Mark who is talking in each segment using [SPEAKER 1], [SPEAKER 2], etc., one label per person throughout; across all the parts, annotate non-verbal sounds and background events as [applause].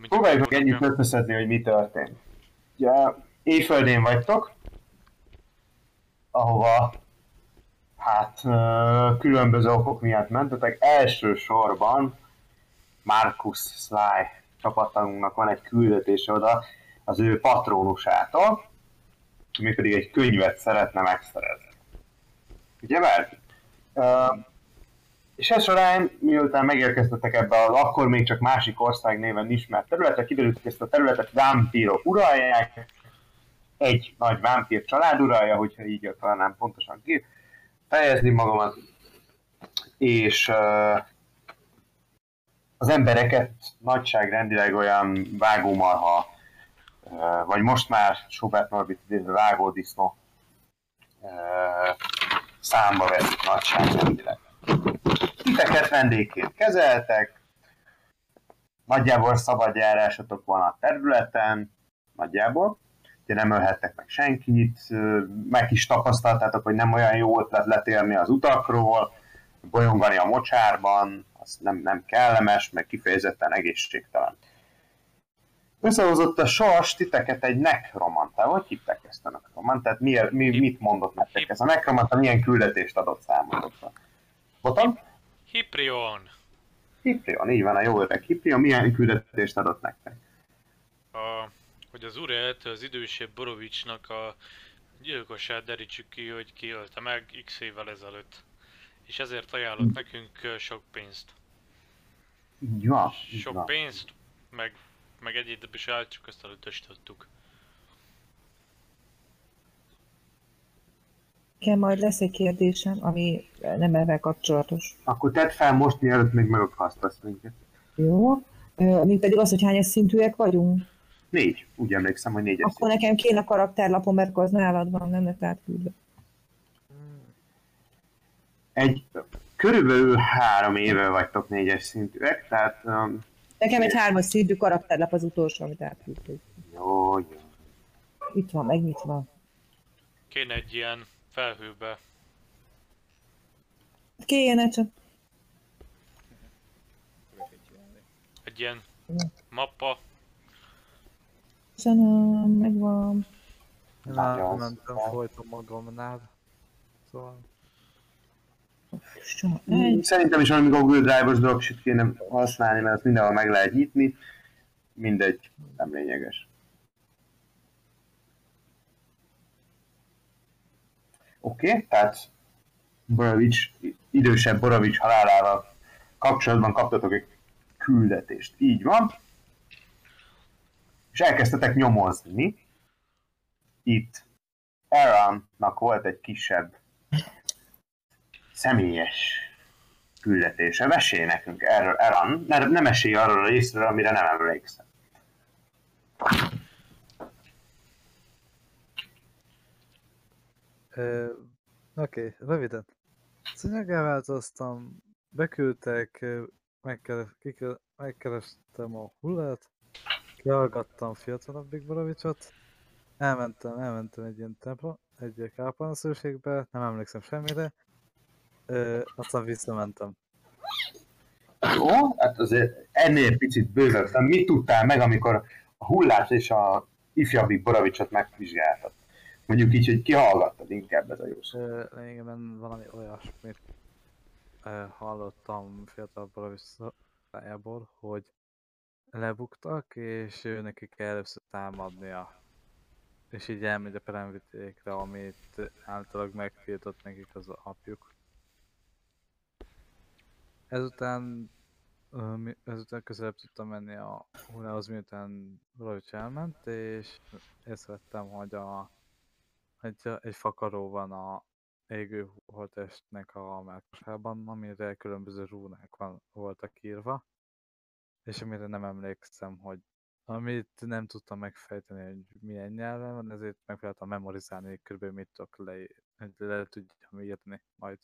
[SPEAKER 1] mint
[SPEAKER 2] Próbáljuk meg ennyit ötbeszedni, hogy mi történt. Ugye, éjföldén vagytok, ahova hát ö, különböző okok miatt mentetek. Elsősorban Markus Sly csapatánknak van egy küldetése oda az ő patrónusától, mi pedig egy könyvet szeretne megszerezni. Ugye Bert? Ö, és ez során, miután megérkeztetek ebbe az akkor még csak másik ország néven ismert területre, kiderült, hogy ezt a területet vámpírok uralják, egy nagy vámpír család uralja, hogyha így akarnám pontosan ki fejezni magamat, és ö, az embereket nagyságrendileg olyan vágómarha, ö, vagy most már Sobert Norbit idézve vágódisznó ö, számba veszik nagyságrendileg. Titeket vendégként kezeltek, nagyjából szabad járásotok van a területen, nagyjából, ugye nem ölhettek meg senkit, ö, meg is tapasztaltátok, hogy nem olyan jó ötlet letérni az utakról, bolyongani a mocsárban, az nem, nem kellemes, meg kifejezetten egészségtelen. Összehozott a sors titeket egy nekromantával, hogy hívták ezt a nekromantát, mi, mi, mit mondott nektek ez a nekromanta, milyen küldetést adott számotokra? Botam?
[SPEAKER 1] Hiprion!
[SPEAKER 2] Hiprion, így van a jó öreg Hiprion, milyen küldetést adott nektek?
[SPEAKER 1] A, hogy az urát, az idősebb Borovicsnak a gyilkosát derítsük ki, hogy ki ölte meg x évvel ezelőtt. És ezért
[SPEAKER 2] Hm.
[SPEAKER 1] ajánlott nekünk ö, sok pénzt.
[SPEAKER 2] Így van. így
[SPEAKER 1] Sok
[SPEAKER 2] van.
[SPEAKER 1] pénzt, meg, meg egy időbb is állt, csak aztán utasítottuk.
[SPEAKER 3] Nekem majd lesz egy kérdésem, ami nem ezzel kapcsolatos.
[SPEAKER 2] Akkor tedd fel most, mielőtt még megakasztasz minket.
[SPEAKER 3] Jó. Ö, Még pedig az, hogy hányas szintűek vagyunk.
[SPEAKER 2] Négy, úgy emlékszem, hogy négyes.
[SPEAKER 3] Akkor nekem kéne a karakterlapom, mert akkor az nálad van, nem lett átküldve.
[SPEAKER 2] Egy, körülbelül három éve vagytok négyes szintűek, tehát um,
[SPEAKER 3] Nekem egy hármas szintű karakterlap az utolsó, amit átküldtük.
[SPEAKER 2] jó, jó.
[SPEAKER 3] Itt van, megnyitva.
[SPEAKER 1] Kéne egy ilyen felhőbe.
[SPEAKER 3] Kéne csak.
[SPEAKER 1] Egy ilyen mappa.
[SPEAKER 3] Köszönöm, megvan.
[SPEAKER 2] Nagyon
[SPEAKER 4] Nem, nem
[SPEAKER 2] szépen.
[SPEAKER 4] tudom, folyton magamnál. Szóval...
[SPEAKER 3] Köszönöm.
[SPEAKER 2] Mm,
[SPEAKER 3] Egy.
[SPEAKER 2] Szerintem is valami Google Drive-os dolgsit kéne használni, mert azt mindenhol meg lehet nyitni. Mindegy, nem lényeges. Oké, okay, tehát Borovics, idősebb Borovics halálával kapcsolatban kaptatok egy küldetést. Így van. És elkezdtetek nyomozni. Itt Aaronnak volt egy kisebb személyes küldetése. Mesélj nekünk erről, Eran. Ne, ne mesélj arról a részről, amire nem emlékszem.
[SPEAKER 4] Ö, Oké, röviden. Szőnyeggel változtam, beküldtek, ö, megkeres, kikö- megkerestem a hullát, kihallgattam fiatalabbik Borovicsot, elmentem, elmentem egy ilyen templom, egy kápolna szőségbe, nem emlékszem semmire, ö, aztán visszamentem.
[SPEAKER 2] Jó, hát azért ennél picit bővebben. Mit tudtál meg, amikor a hullát és a ifjabbik Boravicsot megvizsgáltad? Mondjuk így, hogy kihallgattad, inkább ez a jó szó.
[SPEAKER 4] Ö, Lényegében valami olyasmit ö, hallottam fiatalból visszajából, hogy lebuktak, és ő neki kell először támadnia. És így elmegy a peremvidékre, amit általában megtiltott nekik az apjuk. Ezután, ö, mi- ezután közelebb tudtam menni a hullához, miután Rovics elment, és észrevettem, hogy a egy, egy fakaró van a égő holtestnek a melkasában, amire különböző rúnák van, voltak írva, és amire nem emlékszem, hogy amit nem tudtam megfejteni, hogy milyen nyelven van, ezért megpróbáltam memorizálni, hogy kb. mit tudok le, hogy le tudjam írni majd.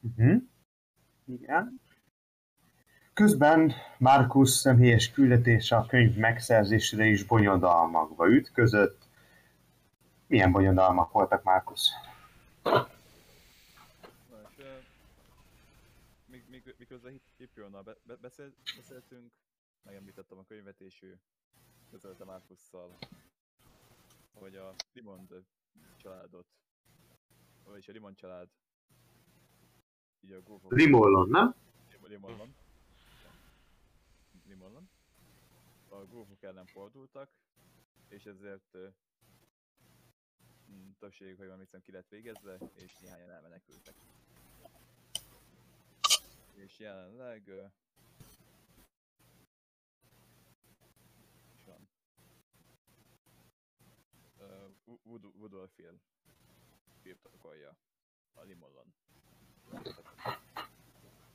[SPEAKER 2] Uh-huh. Igen. Közben Markus személyes küldetése a könyv megszerzésére is bonyodalmakba ütközött. Milyen bonyodalmak voltak, Markus?
[SPEAKER 5] Na és ö, míg, míg, miközben Hiprionnal be, be, beszél, beszéltünk, megemlítettem a könyvet, és ő közölte Márkusszal, hogy a Limond családot, vagyis a Limond család, így a gófok...
[SPEAKER 2] Limollon, nem?
[SPEAKER 5] Limonlon. Limonlon. A grófok ellen fordultak, és ezért ö, mm, többség, hogy emlékszem, ki lett végezve, és néhányan elmenekültek. És jelenleg... ö, is van. Ö, Wu- Wudu- Wudolfil birtokolja a Limollon.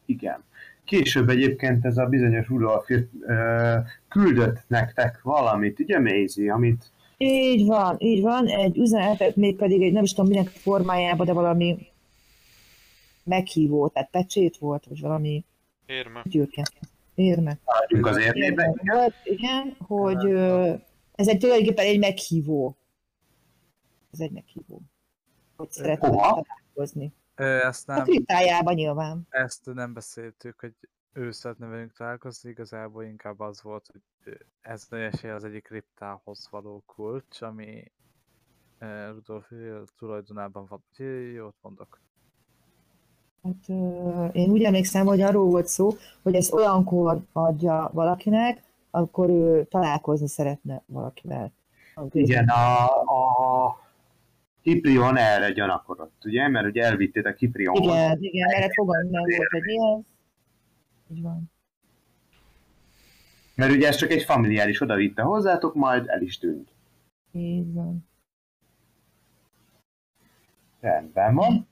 [SPEAKER 2] Igen. Később egyébként ez a bizonyos Rudolf ö, küldött nektek valamit, ugye Mézi, amit
[SPEAKER 3] Így van, így van, egy üzenetet, mégpedig egy nem is tudom minek formájában, de valami meghívó, tehát pecsét volt, vagy valami
[SPEAKER 1] Érme.
[SPEAKER 3] gyürke. Érme.
[SPEAKER 2] adjunk az
[SPEAKER 3] Érme
[SPEAKER 2] érvébe.
[SPEAKER 3] volt, Hát, igen, hogy ö, ez egy tulajdonképpen egy meghívó. Ez egy meghívó. Hogy szeretnél
[SPEAKER 2] Hova?
[SPEAKER 3] találkozni.
[SPEAKER 4] Ö, Ezt
[SPEAKER 3] A
[SPEAKER 4] nem,
[SPEAKER 3] kriptájában nyilván.
[SPEAKER 4] ezt nem beszéltük, hogy ő szeretne velünk találkozni, igazából inkább az volt, hogy ö, ez nagy esély az egyik kriptához való kulcs, ami ö, Rudolf Hill tulajdonában van. Úgyhogy jót mondok.
[SPEAKER 3] Hát, ö, én úgy emlékszem, hogy arról volt szó, hogy ezt olyankor adja valakinek, akkor ő találkozni szeretne valakivel. Hát,
[SPEAKER 2] Igen, a, a Kiprion erre gyanakodott, ugye? Mert ugye elvitték a Kiprionhoz.
[SPEAKER 3] Igen, igen, erre fogalmam nem volt, hogy mi ez. Így van.
[SPEAKER 2] Mert ugye ez csak egy familiáris odavitte hozzátok, majd el is tűnt.
[SPEAKER 3] Így van.
[SPEAKER 2] Rendben van.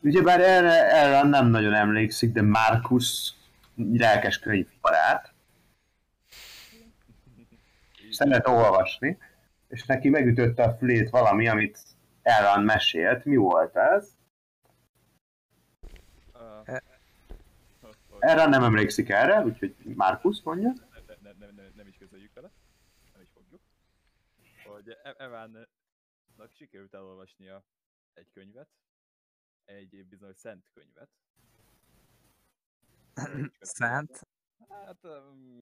[SPEAKER 2] Ugyebár erre, erre nem nagyon emlékszik, de Markus lelkes könyvbarát. Szeret olvasni, és neki megütötte a fülét valami, amit Elran mesélt. Mi volt ez?
[SPEAKER 5] Uh,
[SPEAKER 4] E-
[SPEAKER 2] Elran nem emlékszik erre, úgyhogy Markus mondja.
[SPEAKER 5] ne, ne, ne, ne, nem is közöljük vele, nem is fogjuk, hogy E- Evánnak sikerült elolvasnia egy könyvet, egy bizonyos szent könyvet.
[SPEAKER 4] Szent?
[SPEAKER 5] Hát, um,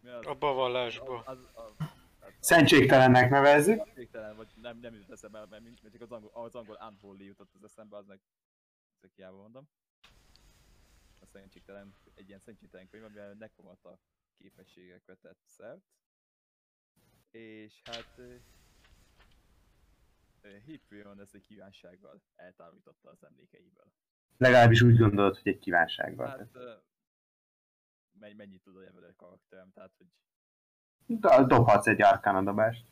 [SPEAKER 5] mi az?
[SPEAKER 1] A bevallásba.
[SPEAKER 5] Az, az, az,
[SPEAKER 2] Szentségtelennek nevezzük.
[SPEAKER 5] Végtelen, vagy nem, nem jutott eszembe, mert mind- mert csak az angol, az angol unholy jutott az eszembe, az meg ezek hiába mondom. A szentségtelen, egy ilyen szentségtelen könyv, amivel nekromata képességekre tett szert. És hát... Hippion ezt egy kívánsággal eltávolította az emlékeiből.
[SPEAKER 2] Legalábbis úgy gondolod, hogy egy kívánság volt.
[SPEAKER 5] Hát... ö, men- mennyit tud a ebből a karakterem, tehát hogy...
[SPEAKER 2] Do- Dobhatsz egy arkana dobást.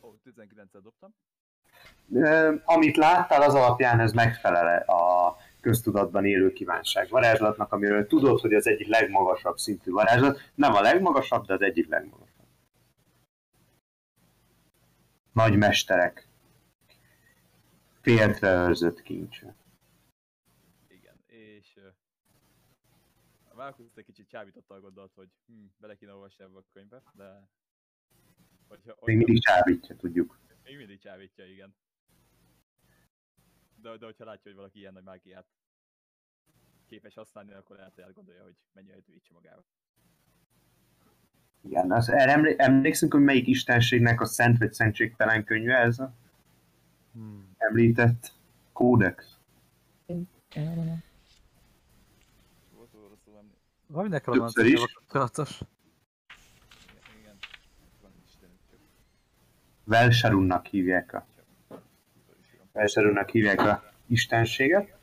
[SPEAKER 5] Ó, 19-et dobtam.
[SPEAKER 2] Ö, amit láttál, az alapján ez megfelel a köztudatban élő kívánság varázslatnak, amiről tudod, hogy az egyik legmagasabb szintű varázslat. Nem a legmagasabb, de az egyik legmagasabb. Nagy mesterek. Féltre őrzött kincs.
[SPEAKER 5] Igen, és ö, a Márkusz egy kicsit csábította a gondolat, hogy hm, bele kéne olvasni ebbe a könyvbe, de... Hogyha,
[SPEAKER 2] Még
[SPEAKER 5] hogyha-
[SPEAKER 2] mindig csábítja, tudjuk.
[SPEAKER 5] még mindig csábítja, igen. De, de hogyha látja, hogy valaki ilyen nagy mágiát képes használni, akkor lehet, hogy elgondolja, hogy mennyire tűítse magával.
[SPEAKER 2] Igen, az, erre emlé- emlékszünk, hogy melyik istenségnek a szent vagy szentségtelen könyve ez a
[SPEAKER 4] Hmm.
[SPEAKER 2] említett kódex.
[SPEAKER 3] Erre van.
[SPEAKER 5] Volt rosszul emlékszem.
[SPEAKER 4] Valami
[SPEAKER 2] Többször
[SPEAKER 4] nekromanciával
[SPEAKER 2] is.
[SPEAKER 4] kapcsolatos.
[SPEAKER 5] Igen. Van Istenünk, csak
[SPEAKER 2] Velsarunnak hívják a Elszerűnek hívják a istenséget,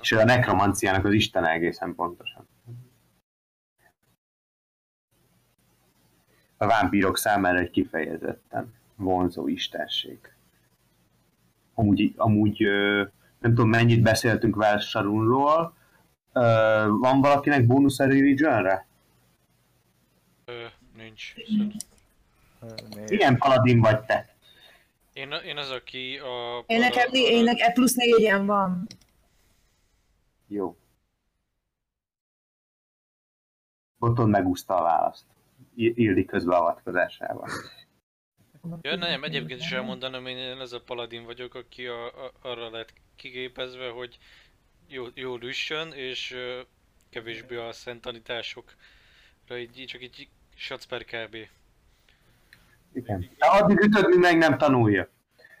[SPEAKER 2] és ő a nekromanciának az istene egészen pontosan. A vámpírok számára egy kifejezetten vonzó istenség. Amúgy, amúgy ö, nem tudom mennyit beszéltünk Velsarunról, Ö, van valakinek bónusz a religionre?
[SPEAKER 1] Ö, nincs.
[SPEAKER 4] Ö, még-
[SPEAKER 2] Milyen paladin vagy te?
[SPEAKER 1] Én, én az, aki a...
[SPEAKER 3] Én nekem,
[SPEAKER 1] a-
[SPEAKER 3] én nekem E plusz négyen van.
[SPEAKER 2] Jó. Boton megúszta a választ. I- Ildi közbeavatkozásával.
[SPEAKER 1] Ja, nem, egyébként is elmondanám, én, én ez a paladin vagyok, aki a, a, arra lett kigépezve, hogy jól, jól üssön, és ö, kevésbé a szent tanításokra így, így csak így shots per kb.
[SPEAKER 2] Igen. De addig ütöd, míg meg nem tanulja.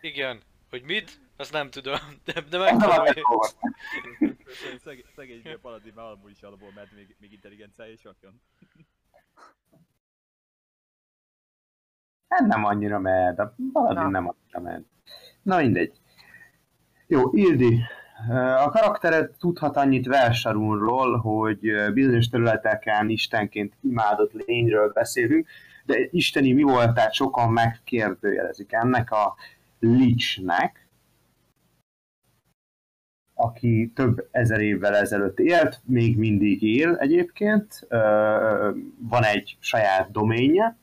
[SPEAKER 1] Igen, hogy mit, azt nem tudom, de, de
[SPEAKER 2] Ez a
[SPEAKER 1] megtanulja.
[SPEAKER 2] legjobb.
[SPEAKER 5] Szegény- szegény- Szegény a paladin már amúgy is alapból, mert még, még intelligenciája is van.
[SPEAKER 2] Hát nem annyira mehet, a Paladin
[SPEAKER 3] Na.
[SPEAKER 2] nem annyira mehet. Na mindegy. Jó, Ildi, ö, a karaktered tudhat annyit Velsarunról, hogy ö, bizonyos területeken istenként imádott lényről beszélünk, de isteni mi voltát sokan megkérdőjelezik ennek a Lichnek, aki több ezer évvel ezelőtt élt, még mindig él egyébként, Ö, ö, van egy saját doménje,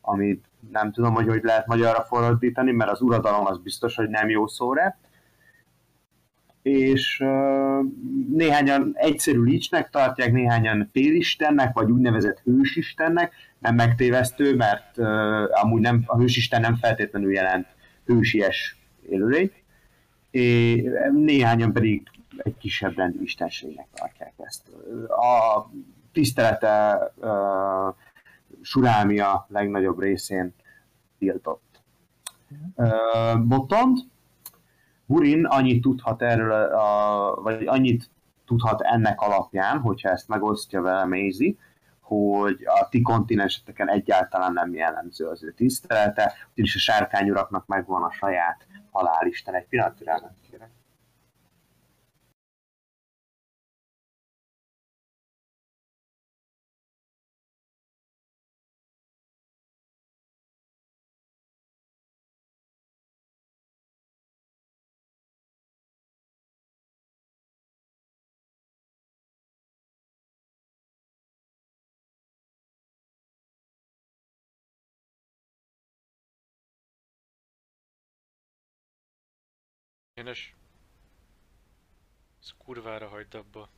[SPEAKER 2] amit nem tudom, hogy hogy lehet magyarra fordítani, mert az uradalom az biztos, hogy nem jó szó rá. És ö, néhányan egyszerű licsnek tartják, néhányan félistennek, vagy úgynevezett hősistennek, nem megtévesztő, mert ö, amúgy nem, a hősisten nem feltétlenül jelent hősies élőlény, és néhányan pedig egy kisebb rendű istenségnek tartják ezt. A tisztelete ö, Surámia legnagyobb részén tiltott. Ö, Botond, Burin annyit tudhat erről, a, vagy annyit tudhat ennek alapján, hogyha ezt megosztja vele Mézi, hogy a ti kontinenseteken egyáltalán nem jellemző az ő tisztelete, ugyanis a sárkányuraknak megvan a saját halálisten. Egy pillanat türelmet kérek.
[SPEAKER 1] Édes. Ez kurvára hagyd abba.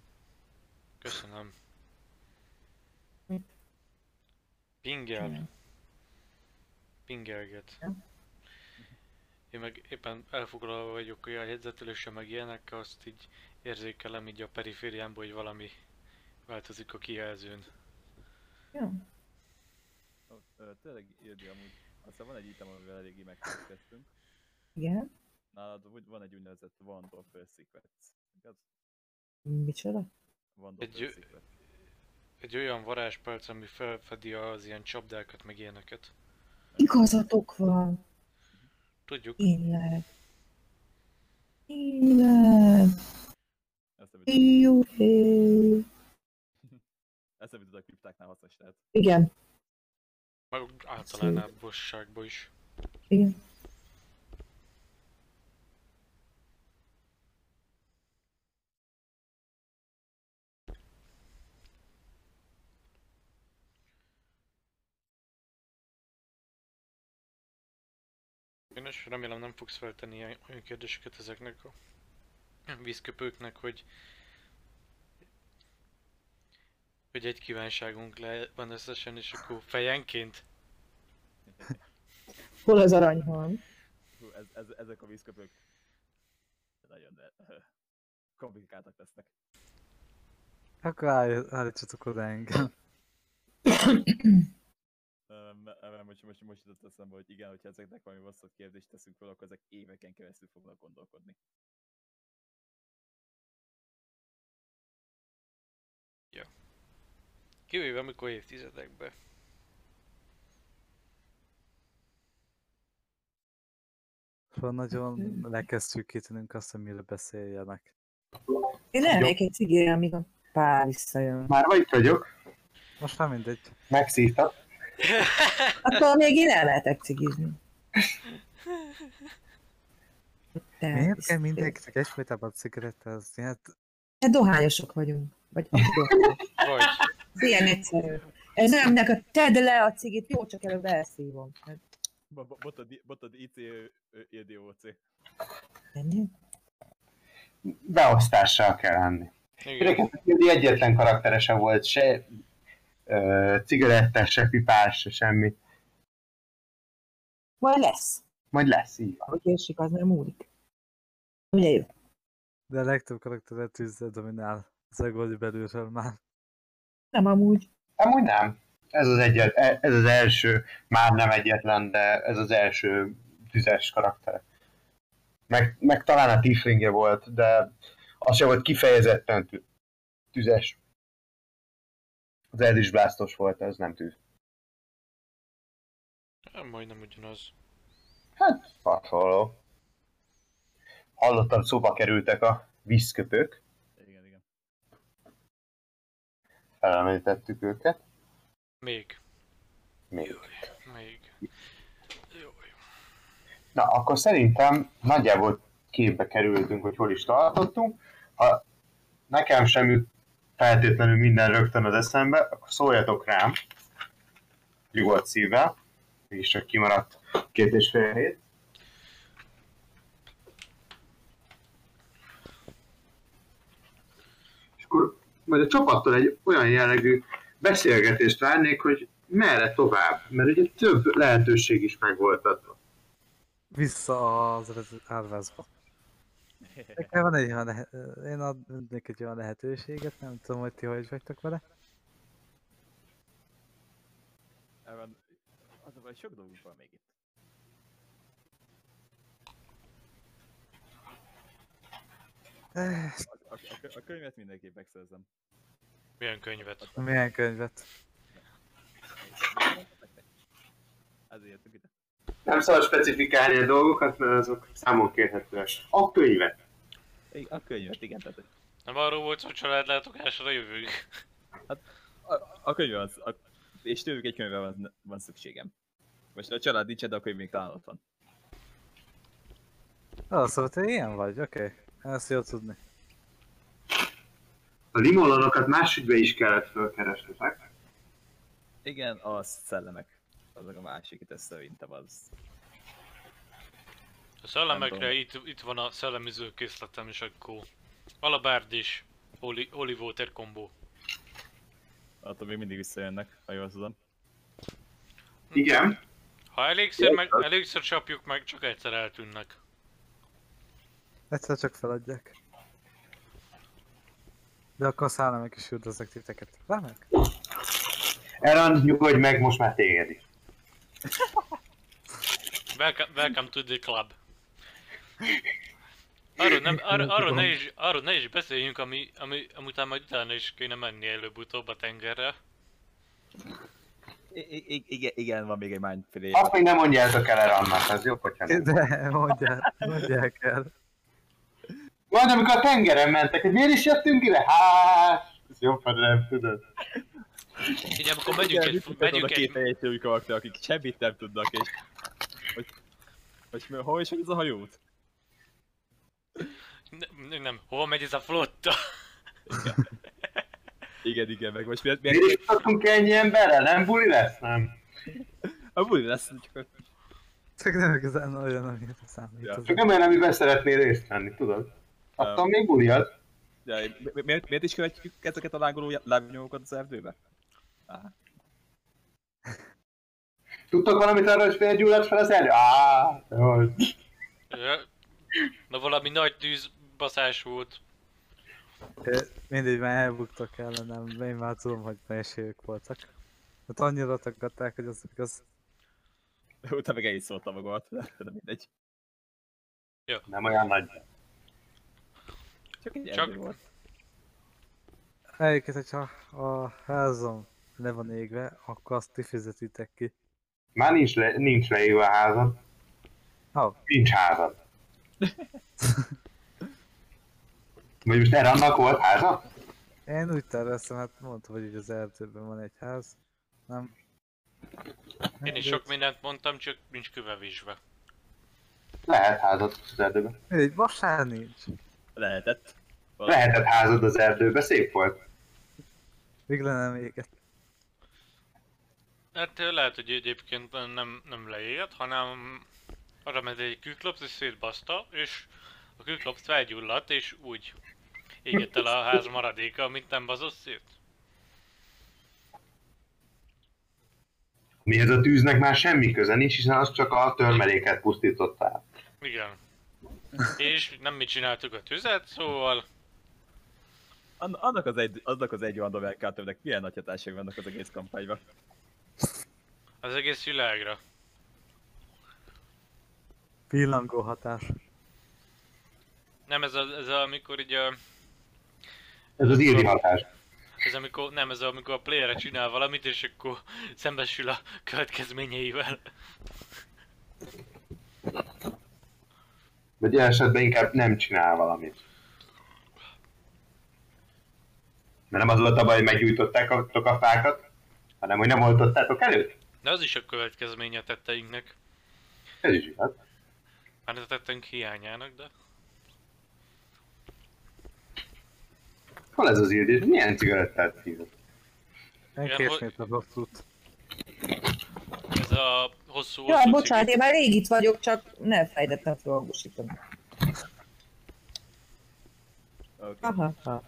[SPEAKER 1] Köszönöm.
[SPEAKER 3] Mit?
[SPEAKER 1] Pingel.
[SPEAKER 3] Csinálj.
[SPEAKER 1] Pingelget.
[SPEAKER 3] Ja.
[SPEAKER 1] Én meg éppen elfoglalva vagyok olyan jegyzeteléssel meg ilyenek, azt így érzékelem így a perifériámból, hogy valami változik a kijelzőn.
[SPEAKER 3] Ja.
[SPEAKER 5] Ó, ö, Tényleg írni amúgy. Aztán van egy item, amivel eléggé megkezdtünk.
[SPEAKER 3] Igen?
[SPEAKER 5] Nálad úgy- van egy úgynevezett Vandor First Sequence. Igaz?
[SPEAKER 3] Micsoda?
[SPEAKER 5] Vandor
[SPEAKER 1] Egy
[SPEAKER 5] First
[SPEAKER 1] ö-
[SPEAKER 5] Sequence.
[SPEAKER 1] Egy olyan varázspálc, ami felfedi az ilyen csapdákat meg ilyeneket.
[SPEAKER 3] Igazatok van,
[SPEAKER 1] Tudjuk,
[SPEAKER 3] tényleg. Tényleg.
[SPEAKER 5] Ezt nem jutott-
[SPEAKER 3] Juhé.
[SPEAKER 5] Ezt nem jutott a kriptáknál hasznos lehet.
[SPEAKER 3] Igen,
[SPEAKER 1] meg általánább bosságba is.
[SPEAKER 3] igen.
[SPEAKER 1] Én is remélem nem fogsz feltenni ilyen- olyan kérdéseket ezeknek a vízköpőknek, hogy hogy egy kívánságunk le van összesen, és akkor fejenként?
[SPEAKER 3] Hol az aranyhang?
[SPEAKER 5] Hú, ez, ez, ezek a vízköpők nagyon de, [laughs] komplikáltak lesznek.
[SPEAKER 4] Akkor Hát állj- állítsatok oda engem.
[SPEAKER 5] Ö, m- m- Most, most, most jutott eszembe, hogy igen, hogyha ezeknek valami vasszabb kérdést teszünk fel, akkor ezek éveken keresztül fognak gondolkodni.
[SPEAKER 1] Kivéve amikor évtizedekbe.
[SPEAKER 4] Szóval nagyon le kell szűkítenünk azt, hogy mire beszéljenek.
[SPEAKER 3] Én elmegyek egy cigére, amíg a pár visszajön.
[SPEAKER 2] Már vagy itt vagyok,
[SPEAKER 4] Most már mindegy.
[SPEAKER 2] megszívtak.
[SPEAKER 3] Attól még én elmehetek cigizni. De
[SPEAKER 4] Miért kell mindenkinek egyfajtában cigarettázni? Hát
[SPEAKER 3] Hát dohányosok vagyunk. Vagy
[SPEAKER 1] Vagy.
[SPEAKER 3] Ez ilyen egyszerű. Ez nem nekem, tedd le a cigit, jó, csak előbb elszívom. Hát,
[SPEAKER 5] Bo- bo- Botod, botod IC, ö, ö, EDOC.
[SPEAKER 3] ennyi?
[SPEAKER 2] Beosztással kell lenni.
[SPEAKER 1] Igen.
[SPEAKER 2] Érdekes, hogy egyetlen karaktere sem volt, se ö, cigarettás, se pipás, se semmi.
[SPEAKER 3] Majd lesz.
[SPEAKER 2] Majd lesz, így van.
[SPEAKER 3] Hogy érsik, az nem múlik. Ugye jó?
[SPEAKER 4] De a legtöbb karakteret tűzzel dominál az egódi belülről már.
[SPEAKER 3] Nem amúgy.
[SPEAKER 2] Amúgy nem. Ez az, egyet, e, ez az első, már nem egyetlen, de ez az első tüzes karakter. Meg, meg talán a tieflingje volt, de az sem volt kifejezetten tü- tüzes. Az ez is blástos volt, ez nem tűz.
[SPEAKER 1] Hát, Majdnem ugyanaz.
[SPEAKER 2] Hát, hasonló. Hallottam, szóba kerültek a vízköpők,
[SPEAKER 5] Igen, igen.
[SPEAKER 2] felemelítettük őket.
[SPEAKER 1] Még.
[SPEAKER 2] Még.
[SPEAKER 1] Még. Jó, jó.
[SPEAKER 2] Na, akkor szerintem nagyjából képbe kerültünk, hogy hol is tartottunk. Ha nekem sem jut feltétlenül minden rögtön az eszembe, akkor szóljatok rám, nyugodt szívvel, mégis csak kimaradt két és fél hét. És akkor majd a csapattól egy olyan jellegű beszélgetést várnék, hogy merre tovább, mert ugye több lehetőség is megvolt adva.
[SPEAKER 4] Vissza az eredeti árvázba. Nekem van egy olyan lehet- én adnék egy olyan lehetőséget, nem tudom, hogy ti hogy vagytok vele.
[SPEAKER 5] Ebben az a baj, sok dolgunk van még itt.
[SPEAKER 4] Eh,
[SPEAKER 5] A, a, a, kö- a könyvet mindenképp megszerzem.
[SPEAKER 1] Milyen könyvet?
[SPEAKER 4] Milyen könyvet?
[SPEAKER 5] Ezért jöttünk ide.
[SPEAKER 2] Nem szabad specifikálni a dolgokat, mert azok számon kérhetőek. A könyvet.
[SPEAKER 5] Igen, a könyvet, igen. Tehát
[SPEAKER 1] Nem arról volt szó, hogy családlátogatásra jövünk?
[SPEAKER 5] a, a könyv az, a, és tőlük egy könyvvel van, van szükségem. Most a család nincsen, de a könyv még talán ott van.
[SPEAKER 4] Ah, szóval te ilyen vagy, oké. Ezt jó tudni.
[SPEAKER 2] A limononokat más ügybe is kellett fölkeresnetek.
[SPEAKER 5] Igen, a szellemek. Azok a másik, itt ez szerintem az.
[SPEAKER 1] A
[SPEAKER 5] Nem
[SPEAKER 1] szellemekre
[SPEAKER 5] tudom.
[SPEAKER 1] itt, itt van a szellemiző készletem, és akkor alabárd is, Oli, Oli Water combo.
[SPEAKER 5] Attól még mindig visszajönnek, ha jól tudom.
[SPEAKER 2] Igen.
[SPEAKER 1] Ha elégszer, meg, elégszer csapjuk meg, csak egyszer eltűnnek.
[SPEAKER 4] Egyszer csak feladják. De akkor a szellemek is üldöznek titeket. Remek?
[SPEAKER 2] Eran, nyugodj meg, most már téged is.
[SPEAKER 1] Welcome, welcome to the club. Arról, nem, ar, arról, ne is, arról ne is beszéljünk, ami, ami, amután majd utána is kéne menni előbb-utóbb a tengerre.
[SPEAKER 5] I- I- I- igen, igen, van még egy mindféle.
[SPEAKER 2] Azt még nem mondjátok el Erannak, az jobb, hogyha nem.
[SPEAKER 4] De mondják, mondják el.
[SPEAKER 2] Majd amikor a tengeren mentek, hogy miért is jöttünk ide? Hát, ez jobb, ha nem tudod.
[SPEAKER 1] Így amikor megyünk egy, fu- megyünk
[SPEAKER 5] a két
[SPEAKER 1] egy,
[SPEAKER 5] teljesen új karakter, akik semmit nem tudnak, és... Hogy, hogy, mi- hol is hogy ez a hajót?
[SPEAKER 1] ne- nem, hova megy ez a flotta?
[SPEAKER 5] Igen, igen, meg most miért,
[SPEAKER 2] Miért
[SPEAKER 5] miért
[SPEAKER 2] is tartunk ennyi emberrel? Nem buli lesz? Nem.
[SPEAKER 5] a buli lesz, csak
[SPEAKER 4] Csak nem igazán olyan, amire számít.
[SPEAKER 5] Ja.
[SPEAKER 4] az
[SPEAKER 2] Csak nem olyan, amiben szeretnél részt venni, tudod? Attól még bulihat.
[SPEAKER 5] Ja, mi- mi- miért, miért is követjük ezeket a lángoló já- lábnyomókat az erdőbe? Á,
[SPEAKER 2] Tudtok valamit arra, hogy miért gyulladt fel az elő? Á, jó.
[SPEAKER 1] Ö, Na valami nagy tűzbaszás volt.
[SPEAKER 4] Ö, Mindegy, már elbuktak ellenem, én már tudom, hogy nehézségek voltak. Hát annyira tagadták, hogy az igaz.
[SPEAKER 5] utána meg el is szóltam magamat, [laughs] de mindegy.
[SPEAKER 2] Nem olyan nagy.
[SPEAKER 5] Csak egy
[SPEAKER 1] Csak-
[SPEAKER 5] erdő volt.
[SPEAKER 4] Egyébként, hogyha a házam le van égve, akkor azt ti fizetitek ki.
[SPEAKER 2] Már nincs, le, nincs leírva a házad.
[SPEAKER 4] Ha, oh,
[SPEAKER 2] Nincs házad. Vagy most erre annak volt háza?
[SPEAKER 4] én úgy terveztem, hát mondtam, hogy így az erdőben van egy ház. Nem. Hát,
[SPEAKER 1] Én is sok mindent mondtam, csak nincs kövevésve.
[SPEAKER 2] Lehet házad az erdőbe.
[SPEAKER 4] Mindegy, vasár nincs.
[SPEAKER 5] Lehetett.
[SPEAKER 2] Lehetett házad az erdőbe, szép volt.
[SPEAKER 4] Még le nem égett.
[SPEAKER 1] Hát ö, lehet, hogy egyébként nem, nem leégett, hanem arra ment egy küklopsz és szétbaszta, és a küklopsz felgyulladt, és úgy égett el a ház maradéka, amit nem bazott szét.
[SPEAKER 2] Mihez a tűznek már semmi köze nincs, hiszen az csak a törmeléket pusztította el.
[SPEAKER 1] Igen. És nem mi csináltuk a tüzet, szóval
[SPEAKER 5] An- annak az egy, annak az egy random encounternek milyen nagy hatásai vannak az egész kampányban.
[SPEAKER 1] az egész világra.
[SPEAKER 4] Pillangó hatás.
[SPEAKER 1] Nem, ez, a, ez a, amikor így a,
[SPEAKER 2] Ez az írdi hatás.
[SPEAKER 1] ez amikor, nem, ez a, amikor a playerre csinál valamit, és akkor szembesül a következményeivel.
[SPEAKER 2] Vagy ilyen esetben inkább nem csinál valamit. Mert nem az volt a baj, hogy meggyújtottátok a fákat, hanem hogy nem oltottátok előtt.
[SPEAKER 1] De az is a következménye a tetteinknek.
[SPEAKER 2] Ez is igaz.
[SPEAKER 1] Már a tetteink hiányának, de...
[SPEAKER 2] Hol ez az írdi? Milyen cigarettát szívott?
[SPEAKER 4] Én
[SPEAKER 1] Igen,
[SPEAKER 4] két
[SPEAKER 1] hogy-
[SPEAKER 4] méter abszolút.
[SPEAKER 1] Ez a hosszú
[SPEAKER 3] Ja,
[SPEAKER 1] hosszú
[SPEAKER 3] bocsánat,
[SPEAKER 1] cigi.
[SPEAKER 3] én már rég itt vagyok, csak nem fejtettem fel a busítom.
[SPEAKER 5] Okay.
[SPEAKER 3] Aha, ha.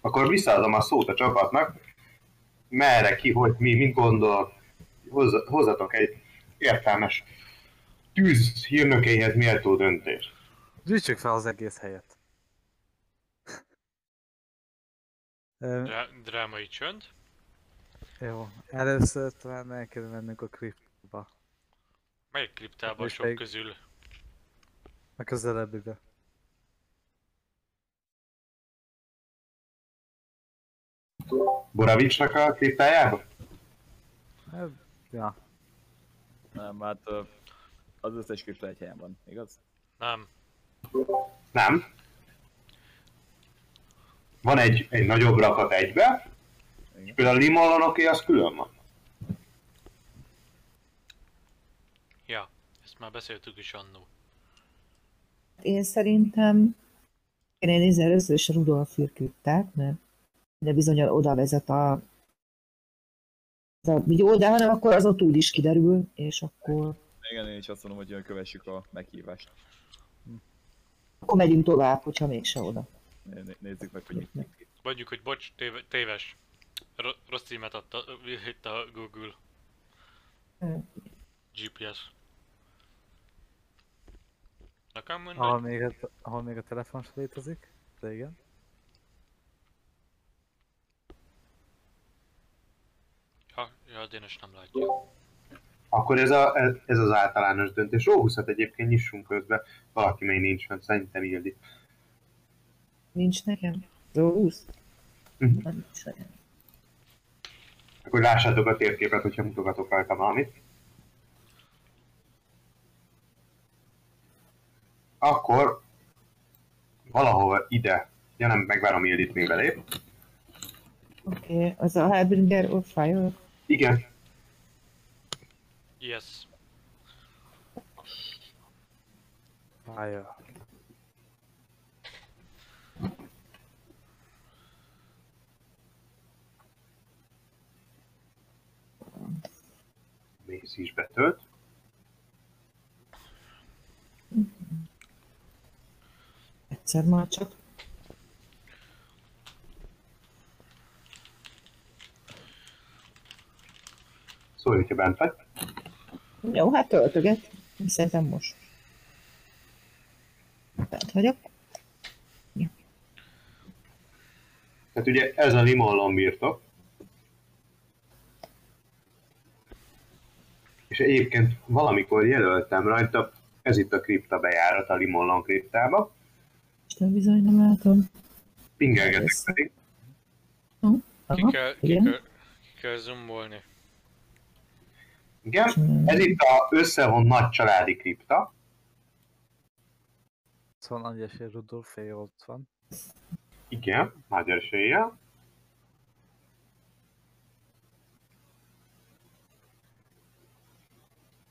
[SPEAKER 2] Akkor visszaadom a szót a csapatnak. Merre, ki, hogy, mi, mit gondol. Hozz- Hozzatok egy értelmes tűz hírnökéhez méltó döntést.
[SPEAKER 4] Gyűjtsük fel az egész helyet. Ö,
[SPEAKER 1] Drá- drámai csönd.
[SPEAKER 4] Jó, először talán el kell mennünk a kriptóba.
[SPEAKER 1] Melyik kriptában
[SPEAKER 4] Most
[SPEAKER 1] sok
[SPEAKER 4] pedig-
[SPEAKER 1] közül?
[SPEAKER 4] A közelebbibe.
[SPEAKER 2] Boravicsnak a kriptájába?
[SPEAKER 4] Hát, Ja,
[SPEAKER 5] Nem, hát ö, az összes kripta egy helyen van, igaz?
[SPEAKER 1] Nem.
[SPEAKER 2] Nem. Van egy, egy nagyobb rakat egybe, és például a limalonoké az külön van.
[SPEAKER 1] Ja, ezt már beszéltük is annó.
[SPEAKER 3] Én szerintem kéne nézni először is a Rudolf fürküttet, mert de bizonyal oda vezet a az a jó, de hanem akkor az ott úgy is kiderül, és akkor,
[SPEAKER 5] Igen, én is azt mondom, hogy ö, kövessük a meghívást.
[SPEAKER 3] akkor megyünk tovább, hogyha mégse oda.
[SPEAKER 5] Né- né- Nézzük meg, hogy [laughs] itt, itt, itt.
[SPEAKER 1] Mondjuk, hogy bocs, téve- téves. Ro- rossz címet adta, itt a Google.
[SPEAKER 3] Ö.
[SPEAKER 1] GPS. Nekem
[SPEAKER 4] ahol
[SPEAKER 1] mindegy.
[SPEAKER 4] még a, ahol még a telefon se létezik, de igen.
[SPEAKER 1] Ja, ja, Dénes nem látja.
[SPEAKER 2] Akkor ez, a, ez, ez az általános döntés. Ó, 20 egyébként nyissunk közbe, valaki még nincs fent, szerintem Ildi.
[SPEAKER 3] Nincs nekem? Róbusz?
[SPEAKER 2] Mhm.
[SPEAKER 3] Nem nincs nekem.
[SPEAKER 2] Akkor lássátok a térképet, hogyha mutogatok rajta valamit. Akkor valahol ide, ja nem, megvárom Ildit még belép.
[SPEAKER 3] Oké, okay, az a Harbinger of Fire.
[SPEAKER 2] Igen,
[SPEAKER 1] Yes.
[SPEAKER 4] Fire.
[SPEAKER 2] Mész is betölt.
[SPEAKER 3] Egyszer már csak.
[SPEAKER 2] Szólj, Szóval, hogyha bent vagy.
[SPEAKER 3] Jó, hát töltöget. Szerintem most. Bent vagyok.
[SPEAKER 2] Tehát Hát ugye ez a limallon birtok. És egyébként valamikor jelöltem rajta, ez itt a kripta bejárat a limallon kriptába.
[SPEAKER 3] Isten bizony nem látom.
[SPEAKER 2] Pingelgetek
[SPEAKER 3] Egészen.
[SPEAKER 2] pedig.
[SPEAKER 3] Aha,
[SPEAKER 1] Ki kell, ki
[SPEAKER 3] igen.
[SPEAKER 1] kell, ki kell zoomolni.
[SPEAKER 2] Igen,
[SPEAKER 3] Hmm.
[SPEAKER 2] ez itt a összevon nagy családi kripta.
[SPEAKER 4] Szóval nagy esély Rudolfé ott van.
[SPEAKER 2] Igen, nagy eséllyel.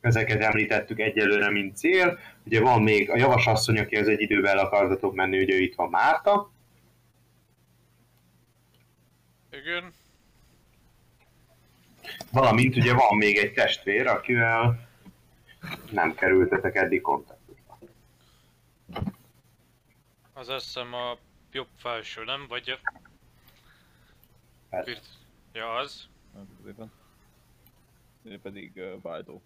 [SPEAKER 2] Ezeket említettük egyelőre, mint cél. Ugye van még a javasasszony, aki az egy időben el akartatok menni, ugye itt van Márta.
[SPEAKER 1] Igen.
[SPEAKER 2] Valamint ugye van még egy testvér, akivel nem kerültetek eddig kontaktusba.
[SPEAKER 1] Az azt hiszem a jobb felső, nem? Vagy a...
[SPEAKER 2] Ez.
[SPEAKER 3] Hát-
[SPEAKER 1] Virt- Ja, az.
[SPEAKER 5] Középen. Ő pedig uh, Baldo.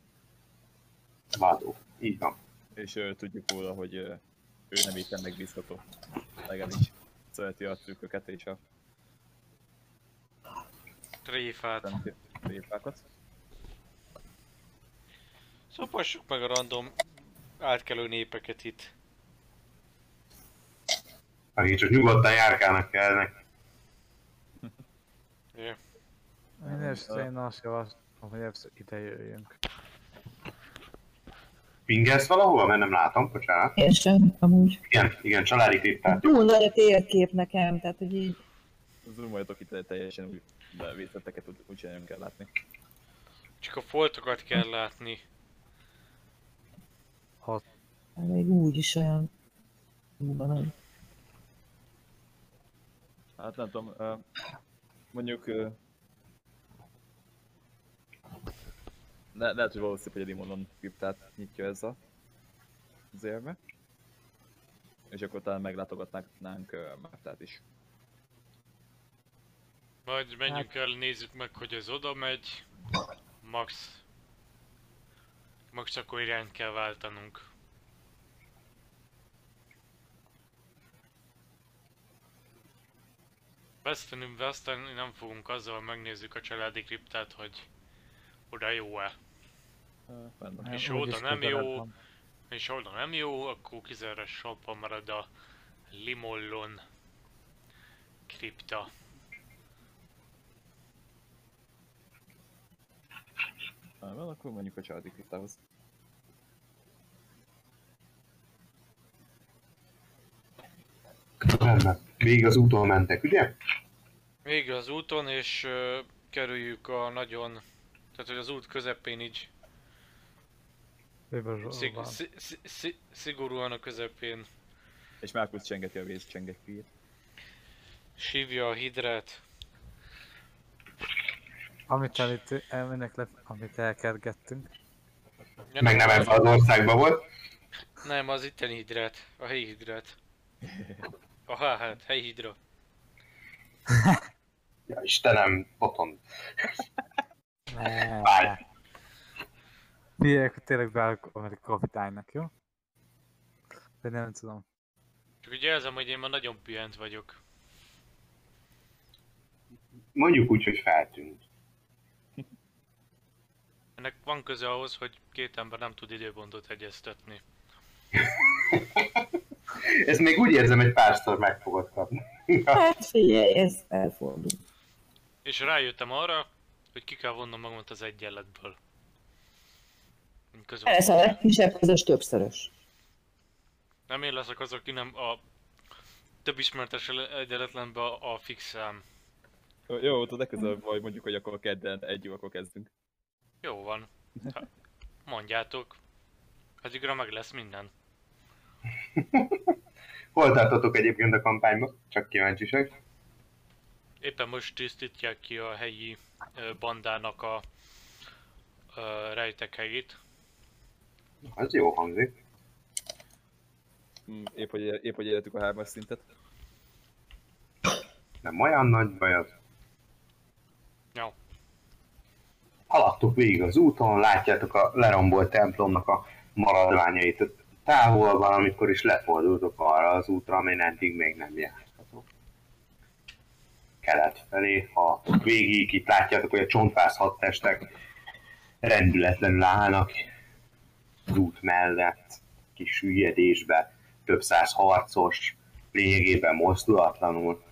[SPEAKER 2] Vádó. Így van.
[SPEAKER 5] És uh, tudjuk róla, hogy uh, ő nem éppen megbízható. Legalábbis szereti a trükköket és a
[SPEAKER 1] Tréfát.
[SPEAKER 5] tréfákat.
[SPEAKER 1] Szopassuk Szóval meg a random átkelő népeket itt.
[SPEAKER 2] Akik csak nyugodtan járkálnak kellnek.
[SPEAKER 1] Jé.
[SPEAKER 4] Minden esetre én azt javaslom, hogy először ide jöjjünk.
[SPEAKER 2] Pingelsz valahol? Mert nem látom, bocsánat.
[SPEAKER 3] Én sem, amúgy.
[SPEAKER 2] Igen, igen, családi tipptár.
[SPEAKER 3] Túl nagy a térkép nekem, tehát hogy így
[SPEAKER 5] Zoomoljatok itt teljesen úgy, de részleteket úgy, úgyse nem kell látni.
[SPEAKER 1] Csak a foltokat kell látni.
[SPEAKER 4] Hat
[SPEAKER 3] még úgy is olyan túl van, hogy
[SPEAKER 5] Hát nem tudom, ö, mondjuk... ö, Le, lehet, hogy valószínű, hogy a Limonon kriptát nyitja ez a az érme. És akkor talán meglátogatnánk ö, Mártát is.
[SPEAKER 1] Majd menjünk el, nézzük meg, hogy ez oda megy. Max. Max akkor irányt kell váltanunk. Vesztenünk, veszteni nem fogunk azzal, megnézzük a családi kriptát, hogy oda jó-e.
[SPEAKER 5] Ö, Benne.
[SPEAKER 1] És
[SPEAKER 4] úgyis
[SPEAKER 1] óta nem
[SPEAKER 4] közelebb
[SPEAKER 1] jó.
[SPEAKER 4] van.
[SPEAKER 1] És ha oda nem jó, akkor kizárólag sappa marad a Limollon kripta.
[SPEAKER 5] Ha Van, akkor menjünk a családi kriptához.
[SPEAKER 2] Rendben. Végig az úton mentek, ugye?
[SPEAKER 1] Végig az úton, és ö, kerüljük a nagyon... Tehát, hogy az út közepén így
[SPEAKER 4] Bébor
[SPEAKER 1] szig,
[SPEAKER 4] van.
[SPEAKER 1] szig, szig, szig, szigorúan a közepén
[SPEAKER 5] És Márkusz csengeti a vész csengetűjét.
[SPEAKER 1] sívja a hidrát.
[SPEAKER 4] Amit, el itt, el- minek le, amit elkergettünk.
[SPEAKER 1] Ja,
[SPEAKER 2] Meg nem ebben az országban volt.
[SPEAKER 1] Nem, az itteni hidrát. A helyi hidrát. A hát, helyi hidra.
[SPEAKER 2] Ja, Istenem, boton.
[SPEAKER 4] Ne.
[SPEAKER 2] Fáj.
[SPEAKER 4] Figyelj, akkor tényleg beállok a kapitánynak, jó? De nem tudom.
[SPEAKER 1] Csak ugye jelzem, hogy én ma nagyon pihent vagyok.
[SPEAKER 2] Mondjuk úgy, hogy feltűnt.
[SPEAKER 1] Ennek van köze ahhoz, hogy két ember nem tud időpontot egyeztetni.
[SPEAKER 2] Ezt még úgy érzem, egy párszor meg fogod kapni.
[SPEAKER 3] hát figyelj, ez elfordul.
[SPEAKER 1] És rájöttem arra, hogy ki kell vonnom magamat az egyenletből. Közben.
[SPEAKER 3] Ez a legkisebb közös többszörös.
[SPEAKER 1] Nem én leszek az, aki nem a több ismeretes ele- egyenletlenben a a fix szám.
[SPEAKER 5] Ö, Jó, ott a legközelebb vagy mondjuk, hogy akkor kedden egy órakor kezdünk.
[SPEAKER 1] Jó van. Ha- Mondjátok. Addigra meg lesz minden.
[SPEAKER 2] Hol tartotok egyébként a kampányban? Csak kíváncsisak.
[SPEAKER 1] Éppen most tisztítják ki a helyi ö, bandának a ö, rejtek helyét.
[SPEAKER 2] Az jó hangzik.
[SPEAKER 5] Mm, Épp hogy, épp, hogy életük a hármas szintet.
[SPEAKER 2] Nem olyan nagy baj az.
[SPEAKER 1] Jó.
[SPEAKER 2] Haladtok végig az úton, látjátok a lerombolt templomnak a maradványait ott távolban, amikor is lefordultok arra az útra, amin eddig még nem jártatok. Kelet felé, ha végig itt látjátok, hogy a csontváz hadtestek rendületlenül állnak az út mellett, kis süllyedésbe, több száz harcos, lényegében mozdulatlanul.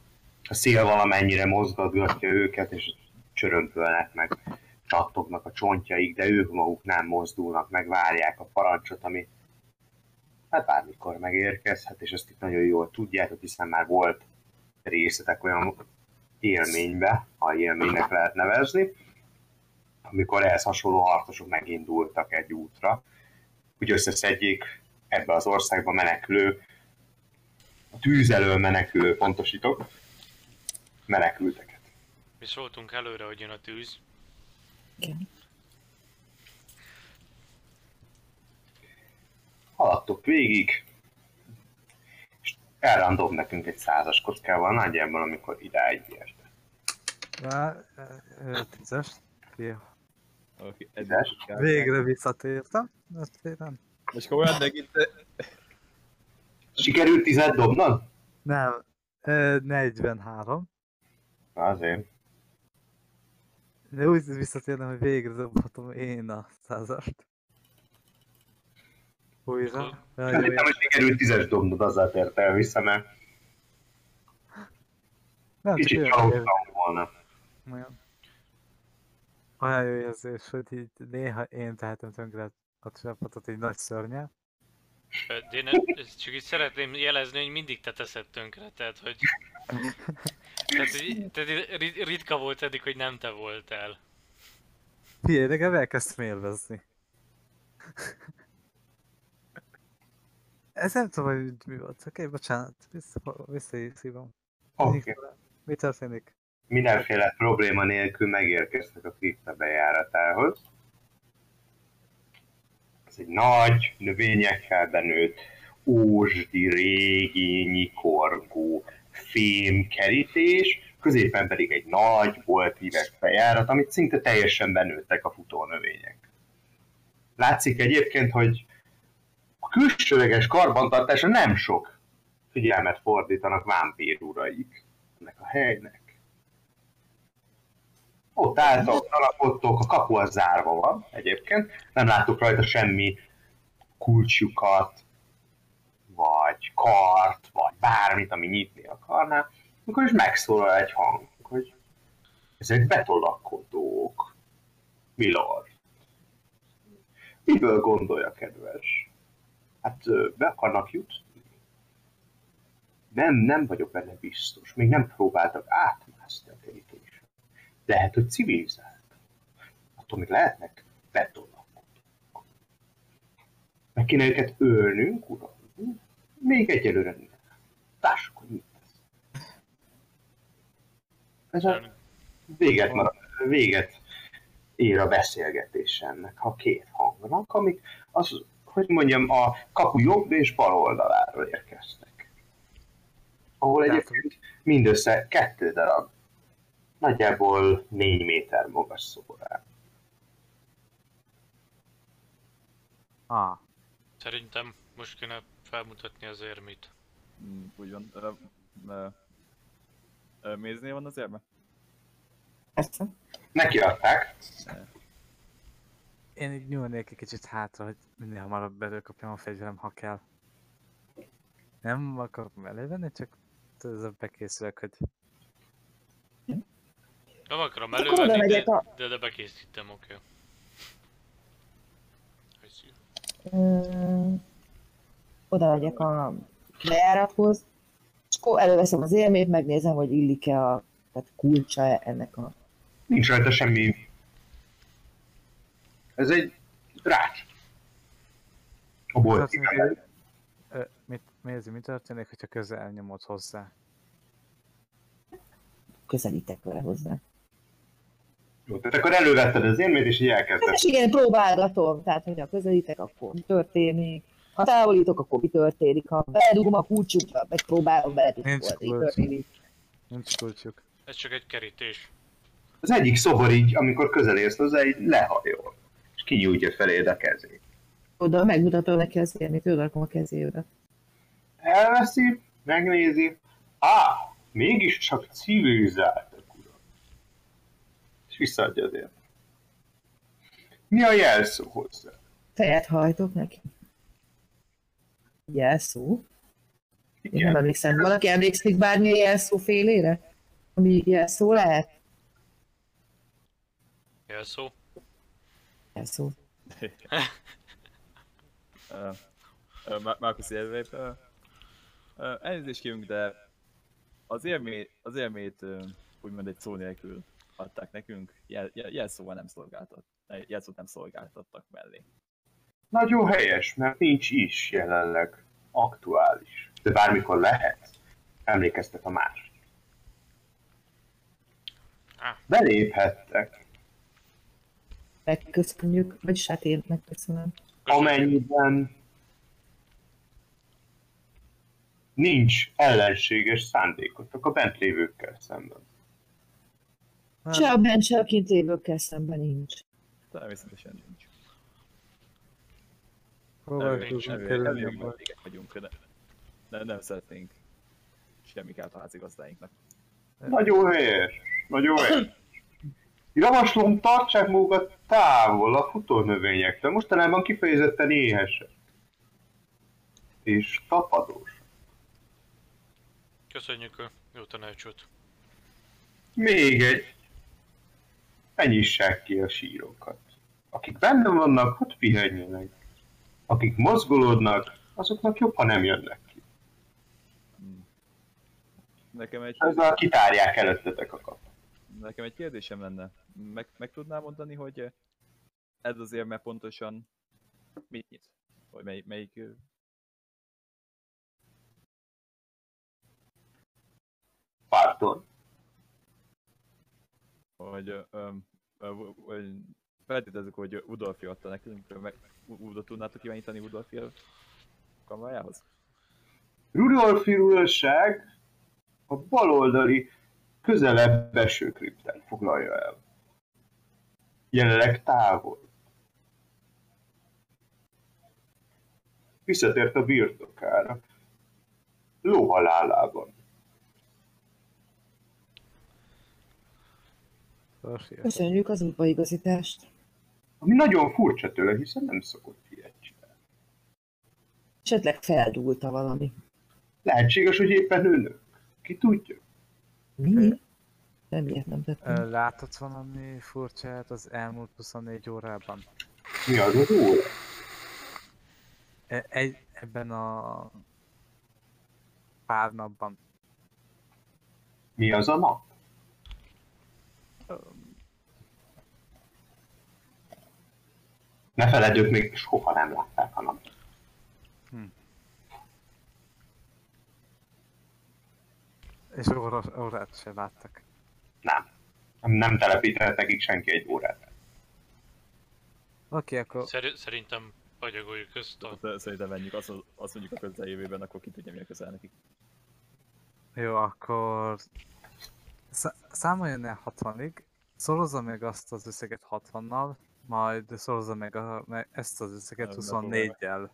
[SPEAKER 2] A szél valamennyire mozgatgatja őket, és csörömpölnek meg csattognak a csontjaik, de ők maguk nem mozdulnak, meg várják a parancsot, ami hát bármikor megérkezhet, és ezt itt nagyon jól tudjátok, hiszen már volt részletek olyan élménybe, ha élménynek lehet nevezni, amikor ehhez hasonló harcosok megindultak egy útra, hogy összeszedjék ebbe az országba menekülő, a tűz elől menekülő, pontosítok, menekülteket.
[SPEAKER 1] Mi szóltunk előre, hogy jön a tűz.
[SPEAKER 3] Igen.
[SPEAKER 2] haladtok végig, és elrán dob nekünk egy százas kockával nagyjából, amikor idáig ért.
[SPEAKER 4] Rá, ö, tízes. Ki-
[SPEAKER 5] Oké, eddig
[SPEAKER 2] Tudás?
[SPEAKER 5] is kell.
[SPEAKER 4] Végre visszatértem. Azt kérem.
[SPEAKER 5] Most komolyan, de itt
[SPEAKER 2] Sikerült tized dobnod?
[SPEAKER 4] Nem. Ö, 43.
[SPEAKER 2] Azért.
[SPEAKER 4] De úgy visszatértem, hogy végre dobhatom én a százast. Újra. Jaj, jó,
[SPEAKER 2] Szerintem,
[SPEAKER 4] jó.
[SPEAKER 2] hogy sikerült tízes dobnod, azzal tértel vissza, mert
[SPEAKER 4] Nem, csak
[SPEAKER 2] kicsit
[SPEAKER 4] olyan jó,
[SPEAKER 2] csalódtam volna.
[SPEAKER 4] olyan- olyan jó érzés, hogy így néha én tehetem tönkre a csapatot így nagy szörnyel.
[SPEAKER 1] Ö, De én ezt csak így szeretném jelezni, hogy mindig te teszed tönkre, tehát hogy... Tehát, hogy, tehát így rit- ritka volt eddig, hogy nem te voltál.
[SPEAKER 4] Figyelj, nekem elkezdtem élvezni. Ez nem tudom, hogy mi volt. Oké, bocsánat. Vissza, visszaszívom.
[SPEAKER 2] Oké.
[SPEAKER 4] Mi történik?
[SPEAKER 2] Mindenféle probléma nélkül megérkeztek a kripta bejáratához. Ez egy nagy, növényekkel benőtt, ósdi, régényi, korgó, fém kerítés, középen pedig egy nagy volt üveg bejárat, amit szinte teljesen benőttek a futó növények. Látszik egyébként, hogy a külsőleges karbantartása nem sok figyelmet fordítanak vámpír uraik ennek a helynek. Ott álltok, alapodtok, a kapu az zárva van egyébként, nem láttok rajta semmi kulcsjukat, vagy kart, vagy bármit, ami nyitni akarná, akkor is megszólal egy hang, hogy ezek betolakodók, Milord. Miből gondolja, kedves? Hát ö, be akarnak jutni. Nem, nem vagyok benne biztos. Még nem próbáltak átmászni a kerítésen lehet, hát, hogy civilizált. Attól még lehetnek betolnak. Meg kéne őket ölnünk, uram. Még egyelőre nem. Lássuk, hogy mit tesz. Ez a véget, marad, véget ér a beszélgetés ennek a két hangnak, amik az, hogy mondjam, a kapu jobb és bal oldaláról érkeztek. Ahol
[SPEAKER 4] Tehát-
[SPEAKER 2] egyébként mindössze kettő darab nagyjából 4 méter magas szóval. szoborán.
[SPEAKER 4] Ah,
[SPEAKER 1] Szerintem most kéne felmutatni az érmit.
[SPEAKER 5] Mm, úgy van. Ö, ö, ö, Méznél van az érme?
[SPEAKER 3] Persze.
[SPEAKER 2] Neki adták,
[SPEAKER 4] én így nyúlnék egy kicsit hátra, hogy minél hamarabb belőkapjam a fegyverem, ha kell. Nem akarok elővenni, csak ezzel bekészülök, hogy
[SPEAKER 1] Nem akarom
[SPEAKER 3] Akkor
[SPEAKER 1] elővenni, de,
[SPEAKER 3] odamegyek
[SPEAKER 1] de,
[SPEAKER 3] a-
[SPEAKER 1] de, bekészítem, oké. Okay.
[SPEAKER 3] Ö, Oda megyek a bejárathoz, és akkor előveszem az élmét, megnézem, hogy illik-e a tehát kulcsa ennek a...
[SPEAKER 2] nincs rajta semmi. Ez egy rács. A
[SPEAKER 4] Hát,
[SPEAKER 2] bolt.
[SPEAKER 4] igen. Ö, mit, nézi, mi történik, hogyha közel nyomod hozzá?
[SPEAKER 3] közelítek vele hozzá.
[SPEAKER 2] Jó, Tehát akkor elővetted az érmét, és így elkezdted.
[SPEAKER 3] Hát És igen, próbálgatom, tehát hogyha közelítek, akkor mi történik. Ha távolítok, akkor mi történik. Ha beledugom a kulcsukra, meg próbálom beledugni,
[SPEAKER 4] Nincs
[SPEAKER 3] mi
[SPEAKER 4] kulcs.
[SPEAKER 3] történik.
[SPEAKER 4] Nincs kulcsuk.
[SPEAKER 1] Ez csak egy kerítés.
[SPEAKER 2] Az egyik szobor így, amikor közel érsz hozzá, így lehajol. És kinyújtja feléd a kezét.
[SPEAKER 3] Oda megmutatom neki az élmét, oda rakom a kezébe.
[SPEAKER 2] Elveszi, megnézi. Á, mégiscsak civilizáltak, uram. És visszaadja az érmét. Mi a jelszó hozzá?
[SPEAKER 3] Fejet hajtok neki. Jelszó. Én nem emlékszem. Valaki emlékszik bármilyen jelszó félére? Ami jelszó lehet?
[SPEAKER 1] Jelszó?
[SPEAKER 3] Jelszó.
[SPEAKER 5] Ö, ö, Má- Márkusz érveit. ö, ö, Elnézést kívünk, de az érmét, az érmét ö, úgymond egy szó nélkül adták nekünk, jel, jel, jelszóval nem szolgáltat, eh, jelszót nem szolgáltattak mellé.
[SPEAKER 2] Nagyon helyes, mert nincs is jelenleg aktuális. De bármikor lehet. Emlékeztet a más.
[SPEAKER 1] Á.
[SPEAKER 2] Beléphettek,
[SPEAKER 3] Megköszönjük, vagyis hát én megköszönöm.
[SPEAKER 1] Köszönöm.
[SPEAKER 2] amennyiben nincs ellenséges szándékotok a bent lévőkkel szemben.
[SPEAKER 4] Hát,
[SPEAKER 3] Se a bent, se a kint lévőkkel szemben nincs.
[SPEAKER 5] Természetesen nincs.
[SPEAKER 1] nincs,
[SPEAKER 4] próbáljuk
[SPEAKER 5] Nem,
[SPEAKER 1] Tudunk
[SPEAKER 5] nem, nem,
[SPEAKER 4] kerülni.
[SPEAKER 5] nem,
[SPEAKER 4] a-
[SPEAKER 5] vendégek vagyunk, de nem, nem szeretnénk semmi kárt a házigazdáinknak.
[SPEAKER 2] Nagyon helyes, nagyon helyes. Javaslom, tartsák magukat távol a futónövényektől, mostanában kifejezetten éhesek. És tapadós.
[SPEAKER 1] Köszönjük a jó tanácsot.
[SPEAKER 2] Még egy. Ne nyissák ki a sírokat. Akik benne vannak, ott pihenjenek. Akik mozgolódnak, azoknak jobb, ha nem jönnek ki.
[SPEAKER 5] Nekem egy,
[SPEAKER 2] Ezzel kitárják előttetek a kaput.
[SPEAKER 5] nekem egy kérdésem lenne. Meg, meg tudnál mondani, hogy eh, ez az érme pontosan mit nyit? Vagy mely, melyik... eh, ö,
[SPEAKER 2] Pardon.
[SPEAKER 5] Vagy, ö, eh, öm, ö, v- vagy feltételezzük, hogy Udolfi adta nekünk, ö, meg U- Udo tudnátok kívánítani Udolfi kamerájához?
[SPEAKER 2] Rudolfi Rudolság a baloldali közelebb eső kriptát foglalja el. Jelenleg távol. Visszatért a birtokára. Lóhalálában.
[SPEAKER 4] Tartsd,
[SPEAKER 3] Köszönjük az útbaigazítást.
[SPEAKER 2] Ami nagyon furcsa tőle, hiszen nem szokott ilyet csinálni.
[SPEAKER 3] Esetleg feldúlta valami.
[SPEAKER 2] Lehetséges, hogy éppen önök. Ki tudja?
[SPEAKER 3] Mi? Nem ilyet nem tettem.
[SPEAKER 4] Ö, Látod valami furcsát az elmúlt 24 órában?
[SPEAKER 2] Mi az az óra?
[SPEAKER 4] E- Egy, ebben a pár napban.
[SPEAKER 2] Mi az a nap? Ne feledjük, még soha nem látták a napot.
[SPEAKER 4] És óra- órát se láttak.
[SPEAKER 2] Nem. Nem, nem telepített nekik senki egy órát.
[SPEAKER 4] Oké, akkor
[SPEAKER 1] Szer- szerintem agyagoljuk ezt a...
[SPEAKER 5] Azt eh, Szerintem venjük, azt, azt mondjuk a közeljövőben, akkor ki tudja mi a közel neki.
[SPEAKER 4] Jó, akkor szá- számoljon el 60-ig, szorozza meg azt az összeget 60-nal, majd szorozza meg, a, meg ezt az összeget
[SPEAKER 5] Nem, nem tudom meg.
[SPEAKER 4] 24-jel.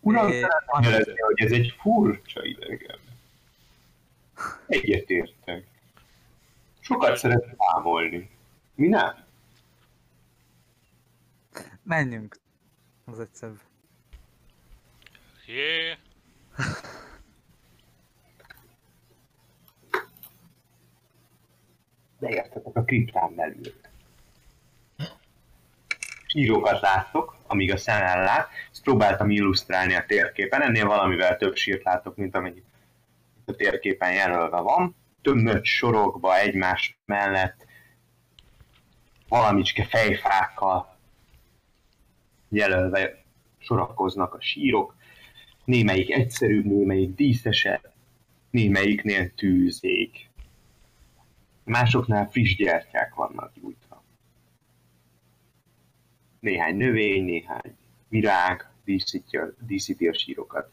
[SPEAKER 2] Uram,
[SPEAKER 4] É,
[SPEAKER 2] szeretném jelezni, hogy ez egy furcsa idegen. Egyetértek. Sokat szeret számolni. Mi nem?
[SPEAKER 4] Menjünk! Az egyszerűbb.
[SPEAKER 1] Jé!
[SPEAKER 2] Beértetek a kriptán belül. Sírokat láttok, amíg a szemem lát, ezt próbáltam illusztrálni a térképen, ennél valamivel több sírt látok, mint amennyi itt a térképen jelölve van. Tömött sorokba egymás mellett, valamicske fejfákkal jelölve sorakoznak a sírok, némelyik egyszerűbb, némelyik díszesebb, némelyiknél tűzék, Másoknál friss gyertyák vannak gyújtva. Néhány növény, néhány virág díszíti a, díszíti a sírokat.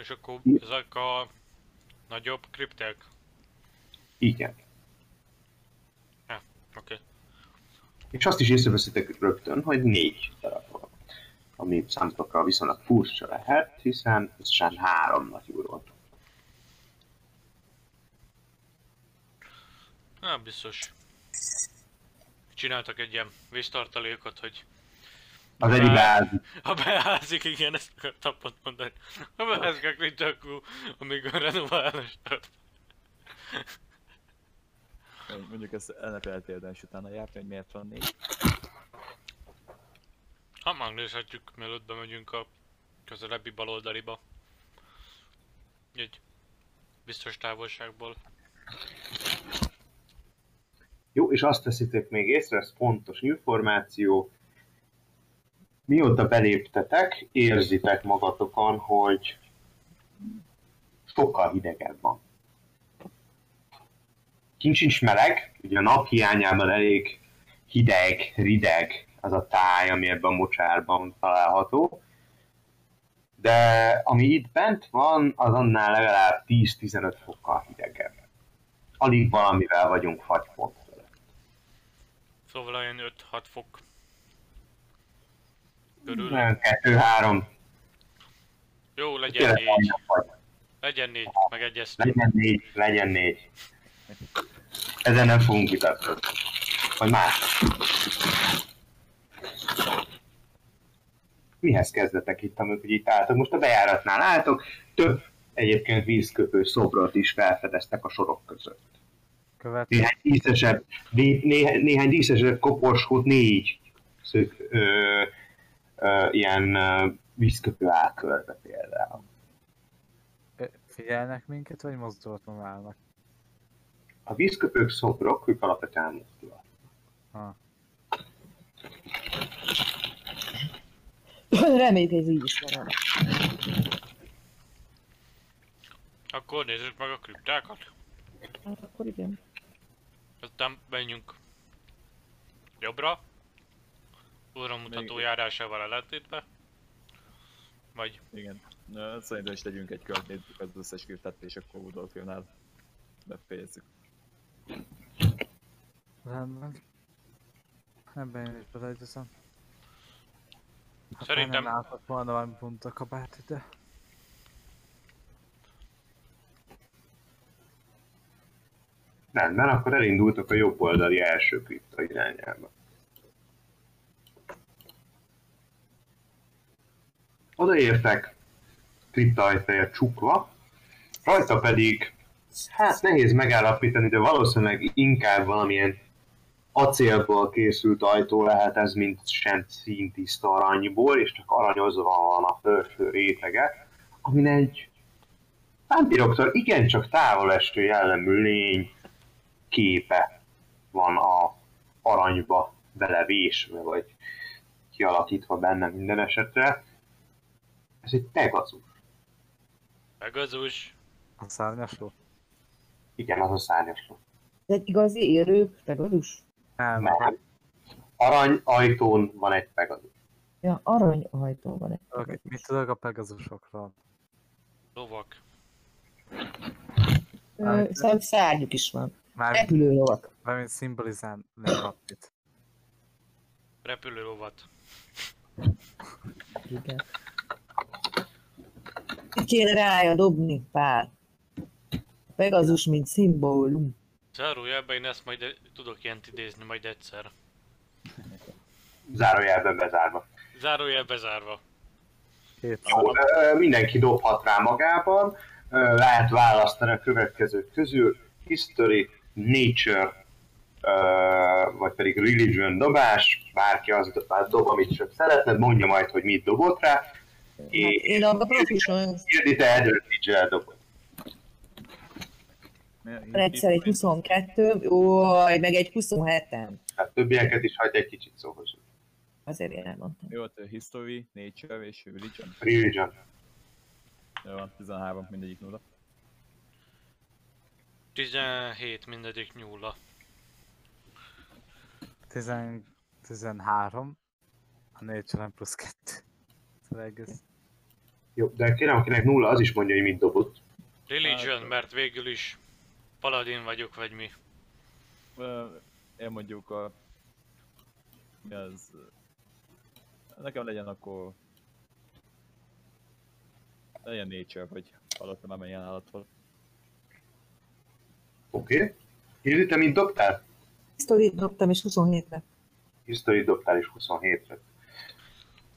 [SPEAKER 1] És akkor ezek a nagyobb kripták?
[SPEAKER 2] Igen.
[SPEAKER 1] Oké. Okay.
[SPEAKER 2] És azt is észreveszitek rögtön, hogy négy darab van. Ami számotokra viszonylag furcsa lehet, hiszen összesen három nagyúról.
[SPEAKER 1] Hát biztos. Csináltak egy ilyen víztartalékot, hogy
[SPEAKER 2] Az egyik beáll,
[SPEAKER 1] ha beázik, igen, ezt akartam pont mondani. Ha beázik a kritakú, amíg a renoválás tart.
[SPEAKER 5] Mondjuk ezt ennek lehet érdemes utána járni, hogy miért van négy.
[SPEAKER 1] Ha megnézhetjük, mielőtt bemegyünk a közelebbi baloldaliba. Egy biztos távolságból.
[SPEAKER 2] Jó, és azt teszitek még észre, ez fontos információ. Mióta beléptetek, érzitek magatokon, hogy sokkal hidegebb van. Kint sincs meleg, ugye a nap hiányában elég hideg, rideg az a táj, ami ebben a mocsárban található. De ami itt bent van, az annál legalább 10-15 fokkal hidegebb. alig valamivel vagyunk fagypont.
[SPEAKER 1] Szóval olyan 5-6 fok. Körül.
[SPEAKER 2] Olyan kettő-három.
[SPEAKER 1] Jó, legyen
[SPEAKER 2] Tényleg
[SPEAKER 1] négy.
[SPEAKER 2] majdnem fagy.
[SPEAKER 1] Legyen négy, megegyeztünk.
[SPEAKER 2] Legyen négy, legyen négy. Ezen nem fogunk vitatkozni. Vagy más. Mihez kezdetek itt, amikor itt álltok? Most a bejáratnál álltok, több egyébként vízköpő szobrot is felfedeztek a sorok között.
[SPEAKER 4] Következő.
[SPEAKER 2] Néhány díszesebb, dí- néhány, néhány díszesebb koporsót négy szög, ö, ö, ilyen ö, vízköpő áll körbe például.
[SPEAKER 4] Figyelnek minket, vagy mozdulatlan állnak?
[SPEAKER 2] A vízköpők szobrok, ők alapvetően mozdulat.
[SPEAKER 4] Ha.
[SPEAKER 3] [laughs] Reméljük, ez így is marad.
[SPEAKER 1] Akkor nézzük meg a kriptákat.
[SPEAKER 3] Hát akkor igen.
[SPEAKER 1] Aztán menjünk jobbra. Úrramutató
[SPEAKER 5] Még-
[SPEAKER 1] járásával ellentétbe. Vagy
[SPEAKER 5] Igen. Na, szerintem is tegyünk egy kört, nézzük az összes kirtet, és akkor Udolfinál befejezzük.
[SPEAKER 4] Rendben. Ebben én is beleegyezem. Hát
[SPEAKER 1] Szerintem-
[SPEAKER 4] Nem látok volna valami bunta kabát ide.
[SPEAKER 2] Rendben, akkor elindultok a jobb oldali első kripta irányába. Odaértek, kripta ajtaja csukva, rajta pedig, hát nehéz megállapítani, de valószínűleg inkább valamilyen acélból készült ajtó lehet ez, mint sem színtiszta aranyból, és csak aranyozva van a felső rétege, amin egy vámpíroktól igencsak távol eső jellemű lény képe van a aranyba belevésve, vagy kialakítva benne minden esetre. Ez egy tegazus.
[SPEAKER 1] Pegazus.
[SPEAKER 4] A szárnyasú?
[SPEAKER 2] Igen, az a szárnyas ló.
[SPEAKER 3] Ez egy igazi élő pegadus?
[SPEAKER 4] Nem.
[SPEAKER 2] Nem. Arany ajtón van egy tegazus.
[SPEAKER 3] Ja, arany ajtó van egy
[SPEAKER 4] Tudok-
[SPEAKER 3] pegadus.
[SPEAKER 4] Mit tudok a pegazusokról?
[SPEAKER 1] Lovak.
[SPEAKER 3] Ö, Szerintem szárnyuk is van.
[SPEAKER 4] Mármint,
[SPEAKER 3] Repülő lovak.
[SPEAKER 4] mármint szimbolizálni valamit.
[SPEAKER 1] Repülő lovat.
[SPEAKER 3] Igen. Kéne rája dobni pár. Pegazus, mint szimbólum. Hát
[SPEAKER 1] Zárójelben én ezt majd tudok ilyent idézni majd egyszer.
[SPEAKER 2] Zárójelben bezárva.
[SPEAKER 1] Zárójel bezárva.
[SPEAKER 4] Két
[SPEAKER 2] Jó, ö, mindenki dobhat rá magában. Ö, Lehet választani a következők közül. History, Nature, ö, vagy pedig Religion dobás. Bárki azt do- hát dob, amit csak szeretne, mondja majd, hogy mit dobott rá.
[SPEAKER 3] Hát
[SPEAKER 2] És
[SPEAKER 3] én abban profison
[SPEAKER 2] Ildi, te Advantage-el dobod.
[SPEAKER 3] egyszer egy 22, ój, meg egy 27-em.
[SPEAKER 2] Tehát Hát többieket is hagyj egy kicsit szóhoz.
[SPEAKER 3] Azért én elmondtam.
[SPEAKER 5] Jó, ott History, Nature és Religion.
[SPEAKER 2] Religion.
[SPEAKER 5] Jó, van, 13, mindegyik nulla.
[SPEAKER 1] 17 mindegyik nyúlla.
[SPEAKER 4] Tizen... 13. A 4 nem plusz 2. Az egész.
[SPEAKER 2] Jó, de kérem, akinek nulla, az is mondja, hogy mit dobott.
[SPEAKER 1] Religion, mert végül is paladin vagyok, vagy mi.
[SPEAKER 5] Ö, Én mondjuk a... Mi az... Nekem legyen akkor... Legyen Nature, vagy hallottam már ilyen állat volt.
[SPEAKER 2] Oké. Okay. Ildi, te mit dobtál?
[SPEAKER 3] Sztorit dobtam, és 27-re.
[SPEAKER 2] History dobtál is 27-re.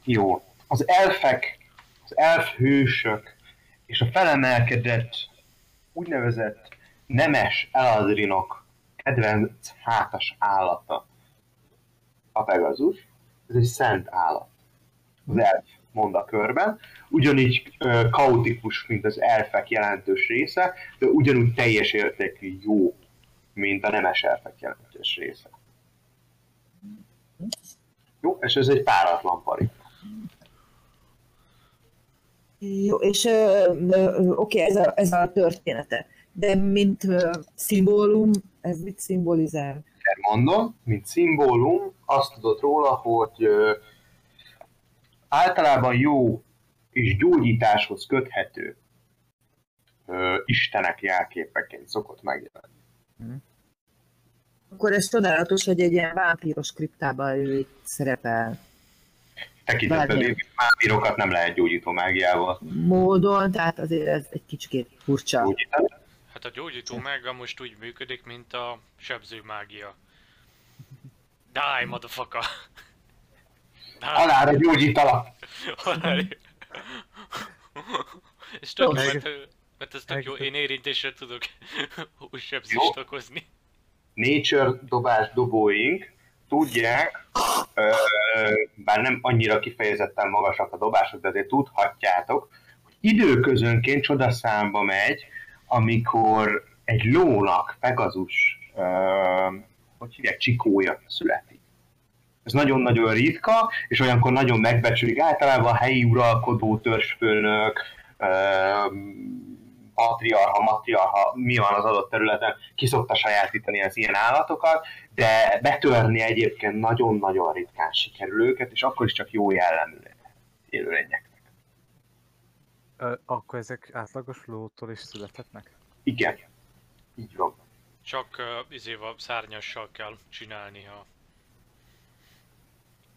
[SPEAKER 2] Jó. Az elfek, az elf hősök és a felemelkedett, úgynevezett nemes eladrinok kedvenc hátas állata. A Pegazus. Ez egy szent állat. Az elf mond a körben. Ugyanígy ö, kaotikus, mint az elfek jelentős része, de ugyanúgy teljes értékű jó, mint a nemes elfek jelentős része. Jó, és ez egy páratlan pari.
[SPEAKER 3] Jó, és ö, ö, ö, oké, ez a, ez a története. De mint ö, szimbólum, ez mit szimbolizál?
[SPEAKER 2] Mert Mondom, mint szimbólum, azt tudod róla, hogy ö, általában jó és gyógyításhoz köthető ö, istenek jelképeként szokott megjelenni.
[SPEAKER 3] Akkor ez csodálatos, hogy egy ilyen vámpíros kriptában ő itt szerepel
[SPEAKER 2] Tekintetben
[SPEAKER 3] Bármi.
[SPEAKER 2] lévő mámirokat nem lehet gyógyító mágiával
[SPEAKER 3] módon, tehát azért ez egy kicsikét furcsa.
[SPEAKER 2] gyógyítani.
[SPEAKER 1] Hát a gyógyító mága most úgy működik, mint a sebző mágia. Die, motherfucker! Die!
[SPEAKER 2] Halára gyógyítalak!
[SPEAKER 1] Halál. És tök jó,
[SPEAKER 4] Jó.
[SPEAKER 1] mert, mert ez tök jó, én érintésre tudok [laughs] új sebzést okozni.
[SPEAKER 2] nature dobás dobóink tudják, ö, bár nem annyira kifejezetten magasak a dobások, de azért tudhatjátok, hogy időközönként csodaszámba megy, amikor egy lónak Pegazus, ö, hogy hívják, csikója születik. Ez nagyon-nagyon ritka, és olyankor nagyon megbecsülik általában a helyi uralkodó törzsfőnök, ö, patriarha, matriarha, mi van az adott területen, ki szokta sajátítani az ilyen állatokat, de betörni egyébként nagyon-nagyon ritkán sikerül őket, és akkor is csak jó jellemű élőlények.
[SPEAKER 4] Ö, akkor ezek átlagos lótól is születhetnek?
[SPEAKER 2] Igen, így van.
[SPEAKER 1] Csak uh, izéval, szárnyassal kell csinálni a...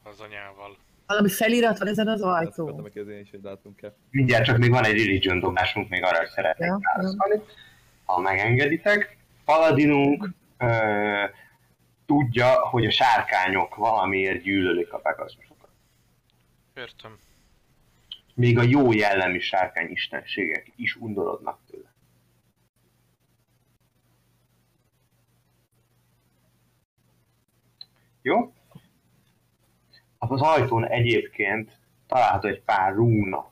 [SPEAKER 1] az anyával.
[SPEAKER 3] Valami felirat van ezen az
[SPEAKER 5] Azt mondtam,
[SPEAKER 3] ajtón.
[SPEAKER 5] hogy az én is, hogy látunk el.
[SPEAKER 2] Mindjárt csak még van egy religion dobásunk, még arra is szeretnék
[SPEAKER 3] Ja,
[SPEAKER 2] válaszolni, ha megengeditek. Paladinunk ö, tudja, hogy a sárkányok valamiért gyűlölik a pegazusokat.
[SPEAKER 1] Értem.
[SPEAKER 2] Még a jó jellemű sárkány istenségek is undorodnak tőle. Jó? Az ajtón egyébként található egy pár rúna.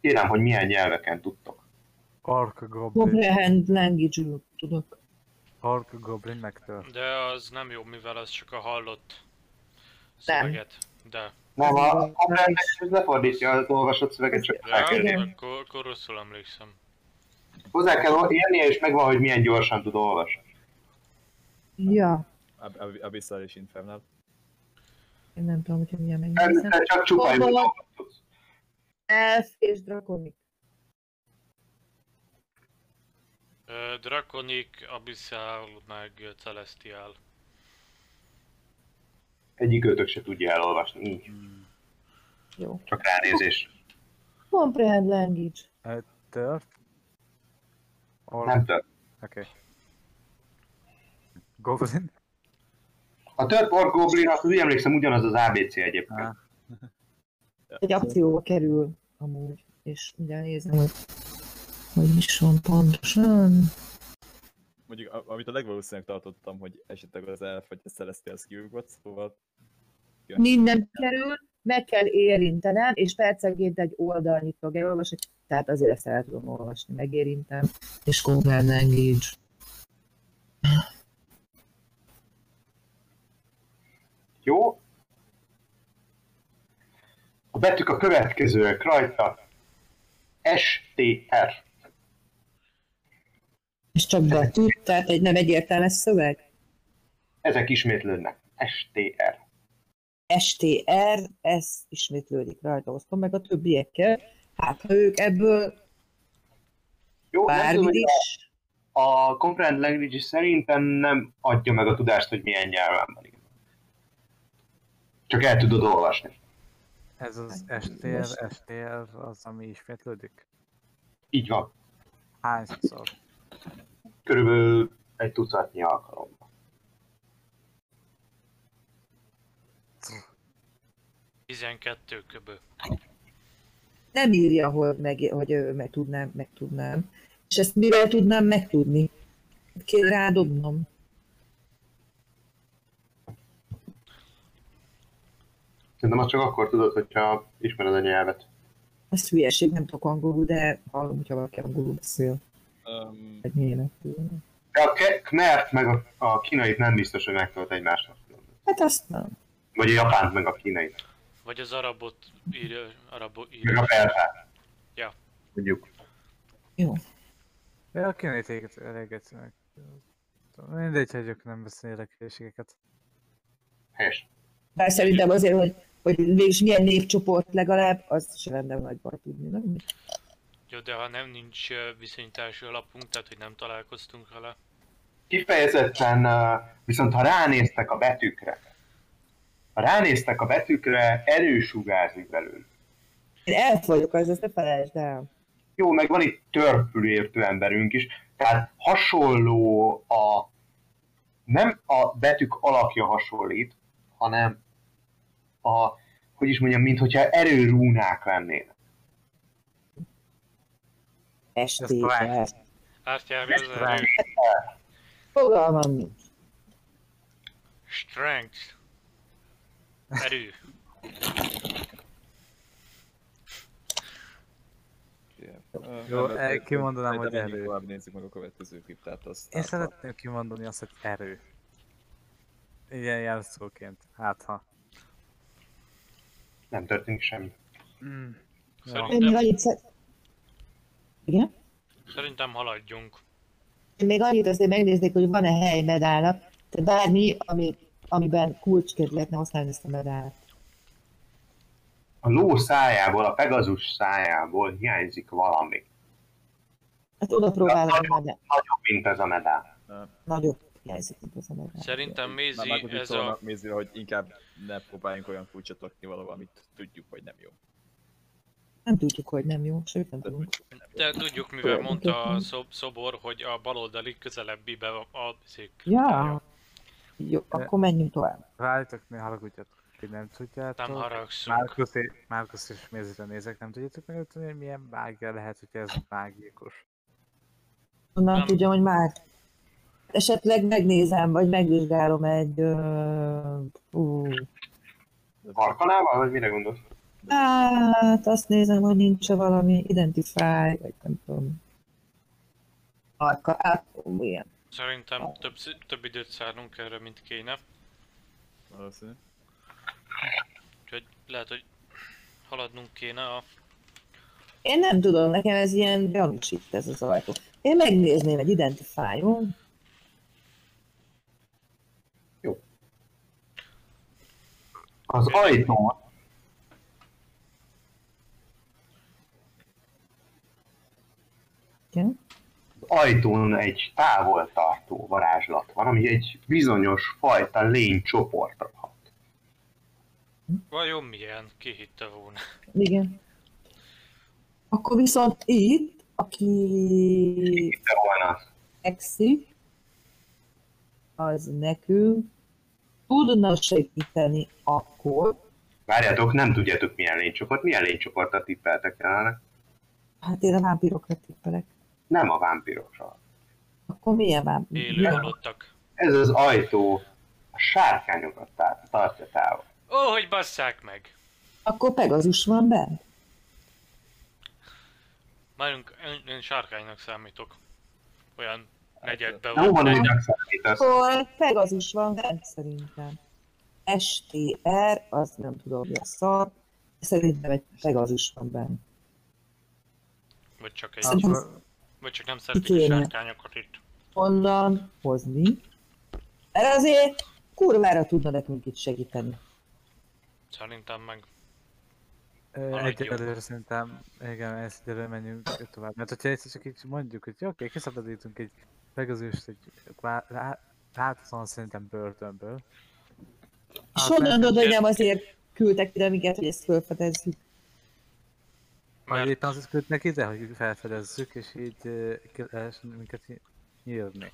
[SPEAKER 2] Kérem, hogy milyen nyelveken tudtok.
[SPEAKER 4] Ark goblin,
[SPEAKER 3] Comprehend language tudok.
[SPEAKER 4] ark goblin megtör.
[SPEAKER 1] De az nem jó, mivel az csak a hallott
[SPEAKER 3] Nem.
[SPEAKER 1] szöveget. De.
[SPEAKER 2] Nem, a a rendek lefordítja az olvasott szöveget, csak
[SPEAKER 1] De
[SPEAKER 2] fel kell írni.
[SPEAKER 1] akkor, akkor rosszul emlékszem.
[SPEAKER 2] Hozzá kell írnia, és megvan, hogy milyen gyorsan tud olvasni.
[SPEAKER 3] Ja,
[SPEAKER 5] A- a- Abyssal és Infernal.
[SPEAKER 3] én nem tudom, hogy milyen
[SPEAKER 2] Nem,
[SPEAKER 3] megnézem.
[SPEAKER 2] te csak csupán jól
[SPEAKER 3] Gondolom.
[SPEAKER 2] olvashatsz.
[SPEAKER 3] Elf és drakonik.
[SPEAKER 1] Ö, Draconic, Abyssal, meg Celestial.
[SPEAKER 2] Egyik őtök se tudja elolvasni, így.
[SPEAKER 3] Jó.
[SPEAKER 2] Csak ránézés.
[SPEAKER 3] Comprehend language.
[SPEAKER 4] Tört? Ork,
[SPEAKER 2] Nem
[SPEAKER 4] oké.
[SPEAKER 2] tört.
[SPEAKER 4] Okay. Goblin?
[SPEAKER 2] A Third War Goblin, azt úgy emlékszem, ugyanaz az ABC egyébként.
[SPEAKER 4] Á,
[SPEAKER 3] Egy akcióba kerül amúgy, és mindjárt nézem, hogy hogy is van pontosan.
[SPEAKER 5] Mondjuk, a- amit a legvalószínűleg tartottam, hogy esetleg az elf, vagy a Celestial skill volt, szóval
[SPEAKER 3] Minden kerül, meg kell érintenem, és percenként egy oldalnyit fogok elolvasni, tehát azért ezt el tudom olvasni, megérintem, és Comprehend language.
[SPEAKER 2] Jó? A betűk a következőek rajta. STR.
[SPEAKER 3] És csak betű, tehát egy nem egyértelmes szöveg.
[SPEAKER 2] Ezek ismétlődnek. STR.
[SPEAKER 3] STR, ez ismétlődik rajta, osztom meg a többiekkel. Hát, ha ők ebből
[SPEAKER 2] Jó, nem tudom,
[SPEAKER 3] bármit
[SPEAKER 2] hogy a,
[SPEAKER 3] is,
[SPEAKER 2] a Comprehend Language szerintem nem adja meg a tudást, hogy milyen nyelven van. Csak el tudod olvasni.
[SPEAKER 4] ez az
[SPEAKER 3] Hát,
[SPEAKER 4] STR,
[SPEAKER 3] most-
[SPEAKER 4] STR az, ami ismétlődik?
[SPEAKER 2] Így van.
[SPEAKER 4] Hányszor?
[SPEAKER 2] Körülbelül egy tucatnyi alkalommal.
[SPEAKER 4] Pff,
[SPEAKER 1] 12 köbö.
[SPEAKER 3] nem írja, hogy, meg, hogy ö, meg tudnám, meg tudnám. És ezt mivel tudnám megtudni? Kell rádobnom.
[SPEAKER 2] Szerintem azt csak akkor tudod, hogyha ismered a nyelvet.
[SPEAKER 3] Ez hülyeség, nem tudok angolul, de hallom, hogyha valaki angolul beszél,
[SPEAKER 5] um,
[SPEAKER 3] vagy németül.
[SPEAKER 2] De a ke- knert meg a, a kínait nem biztos, hogy megtölt egymással.
[SPEAKER 3] Hát azt nem.
[SPEAKER 2] Vagy a japánt meg a kínait.
[SPEAKER 1] Vagy az arabot írja, arabot
[SPEAKER 2] Meg a
[SPEAKER 1] írja.
[SPEAKER 2] belfát.
[SPEAKER 1] Ja.
[SPEAKER 2] Mondjuk.
[SPEAKER 3] Jó.
[SPEAKER 4] De a kinétéket elég egyszerűen. Mindegy, hogy ők nem beszélnek hülyeségeket.
[SPEAKER 2] Helyes.
[SPEAKER 3] Bár szerintem azért, hogy, hogy végülis milyen népcsoport legalább, az sem lenne nagy baj tudni, nem?
[SPEAKER 1] Jó, de ha nem nincs ö, viszonytársi alapunk, tehát hogy nem találkoztunk vele.
[SPEAKER 2] kifejezetten, ö, viszont ha ránéztek a betűkre, ha ránéztek a betűkre, erő sugárzik belőle.
[SPEAKER 3] Én elfogyok, az ezt ne felejtsd el.
[SPEAKER 2] Jó, meg van itt törpülértő emberünk is, tehát hasonló a... Nem a betűk alakja hasonlít, hanem a... Hogy is mondjam, mintha erőrúnák lennének.
[SPEAKER 3] Estével.
[SPEAKER 4] találtam.
[SPEAKER 1] Átjárja az erő.
[SPEAKER 3] Fogalmam nincs.
[SPEAKER 1] Strength. Erő.
[SPEAKER 5] Yeah. Ö,
[SPEAKER 4] Jó,
[SPEAKER 5] nem,
[SPEAKER 4] eh,
[SPEAKER 5] de-
[SPEAKER 4] kimondanám,
[SPEAKER 5] de
[SPEAKER 4] hogy
[SPEAKER 5] menjünk
[SPEAKER 4] elő.
[SPEAKER 5] tovább, nézzük meg a következő kriptát. Azt
[SPEAKER 4] Én
[SPEAKER 5] azt-
[SPEAKER 4] szeretném kimondani azt, hogy erő. Ilyen jelszóként, hát ha.
[SPEAKER 2] Nem történik semmi.
[SPEAKER 4] Mm.
[SPEAKER 1] Szerintem-
[SPEAKER 4] Ja.
[SPEAKER 3] Én még annyit szer... Igen?
[SPEAKER 1] Szerintem haladjunk.
[SPEAKER 3] Én még annyit azért megnéznék, hogy van-e hely medálnak, tehát bármi, ami, amiben kulcsként lehetne használni ezt a medált.
[SPEAKER 2] A ló szájából, a Pegazus szájából hiányzik valami.
[SPEAKER 3] Hát oda próbálom, hogy nem
[SPEAKER 2] Nagyobb, mint ez a medál.
[SPEAKER 3] nagyobb hiányzik, mint az a medál.
[SPEAKER 1] Szerintem
[SPEAKER 5] Már
[SPEAKER 1] Mézi
[SPEAKER 5] már úgy
[SPEAKER 1] ez a...
[SPEAKER 5] szólnak Mézire, hogy inkább ne próbáljunk olyan kulcsot rakni valahol, amit tudjuk, hogy nem jó.
[SPEAKER 3] Nem tudjuk, hogy nem jó, sőt nem tudunk.
[SPEAKER 1] De tudjuk, mivel mondta a szob- szobor, hogy a baloldali közelebbibe a szék.
[SPEAKER 3] Ja. Jó, akkor menjünk tovább.
[SPEAKER 4] Rájöttök, ne haragudjatok, hogy nem tudjátok.
[SPEAKER 1] Nem haragszunk.
[SPEAKER 4] Márkusz, é- Márkusz és Mézire nézek, nem tudjátok megölteni, hogy milyen mágia lehet, hogy ez mágikus.
[SPEAKER 3] Honnan
[SPEAKER 1] Nem.
[SPEAKER 3] tudja, hogy már esetleg megnézem, vagy megvizsgálom egy... Ö... Ú,
[SPEAKER 2] Harkanával, vagy mire gondolsz?
[SPEAKER 3] hát azt nézem, hogy nincs valami identify, vagy nem tudom. Arka, hát, ú, ilyen.
[SPEAKER 1] Szerintem több, sz- több időt szárnunk erre, mint kéne.
[SPEAKER 5] Valószínű.
[SPEAKER 1] Úgyhogy lehet, hogy haladnunk kéne a...
[SPEAKER 3] Én nem tudom, nekem ez ilyen gyanús itt ez az ajtó. Én megnézném egy identify jó?
[SPEAKER 2] Az ajtón
[SPEAKER 3] Igen.
[SPEAKER 2] ajtón egy távoltartó varázslat van, ami egy bizonyos fajta lénycsoportra hat.
[SPEAKER 1] Vajon milyen? Ki hitte volna?
[SPEAKER 3] Igen. Akkor viszont itt, aki
[SPEAKER 2] Itt volna
[SPEAKER 3] exi, az nekünk tudna segíteni akkor,
[SPEAKER 2] Várjátok, nem tudjátok milyen lénycsoport. Milyen lénycsoportra tippeltek jelenleg?
[SPEAKER 3] hát én a vámpírokra tippelek,
[SPEAKER 2] Nem a vámpírosra.
[SPEAKER 3] akkor milyen vámpír?
[SPEAKER 1] Élő halottak.
[SPEAKER 2] Ez az ajtó a sárkányokat tá- tartja távol.
[SPEAKER 1] Ó, hogy basszák meg!
[SPEAKER 3] Akkor Pegazus van benne.
[SPEAKER 1] Márunk, én, én sárkánynak számítok. Olyan negyedbe
[SPEAKER 2] Nem van,
[SPEAKER 1] van.
[SPEAKER 2] hogy megszállítasz.
[SPEAKER 3] Akkor Pegazus van bent szerintem. STR, az nem tudom, mi a szar. Szerintem egy Pegazus van benne.
[SPEAKER 1] Vagy csak egy...
[SPEAKER 3] Szerintem
[SPEAKER 4] Akkor
[SPEAKER 1] Vagy csak nem szeretik a
[SPEAKER 3] Kéne.
[SPEAKER 1] sárkányokat itt.
[SPEAKER 3] onnan hozni. Mert azért kurvára tudna nekünk itt segíteni.
[SPEAKER 1] Szerintem meg.
[SPEAKER 4] ö,
[SPEAKER 1] Maradj
[SPEAKER 4] egyelőre szerintem, igen, ezt egyelőre menjünk tovább. Mert hogyha egyszer csak így mondjuk, hogy jó, oké, kiszabadítunk egy legazőst egy kvá- rá- látszóan szerintem börtönből.
[SPEAKER 3] És
[SPEAKER 4] Hát
[SPEAKER 3] honnan
[SPEAKER 4] lehet,
[SPEAKER 3] tudod, hogy
[SPEAKER 1] igen.
[SPEAKER 3] nem azért küldtek ide minket, hogy ezt felfedezzük?
[SPEAKER 4] Vagy
[SPEAKER 1] Mert
[SPEAKER 4] éppen azért küldnek ide, hogy felfedezzük, és így ö, ki lehessen minket ny- nyírni.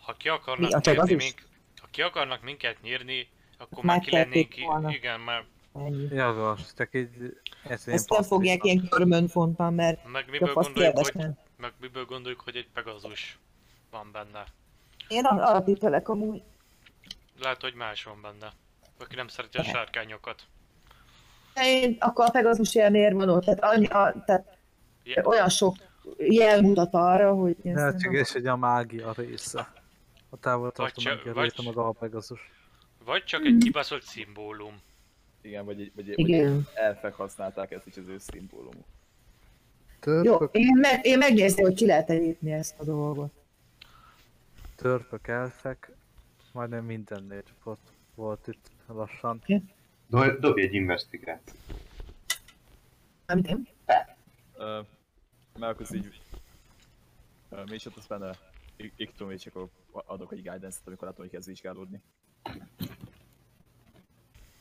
[SPEAKER 1] ha ki akarnak
[SPEAKER 3] Mi, hát a
[SPEAKER 1] nyírni,
[SPEAKER 3] Pegazus?
[SPEAKER 1] mink, ha ki akarnak minket nyírni, akkor
[SPEAKER 3] Már
[SPEAKER 1] már ki lennénk,
[SPEAKER 3] tették
[SPEAKER 1] ki-
[SPEAKER 3] volna.
[SPEAKER 1] igen, már
[SPEAKER 3] Ennyi.
[SPEAKER 4] Jogos, csak így... Ez ilyen
[SPEAKER 3] Ezt nem fogják
[SPEAKER 4] passzívnak.
[SPEAKER 3] ilyen körmönfontan, mert
[SPEAKER 1] meg miből
[SPEAKER 3] jobb azt
[SPEAKER 1] gondoljuk, hogy,
[SPEAKER 3] kérdeztem.
[SPEAKER 1] meg miből gondoljuk, hogy egy Pegazus van benne.
[SPEAKER 3] Én ar- arra tippelek amúgy.
[SPEAKER 1] Lehet, hogy más van benne. Aki nem szereti a sárkányokat.
[SPEAKER 3] De Én akkor a Pegazus jelmér van ott, tehát, annyi, a, tehát
[SPEAKER 1] Je-
[SPEAKER 3] olyan sok jel mutat arra, hogy... én
[SPEAKER 4] Ne, csak
[SPEAKER 3] szerintem-
[SPEAKER 4] és hogy a mágia része. A távol tartom
[SPEAKER 1] csak-
[SPEAKER 4] mágia
[SPEAKER 1] vagy-
[SPEAKER 4] része, maga a Pegasus.
[SPEAKER 1] Vagy csak egy kibaszott szimbólum.
[SPEAKER 5] Igen, vagy, egy- vagy, egy- vagy
[SPEAKER 3] Igen.
[SPEAKER 5] elfek használták ezt is az ő szimbólumuk.
[SPEAKER 3] Jó,
[SPEAKER 4] Törpök,
[SPEAKER 3] én, meg, én megnézném, hogy ki lehet nyitni ezt a dolgot.
[SPEAKER 4] törpök, elfek, majdnem minden népcsoport volt itt lassan.
[SPEAKER 2] Do- Dobj egy investigációt.
[SPEAKER 3] Amit én?
[SPEAKER 5] Ö, Mert akkor így... Ö, Mi is ott az benne? ik- iktum, és akkor adok egy guidance-et, amikor látom, hogy kezd vizsgálódni.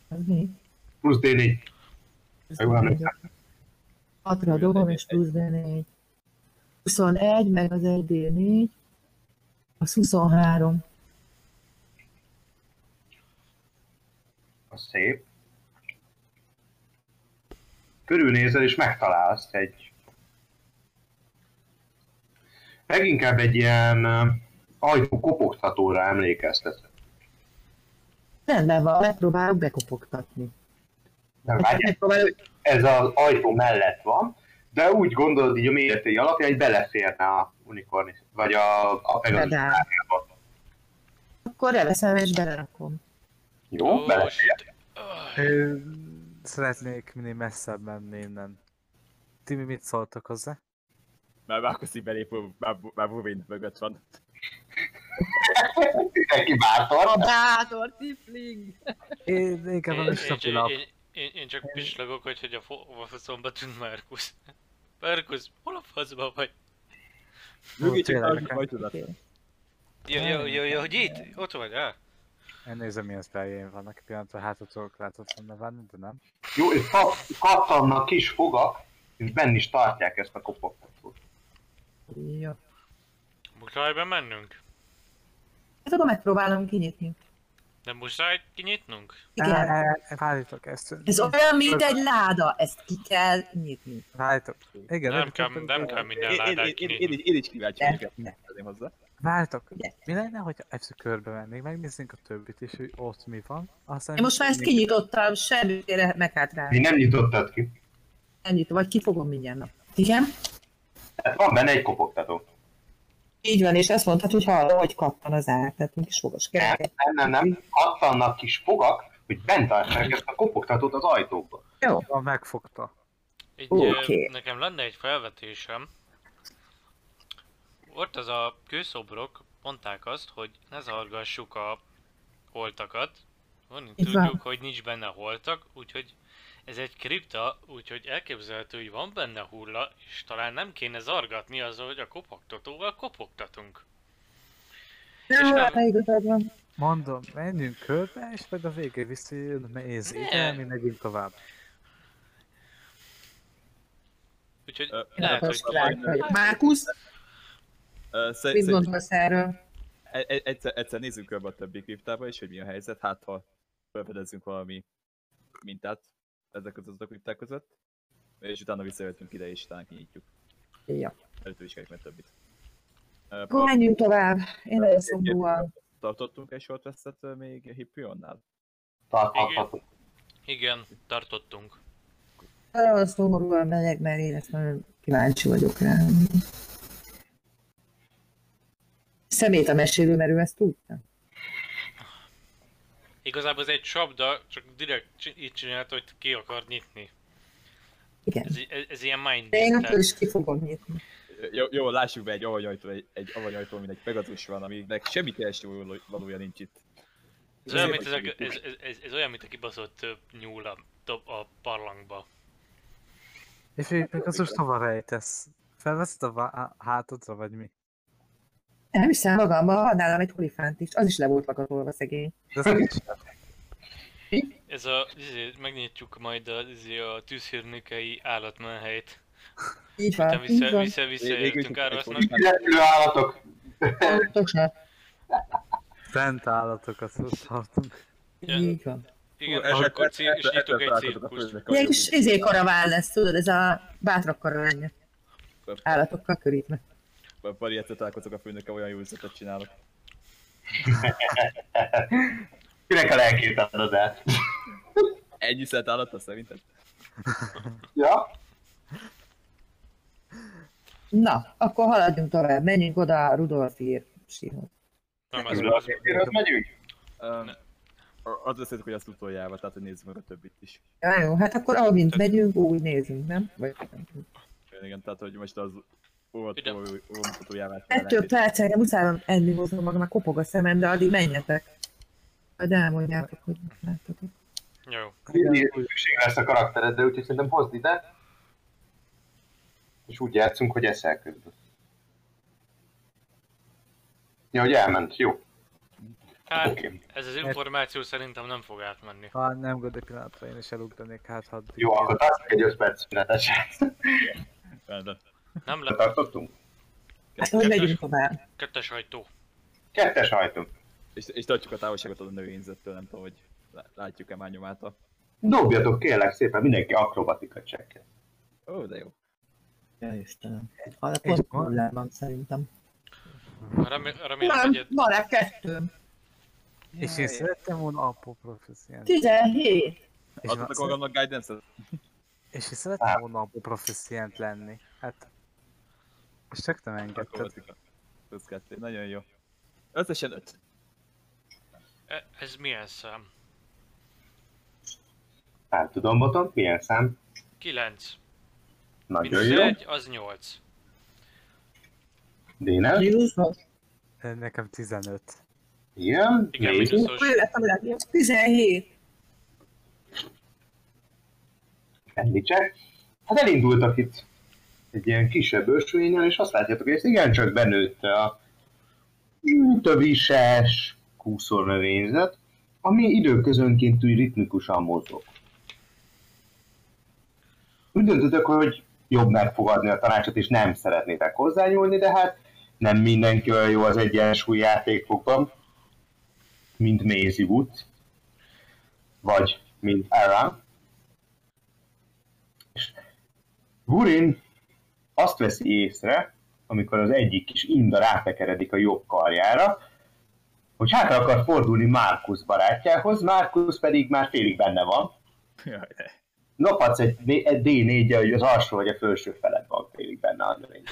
[SPEAKER 3] Az mi?
[SPEAKER 2] Plusz D4.
[SPEAKER 3] Ez
[SPEAKER 2] Jó,
[SPEAKER 3] nem vagyok. Hatra
[SPEAKER 5] Jó,
[SPEAKER 3] dobom,
[SPEAKER 5] egy-
[SPEAKER 3] és plusz D4. 21, meg az 1 D4. Az 23.
[SPEAKER 2] Az szép. Körülnézel és megtalálsz egy... Leginkább egy ilyen ö, ajtó kopogtatóra emlékeztet.
[SPEAKER 3] Rendben van, megpróbálok bekopogtatni.
[SPEAKER 2] Nem
[SPEAKER 3] Hát
[SPEAKER 2] vágyál?
[SPEAKER 3] Megpróbálok,
[SPEAKER 2] Ez az ajtó mellett van, de úgy gondolod így a méretei alapján, hogy beleférne a unikornis, vagy a, a Pegasus
[SPEAKER 3] Pedál.
[SPEAKER 2] tárgyába.
[SPEAKER 3] akkor elveszem és belerakom.
[SPEAKER 2] Jó, bele.
[SPEAKER 1] shit. Ah,
[SPEAKER 4] Ö, Szeretnék minél messzebb menni innen. Timi, mit szóltak hozzá?
[SPEAKER 5] Már Márkuszi belép, már, már Buvin mögött van.
[SPEAKER 2] Mindenki bátor.
[SPEAKER 3] bátor tifling!
[SPEAKER 4] Én inkább a
[SPEAKER 1] Én, én,
[SPEAKER 4] listapilap.
[SPEAKER 1] én, én, én csak pislogok, hogy, hogy a fo- a faszomba tűnt [laughs] Márkusz. Márkusz, hol a faszba vagy?
[SPEAKER 5] Mögé csak
[SPEAKER 4] tényleg,
[SPEAKER 5] nem
[SPEAKER 4] nekem-
[SPEAKER 5] hajtodat.
[SPEAKER 1] Ja, ja, ja, ja, hogy itt? Ott vagy, á?
[SPEAKER 4] Én nézem, milyen spelljén vannak. Pillanatra hátra tudok látott volna venni, de nem.
[SPEAKER 2] Jó, és kap, kattannak kis fogak, és benn is tartják ezt a kopogtatót.
[SPEAKER 3] Jó.
[SPEAKER 1] Muszáj bemennünk?
[SPEAKER 3] Hát akkor megpróbálom kinyitni.
[SPEAKER 1] Nem muszáj kinyitnunk?
[SPEAKER 3] Igen.
[SPEAKER 4] Á, á, á, Várjatok ezt.
[SPEAKER 3] Ez olyan, mint egy láda, ezt ki kell nyitni.
[SPEAKER 4] Várjatok. Igen,
[SPEAKER 1] Nem
[SPEAKER 4] nem
[SPEAKER 1] kell, nem kell minden
[SPEAKER 5] Én- én-
[SPEAKER 1] ládát
[SPEAKER 5] én- én- Én
[SPEAKER 1] kinyitni.
[SPEAKER 5] így- én így kíváncsi
[SPEAKER 3] Ne,
[SPEAKER 5] vagyok,
[SPEAKER 3] ne.
[SPEAKER 5] tenném hozzá.
[SPEAKER 4] Várjatok.
[SPEAKER 3] Ugye?
[SPEAKER 4] Mi lenne, hogy először körbe mennénk, megnéznénk a többit is, hogy ott mi van. Aztán
[SPEAKER 3] Én most már ezt kinyitottam, semmiféle
[SPEAKER 2] Mi
[SPEAKER 3] meghátrálni.
[SPEAKER 2] nem nyitottad ki.
[SPEAKER 3] Nem nyitom, vagy kifogom mindjárt nap. Igen?
[SPEAKER 2] Tehát van benne egy kopogtató.
[SPEAKER 3] Így van, és ezt mondtad, hogy hallom, hogy kattan az ár, tehát mindig soros
[SPEAKER 2] Nem,
[SPEAKER 3] kerek.
[SPEAKER 2] nem, nem, nem. Kattannak kis fogak, hogy bent tartsák ezt a kopogtatót az ajtóba.
[SPEAKER 3] Jó.
[SPEAKER 4] Van, megfogta.
[SPEAKER 1] Így,
[SPEAKER 3] Oké.
[SPEAKER 1] ö, Nekem lenne egy felvetésem. Ott az a kőszobrok, mondták azt, hogy ne zavargassuk a holtakat. Onnit
[SPEAKER 3] Így van.
[SPEAKER 1] tudjuk, hogy nincs benne holtak, úgyhogy ez egy kripta, úgyhogy elképzelhető, hogy van benne hulla, és talán nem kéne zargatni azzal, hogy a kopogtatóval kopogtatunk. És
[SPEAKER 3] Nem,
[SPEAKER 1] nem-
[SPEAKER 3] nem. igazad van.
[SPEAKER 4] Mondom, menjünk körbe, és majd a végén visszajön, méz
[SPEAKER 1] Ne.
[SPEAKER 4] ide, mi megyünk tovább.
[SPEAKER 1] Úgyhogy
[SPEAKER 5] Ö,
[SPEAKER 1] lehet, hogy
[SPEAKER 3] Azt
[SPEAKER 5] hogy-
[SPEAKER 3] rá- hogy Márkusz,
[SPEAKER 5] Ö, szer-
[SPEAKER 3] mit
[SPEAKER 5] szerint-
[SPEAKER 3] gondolsz erről?
[SPEAKER 5] E- e- egyszer, egyszer nézzünk körbe a többi kriptába is, hogy mi a helyzet, hát ha felfedezzünk valami mintát ezek között a kripták között, és utána visszajöttünk ide, és talán kinyitjuk.
[SPEAKER 3] Ja.
[SPEAKER 5] Előtt vizsgáljuk meg többit.
[SPEAKER 3] Akkor menjünk tovább. Én nagyon szomorúan.
[SPEAKER 5] Tartottunk egy short restet ö, még Hippionnál?
[SPEAKER 2] Tarthatható.
[SPEAKER 1] igen, tartottunk.
[SPEAKER 3] Nagyon szomorúan megyek, mert én ezt nagyon kíváncsi vagyok rá. Szemét a mesélő, mert ő ezt tudta.
[SPEAKER 1] Igazából ez egy csapda, csak direkt csi- így csinált, hogy ki akar nyitni.
[SPEAKER 3] Igen.
[SPEAKER 1] Ez, i- ez, ez ilyen mind
[SPEAKER 3] De én
[SPEAKER 1] game,
[SPEAKER 3] akkor
[SPEAKER 1] tehát
[SPEAKER 3] is ki fogom nyitni.
[SPEAKER 5] Ö, Jó, jó, lássuk be egy avanyajtó, egy, egy avanyajtó, mint egy Pegasus van, aminek semmi teljesen valója nincs itt.
[SPEAKER 1] ez, olyan, mint ez,
[SPEAKER 5] Ezért
[SPEAKER 1] a,
[SPEAKER 5] vagyunk
[SPEAKER 1] ez, ez, ez, ez olyan, mint a kibaszott ö, nyúl a, dob- a parlangba.
[SPEAKER 4] És egyébként az most hova rejtesz? Felveszed a vá- hátadra, vagy mi?
[SPEAKER 3] Nem hiszem magamba, van nálam egy olifánt is, az is le volt lakatolva szegény.
[SPEAKER 4] De ez nincs.
[SPEAKER 1] Ez a, izé, megnyitjuk majd a, izé, a tűzhírnökei állatmenhelyt.
[SPEAKER 3] Így
[SPEAKER 1] Utána
[SPEAKER 3] van, így
[SPEAKER 1] vissza,
[SPEAKER 3] van.
[SPEAKER 1] vissza, vissza,
[SPEAKER 5] Végül
[SPEAKER 1] jöttünk
[SPEAKER 5] csak egy
[SPEAKER 1] Árvasznak.
[SPEAKER 5] fordítás.
[SPEAKER 2] Illető állatok.
[SPEAKER 3] Pontosan.
[SPEAKER 4] Szent állatokat tartunk.
[SPEAKER 3] Így van.
[SPEAKER 1] Igen, és akkor cí- és nyitunk egy cirkuszt.
[SPEAKER 3] Ilyen kis izé karaván lesz, tudod, ez a bátrak karaványa. Állatokkal körítve.
[SPEAKER 5] Pari egyszer találkozok a főnökkel, olyan jó üzletet csinálok.
[SPEAKER 2] Kinek a lelkét adod el?
[SPEAKER 5] Ennyi szert állata szerinted?
[SPEAKER 2] Ja?
[SPEAKER 3] Na, akkor haladjunk tovább, menjünk oda a Rudolfír sírhoz.
[SPEAKER 1] Nem, az,
[SPEAKER 2] Az
[SPEAKER 1] az,
[SPEAKER 2] megyünk?
[SPEAKER 5] Um, az beszéltük, hogy azt utoljára, tehát hogy nézzük meg a többit is.
[SPEAKER 3] Ja, jó, hát akkor amint megyünk, úgy nézünk, nem? Vagy...
[SPEAKER 5] Igen, igen, tehát hogy most az óvat-
[SPEAKER 1] Ide.
[SPEAKER 5] óv- óvatoljává
[SPEAKER 3] Ettől percen muszáj van enni hoznom magam, mert kopog a szemem, de addig menjetek. Majd elmondjátok, hogy mit láttatok.
[SPEAKER 1] jó.
[SPEAKER 2] Mindig szükség lesz a karakteredre, úgyhogy szerintem hozd ide. És úgy játszunk, hogy eszel közben. Ja, hogy elment. Jó.
[SPEAKER 1] Hát
[SPEAKER 2] Oké.
[SPEAKER 1] ez az információ szerintem nem fog átmenni.
[SPEAKER 4] Ha nem gond, egy pillanatra én is elugranék, hát ha...
[SPEAKER 2] Jó, akkor tartsuk egy 5 perc szünetet.
[SPEAKER 5] Rendben.
[SPEAKER 1] Nem le...
[SPEAKER 2] Tartottunk?
[SPEAKER 3] Hát, hogy megyünk tovább?
[SPEAKER 1] Kettes ajtó.
[SPEAKER 2] Kettes ajtó.
[SPEAKER 5] És, és tartjuk a távolságot a növényzettől, nem tudom, hogy lá- látjuk-e már nyomát a...
[SPEAKER 2] Dobjatok kérlek szépen mindenki akrobatika csekket.
[SPEAKER 5] Ó, de jó.
[SPEAKER 3] Ja, Istenem. Hát
[SPEAKER 4] És
[SPEAKER 3] pont
[SPEAKER 4] van?
[SPEAKER 3] problémám szerintem.
[SPEAKER 1] Remé- remélem,
[SPEAKER 3] Van,
[SPEAKER 1] egyet...
[SPEAKER 3] van rá kettőm.
[SPEAKER 4] És én szerettem volna apró proficiency.
[SPEAKER 3] 17.
[SPEAKER 4] És,
[SPEAKER 5] Adhatok magamnak guidance-et?
[SPEAKER 4] és én szerettem volna apró proficient lenni. Hát... És csak nem engedted.
[SPEAKER 5] Akrobatika. Plusz kettő, nagyon jó. Összesen öt.
[SPEAKER 1] E- Ez milyen szám?
[SPEAKER 2] Hát tudom, botom, milyen szám?
[SPEAKER 1] Kilenc.
[SPEAKER 2] Nagyon
[SPEAKER 1] Mínusz
[SPEAKER 2] jó.
[SPEAKER 1] egy, az nyolc.
[SPEAKER 2] Dénes?
[SPEAKER 3] Mínuszban?
[SPEAKER 4] Nekem 15.
[SPEAKER 2] Igen.
[SPEAKER 1] Igen,
[SPEAKER 2] négy.
[SPEAKER 1] mínuszos.
[SPEAKER 3] Hogy lettem rá? 17.
[SPEAKER 2] említsek. Hát elindultak itt egy ilyen kisebb ösvényen, és azt látjátok, hogy ez igencsak benőtte a mint a vises kúszornövényzet, ami időközönként úgy ritmikusan mozog. Úgy döntötök, hogy jobb megfogadni a tanácsot, és nem szeretnétek hozzányúlni, de hát nem mindenki olyan jó az egyensúly játékokban, mint Maisie Wood, vagy mint Aaron. Gurin azt veszi észre, amikor az egyik kis inda rátekeredik a jobb karjára, hogy hátra akar fordulni Márkusz barátjához, Márkusz pedig már félig benne van.
[SPEAKER 5] Jaj, de.
[SPEAKER 2] Lopatsz egy, D- egy D4-je, hogy az alsó vagy a felső felett van félig benne a növényben.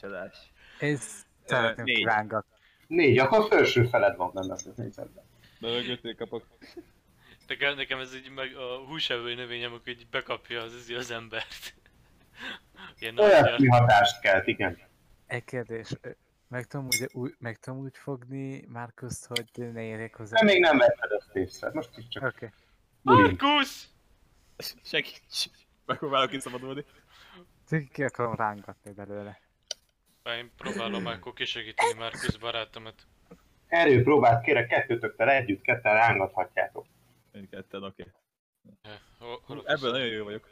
[SPEAKER 5] Csodás.
[SPEAKER 4] Én szeretném
[SPEAKER 5] négy.
[SPEAKER 4] kirángatni.
[SPEAKER 2] Négy, akkor felső felett van benne a növényzetben.
[SPEAKER 5] Lövögötől kapok.
[SPEAKER 1] Nekem, nekem ez így meg a húsevői növényem, amikor így bekapja az, izé az, az embert. [laughs] Ilyen
[SPEAKER 2] Olyan
[SPEAKER 1] nagy
[SPEAKER 2] kihatást kelt, igen.
[SPEAKER 4] Egy E kérdés. ö, Meg tudom úgy, úgy, meg tudom úgy fogni Márkuszt, hogy ne érjek hozzá.
[SPEAKER 2] De még nem vetted ezt észre. Most itt csak
[SPEAKER 4] Oké.
[SPEAKER 2] Gurin.
[SPEAKER 1] Markus!
[SPEAKER 5] Segíts! Megpróbálok kiszabadulni.
[SPEAKER 4] Csak ki akarom rángatni belőle.
[SPEAKER 1] Én
[SPEAKER 5] [laughs]
[SPEAKER 1] próbálom akkor kisegíteni Markus barátomat.
[SPEAKER 2] Erőpróbát kérek, kettőtökkel együtt, ketten rángathatjátok.
[SPEAKER 5] Mind ketten, oké.
[SPEAKER 1] Ja, hol-
[SPEAKER 5] Hú,
[SPEAKER 1] hol-
[SPEAKER 5] Ebből nagyon jó vagyok.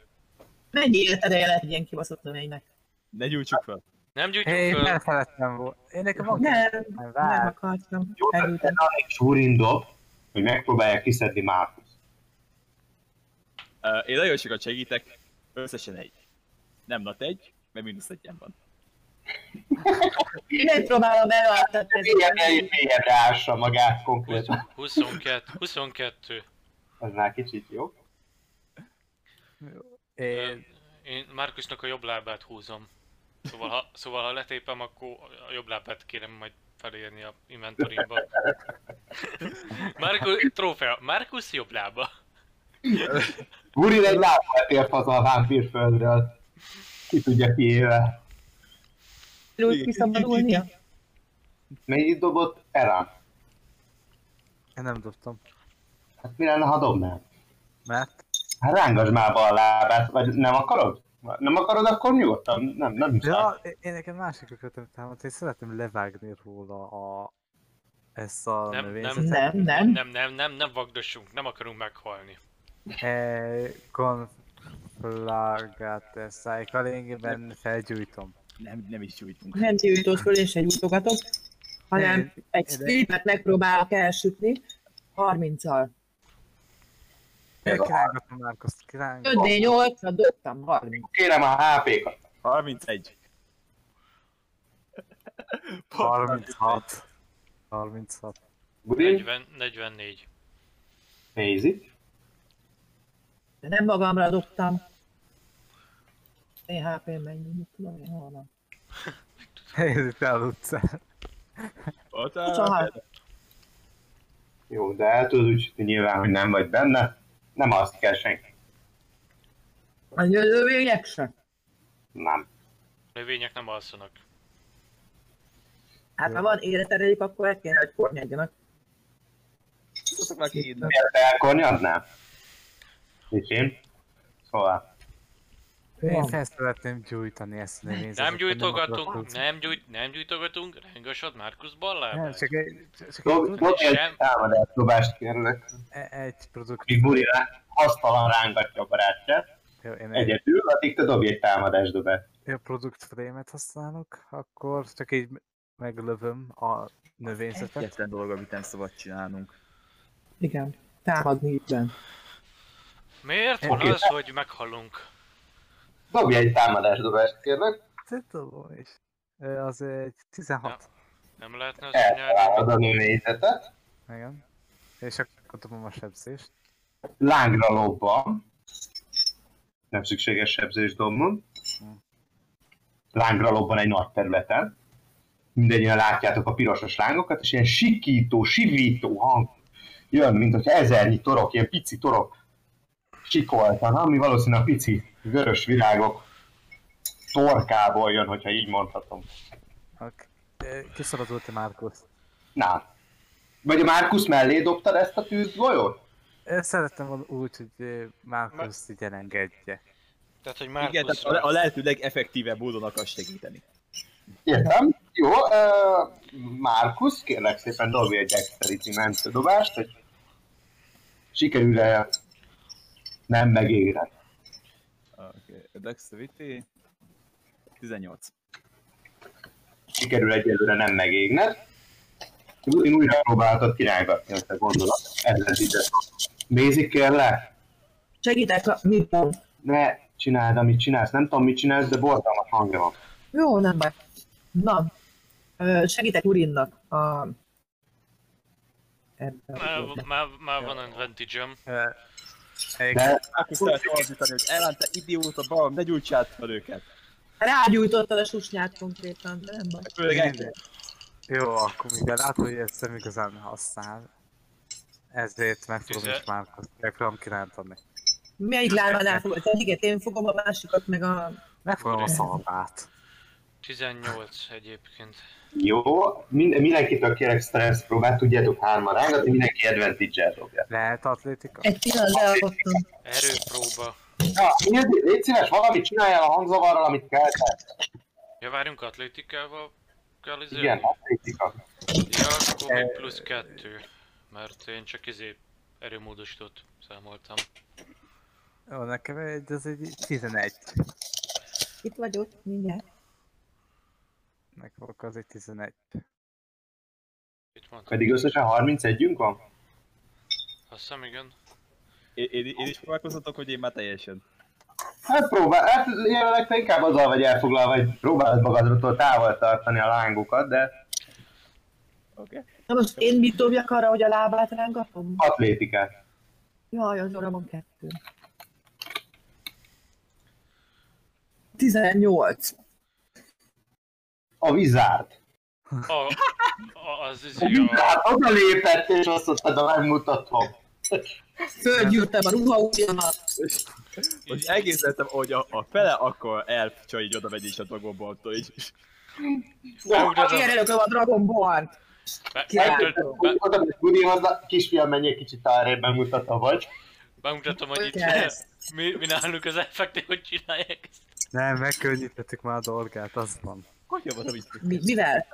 [SPEAKER 3] Mennyi életed lehet ilyen kibaszott növénynek?
[SPEAKER 5] Ne gyújtsuk fel.
[SPEAKER 1] Nem gyújtjuk
[SPEAKER 4] Én
[SPEAKER 1] föl!
[SPEAKER 4] nem felettem volna. Én nekem van
[SPEAKER 3] Nem,
[SPEAKER 4] Nem,
[SPEAKER 3] nem
[SPEAKER 4] Hát várj.
[SPEAKER 3] akartam.
[SPEAKER 2] Jó, hát
[SPEAKER 3] Elültem.
[SPEAKER 2] tehát és Gurin dob, hogy megpróbálják kiszedni Márkusz.
[SPEAKER 5] Ö, Én nagyon sokat segítek. Összesen egy. Nem nat egy, mert mínusz egyen van.
[SPEAKER 3] Én nem próbálom elváltatni
[SPEAKER 2] Mélyebbre,
[SPEAKER 3] ezt.
[SPEAKER 2] mélyebbre E ássa magát konkrétan.
[SPEAKER 1] 22, 22.
[SPEAKER 2] Ez már kicsit jó.
[SPEAKER 4] Én...
[SPEAKER 1] Én Markusnak a jobb lábát húzom. Szóval ha, szóval ha letépem, akkor a jobb lábát kérem majd felírni a inventorimba. Markus, trófea, Markus jobb lába.
[SPEAKER 2] Gurin egy lábbal tért haza a vámpírföldről. Ki tudja ki éve.
[SPEAKER 3] Sikerült kiszabadulnia?
[SPEAKER 2] Mennyit dobott? Erán.
[SPEAKER 4] Én nem dobtam.
[SPEAKER 2] Hát mi lenne, ha dobnál?
[SPEAKER 4] Mert?
[SPEAKER 2] Hát rángasd már be a lábát, vagy nem akarod? Nem akarod, akkor nyugodtan. Nem, nem muszáj.
[SPEAKER 4] Ja, én- én nekem másik ötletem támadt, én szeretném levágni róla a... Ezt a
[SPEAKER 1] Nem,
[SPEAKER 4] növényzetet.
[SPEAKER 3] Nem, nem.
[SPEAKER 1] Nem, nem, nem, nem vagdossunk, nem akarunk meghalni.
[SPEAKER 4] Eh, Konflagate szájkalényében felgyújtom.
[SPEAKER 5] Nem, nem is gyújtunk.
[SPEAKER 3] Nem gyűjtött föl és egy útogatok, hanem egy streamet megpróbálok elsütni. 30-al.
[SPEAKER 4] Én kirángatom Márkoszt, kirángatom.
[SPEAKER 3] 5-8-ra dobtam 30.
[SPEAKER 2] Kérem a HP-kat.
[SPEAKER 5] [laughs] 31.
[SPEAKER 4] 36. 36.
[SPEAKER 2] Gurin,
[SPEAKER 1] 40, 44.
[SPEAKER 2] nézi.
[SPEAKER 3] De nem magamra dobtam. Én HP mennyi, mit tudom én hol van.
[SPEAKER 4] Helyezik el az utcán.
[SPEAKER 5] Voltál?
[SPEAKER 3] 26.
[SPEAKER 2] Jó, de el tudod úgy sütni nyilván, hogy nem vagy benne. Nem azt kell senki.
[SPEAKER 3] A jövőjek sem.
[SPEAKER 2] Nem.
[SPEAKER 1] Növények nem alszanak.
[SPEAKER 3] Hát ha van életerejük, akkor el kéne, hogy kornyadjanak.
[SPEAKER 5] Tudtok már kiírni.
[SPEAKER 2] Miért elkornyadnál? És én? Szóval.
[SPEAKER 4] Én
[SPEAKER 3] Van.
[SPEAKER 4] fel szeretném gyújtani ezt a növényt.
[SPEAKER 1] Nem gyújtogatunk,
[SPEAKER 4] akarok-
[SPEAKER 1] nem, gyújt, nem gyújtogatunk, rengosod Márkusz
[SPEAKER 4] Nem,
[SPEAKER 1] ballábát.
[SPEAKER 4] csak egy, csak
[SPEAKER 2] Dob-
[SPEAKER 4] egy, e-
[SPEAKER 2] Dobj egy
[SPEAKER 1] Sem.
[SPEAKER 2] támadás dobást kérlek.
[SPEAKER 4] egy produktív...
[SPEAKER 2] Míg Buri rá- hasztalan rángatja a barátját,
[SPEAKER 4] Jó, én egy,
[SPEAKER 2] egyedül, addig te dobj egy támadás dobást.
[SPEAKER 4] egy produkt frame-et használok, akkor csak így meglövöm a növényzetet.
[SPEAKER 5] Egyetlen dolog, amit nem szabad csinálnunk.
[SPEAKER 3] Igen. Támadni ügyben.
[SPEAKER 1] Miért van
[SPEAKER 2] Oké.
[SPEAKER 1] az, hogy meghalunk?
[SPEAKER 2] Dobj egy támadás dobást kérlek.
[SPEAKER 4] Te Tudom is. Ö, Az egy 16.
[SPEAKER 1] Nem lehetne az
[SPEAKER 2] Eltalálod
[SPEAKER 1] nyelven?
[SPEAKER 2] a nézetet.
[SPEAKER 4] Igen. És akkor tudom a sebzést.
[SPEAKER 2] Lángra lobban. Nem szükséges sebzés dobnom. Lángra lobban egy nagy területen. Mindennyian látjátok a pirosos lángokat, és ilyen sikító, sivító hang jön, mint hogy ezernyi torok, ilyen pici torok sikoltan, ami valószínűleg a pici vörös virágok torkából jön, hogyha így mondhatom.
[SPEAKER 4] Oké. Ö, Kiszaladult-e Márkusz?
[SPEAKER 2] Na. Vagy a Márkusz mellé dobtad ezt a tűzgolyót?
[SPEAKER 4] Ö, Szerettem volna úgy, hogy ö, Márkuszt így elengedje.
[SPEAKER 1] Tehát, hogy
[SPEAKER 5] Igen, tehát
[SPEAKER 1] Márkusz...
[SPEAKER 5] a, le- a lehető legeffektívebb módon akarsz segíteni.
[SPEAKER 2] Értem. Jó, uh, Márkusz, kérlek szépen dobj egy dexterity mentő dobást, hogy sikerül-e nem megéred.
[SPEAKER 5] Oké, okay. Dexterity 18.
[SPEAKER 2] Sikerül egyelőre nem megégned. Én újra próbáltad királyogatni ezt a gondolat. Ezzel ide. Basic kérlek,
[SPEAKER 3] Segítek a mi van.
[SPEAKER 2] ne csináld, amit csinálsz. Nem tudom, mit csinálsz, de borzalmas hangja van.
[SPEAKER 3] Jó, nem baj. Na, ö, segítek Urinnak a... Ebben a
[SPEAKER 1] Már,
[SPEAKER 3] dologban.
[SPEAKER 1] már, már van advantage-em.
[SPEAKER 4] Ö, egy-
[SPEAKER 2] De
[SPEAKER 5] Akkor szeret fordítani, hogy elmente idióta barom, ne gyújtsát fel őket.
[SPEAKER 3] Rágyújtottad a susnyát konkrétan, de nem baj.
[SPEAKER 5] Főleg engem.
[SPEAKER 4] Jó, akkor mivel látom, hogy ezt nem igazán használ, ezért meg fogom
[SPEAKER 1] Tizen-
[SPEAKER 4] is Márkuszt, meg fogom kirántani.
[SPEAKER 3] Melyik lányban elfogod? Tehát igen, én fogom a másikat, meg a...
[SPEAKER 4] Meg fogom a szalmát.
[SPEAKER 1] 18 egyébként.
[SPEAKER 2] jó, Mind, mindenkitől kérek stress próbát, tudjátok hárman rángatni, mindenki advantage-el dobja.
[SPEAKER 4] Lehet atlétika?
[SPEAKER 3] Egy pillanat lealkottam.
[SPEAKER 1] Erőpróba.
[SPEAKER 2] Na, Ildi, légy szíves, valamit csináljál a hangzavarral, amit kell.
[SPEAKER 1] Ja, várjunk atlétikával kell izélni?
[SPEAKER 2] Igen, atlétika.
[SPEAKER 1] Ja, akkor még plusz kettő. Mert én csak izé erőmódosítót számoltam.
[SPEAKER 4] Jó, nekem egy, ez egy 11.
[SPEAKER 3] Itt vagyok, mindjárt.
[SPEAKER 4] Nekem akkor az egy 11.
[SPEAKER 1] Itt mondtam.
[SPEAKER 2] Pedig összesen 31-ünk van?
[SPEAKER 1] Azt hiszem, igen.
[SPEAKER 5] Én, én, én is próbálkozhatok, hogy én már teljesen.
[SPEAKER 2] Hát próbál, hát jelenleg te inkább azzal vagy elfoglalva, hogy próbálod magadról távol tartani a lángokat, de
[SPEAKER 5] Oké? Okay?
[SPEAKER 3] Na most én mit dobjak arra, hogy a lábát rángatom?
[SPEAKER 2] atlétikát.
[SPEAKER 3] Jaj, az óra van kettő. 18.
[SPEAKER 2] A vizárd.
[SPEAKER 1] A, a, az
[SPEAKER 2] A
[SPEAKER 1] izé a...
[SPEAKER 2] vizárd oda lépett, és azt mondta, de megmutatom.
[SPEAKER 3] Földgyűrtem a ruha ujjamat.
[SPEAKER 5] Most egész lettem, hogy a, a fele akkor elf csaj így oda megy is a dogomboltól így.
[SPEAKER 3] Én
[SPEAKER 1] Beugrod
[SPEAKER 3] előköm a Dragon ball
[SPEAKER 1] a...
[SPEAKER 3] király.
[SPEAKER 1] Be,
[SPEAKER 2] Oda megy Gudihoz, na, kisfiam, menj egy kicsit arrébb, megmutatom vagy.
[SPEAKER 1] Bemutatom, hogy itt
[SPEAKER 3] Yes.
[SPEAKER 1] [laughs] mi, mi nálunk az effektív, hogy csinálják ezt.
[SPEAKER 4] Nem, megkönnyítettük már a dolgát, az van.
[SPEAKER 5] Hogy javaslom így?
[SPEAKER 3] Mi, mivel?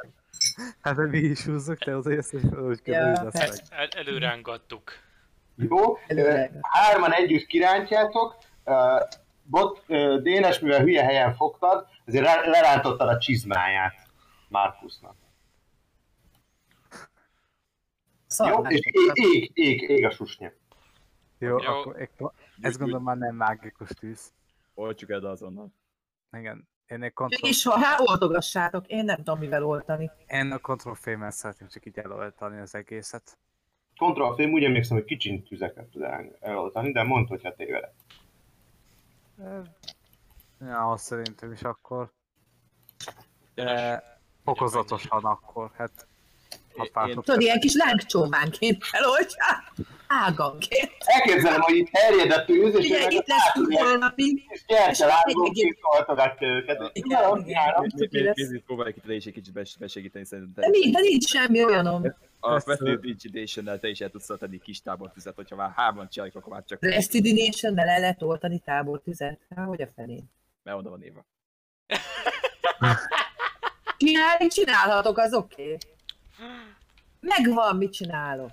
[SPEAKER 4] Hát de mi is húzzuk, te az ész, hogy úgy
[SPEAKER 3] Ja, hát-
[SPEAKER 4] kell,
[SPEAKER 3] persze.
[SPEAKER 4] hogy
[SPEAKER 1] El, előrángattuk.
[SPEAKER 2] Jó, ö, hárman együtt kirántjátok, ö, bot, ö, Dénes, mivel hülye helyen fogtad, azért le- lerántottad a csizmáját Márkusznak. Jó,
[SPEAKER 3] Szar.
[SPEAKER 2] és ég, ég, ég, ég a susnya.
[SPEAKER 4] Jó,
[SPEAKER 1] Jó.
[SPEAKER 4] akkor egy- ezt gondolom már nem mágikus tűz.
[SPEAKER 5] Oltsuk el azonnal.
[SPEAKER 4] Igen. Én egy kontroll,
[SPEAKER 3] És ha hát oldogassátok, én nem tudom mivel oltani.
[SPEAKER 4] én a kontroll fémmel szeretném csak így eloltani az egészet.
[SPEAKER 2] Control film, úgy emlékszem, hogy kicsiny tüzeket tud el- eloltani, de mondd, hogyha tévedek.
[SPEAKER 4] Ja, azt szerintem is akkor.
[SPEAKER 1] Dénes,
[SPEAKER 4] De fokozatosan akkor, hát ha
[SPEAKER 5] Én-
[SPEAKER 4] pártot
[SPEAKER 3] Tudod, ilyen kis lángcsóvánként eloltják, áganként.
[SPEAKER 2] Elképzelem, hogy itt terjed a tűz, és ő
[SPEAKER 3] Ugye
[SPEAKER 2] meg
[SPEAKER 3] itt
[SPEAKER 2] a
[SPEAKER 3] lesz
[SPEAKER 2] társadalmi-
[SPEAKER 3] napig.
[SPEAKER 2] és gyerte lángol,
[SPEAKER 3] Egy- egy-
[SPEAKER 2] kitoltogatja őket.
[SPEAKER 3] Igen,
[SPEAKER 2] Uram,
[SPEAKER 3] igen.
[SPEAKER 2] járok.
[SPEAKER 5] Mi- mi-
[SPEAKER 3] ki lesz.
[SPEAKER 5] mi- mi- Próbáljuk itt is egy kicsit bes- besegíteni
[SPEAKER 3] De,
[SPEAKER 5] szerintem.
[SPEAKER 3] nincs, de nincs semmi olyanom.
[SPEAKER 5] A
[SPEAKER 4] Ezt-
[SPEAKER 5] Festival te is el tudsz tenni kis tábortüzet, hogyha már hárman csináljuk, akkor már csak...
[SPEAKER 3] Restidination-nel el lehet oltani tábortüzet. Hát, hogy a felén.
[SPEAKER 5] Mert oda van írva.
[SPEAKER 3] Csinálni csinálhatok, az oké. Okay. Megvan, mit csinálok.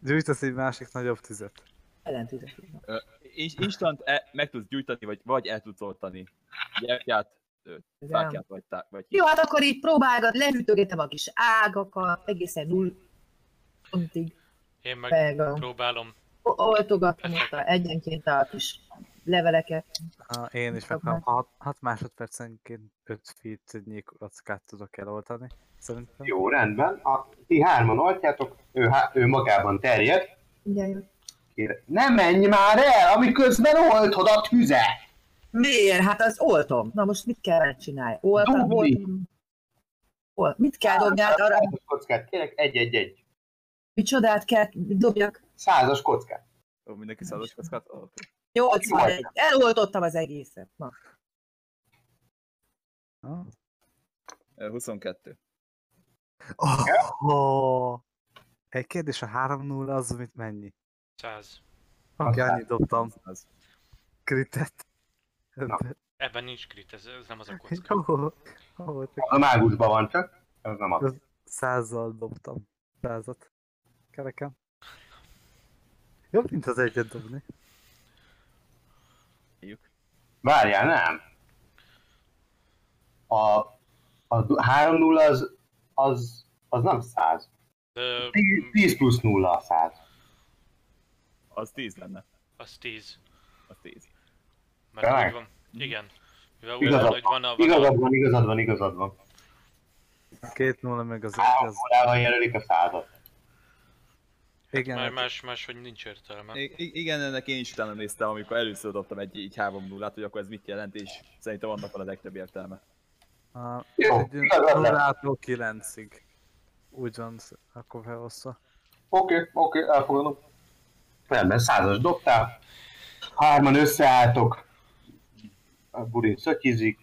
[SPEAKER 4] Gyújtasz egy másik nagyobb tüzet.
[SPEAKER 3] Ellentétes.
[SPEAKER 5] Ö, in- Instant e- meg tudsz gyújtani, vagy, vagy el tudsz oltani. Gyertyát, fákját, vagy, tá- vagy
[SPEAKER 3] Jó, hát akkor így próbálgat, lehűtögetem a kis ágakat, egészen null pontig
[SPEAKER 1] Én meg
[SPEAKER 3] meg
[SPEAKER 1] próbálom.
[SPEAKER 3] oltogatom ott hát a- egyenként a kis leveleket.
[SPEAKER 4] Ha én is
[SPEAKER 3] Dobd
[SPEAKER 4] megvan.
[SPEAKER 3] meg.
[SPEAKER 4] 6, 6 másodpercenként 5 feetnyi kockát tudok eloltani. Szerintem.
[SPEAKER 2] Jó, rendben. A, ti hárman oltjátok, ő, há- ő magában terjed.
[SPEAKER 3] Ugye, jó.
[SPEAKER 2] Kérek, ne menj már el, amiközben oltod a tüzet!
[SPEAKER 3] Miért? Hát az oltom. Na most mit kell csinálni? Oltam,
[SPEAKER 2] Dobni.
[SPEAKER 3] oltam. Ol- Mit kell dobni? Hát arra,
[SPEAKER 2] Százas kockát kérek, egy-egy-egy.
[SPEAKER 3] mi csodát kell dobjak?
[SPEAKER 2] Százas kockát.
[SPEAKER 5] Ó, mindenki százas kockát. Ó,
[SPEAKER 3] Nyolc, egy. Eloltottam az egészet. Na.
[SPEAKER 4] Ha?
[SPEAKER 5] ö, 22.
[SPEAKER 4] Oh, oh. Egy kérdés, a 3-0 az, amit mennyi?
[SPEAKER 1] 100.
[SPEAKER 4] Oké,
[SPEAKER 2] Aztán.
[SPEAKER 4] annyit dobtam.
[SPEAKER 5] Az.
[SPEAKER 4] Kritet.
[SPEAKER 2] Na.
[SPEAKER 1] Ebben nincs krit, ez, ez nem az a kocka.
[SPEAKER 4] [laughs] Jó, jó, csak
[SPEAKER 2] A mágusban van csak. Ez nem az.
[SPEAKER 4] százzal dobtam. Százat. Kerekem. Jobb, mint az egyet dobni.
[SPEAKER 5] Éljük.
[SPEAKER 2] Várjál, nem. A, a 3 0 az, az, az nem 100.
[SPEAKER 1] Ö,
[SPEAKER 2] 10 plusz 0 a 100.
[SPEAKER 5] Az 10 lenne.
[SPEAKER 1] az 10.
[SPEAKER 5] Az 10.
[SPEAKER 1] Mert
[SPEAKER 2] Tényleg?
[SPEAKER 1] úgy van. Igen. Mivel úgy van,
[SPEAKER 2] Igazad
[SPEAKER 1] hogy van a... Van a
[SPEAKER 2] Igazad van, igazad van, igazad van.
[SPEAKER 4] Két nulla meg az egy,
[SPEAKER 2] 3
[SPEAKER 4] az...
[SPEAKER 2] 0 jelölik a százat.
[SPEAKER 4] Igen,
[SPEAKER 1] már
[SPEAKER 4] hát
[SPEAKER 1] más, más, hogy nincs értelme.
[SPEAKER 5] I- I- igen, ennek én is utána néztem, amikor először dobtam egy így 3 0 hogy akkor ez mit jelent, és szerintem annak van a legtöbb értelme.
[SPEAKER 4] A
[SPEAKER 2] Jó,
[SPEAKER 4] egy
[SPEAKER 2] igazad lett.
[SPEAKER 4] nullától kilencig. Úgy van, sz- akkor felosztva.
[SPEAKER 2] Oké, okay, oké, okay, elfogadom. Rendben, százas dobtál. Hárman összeálltok. A burin szötyizik.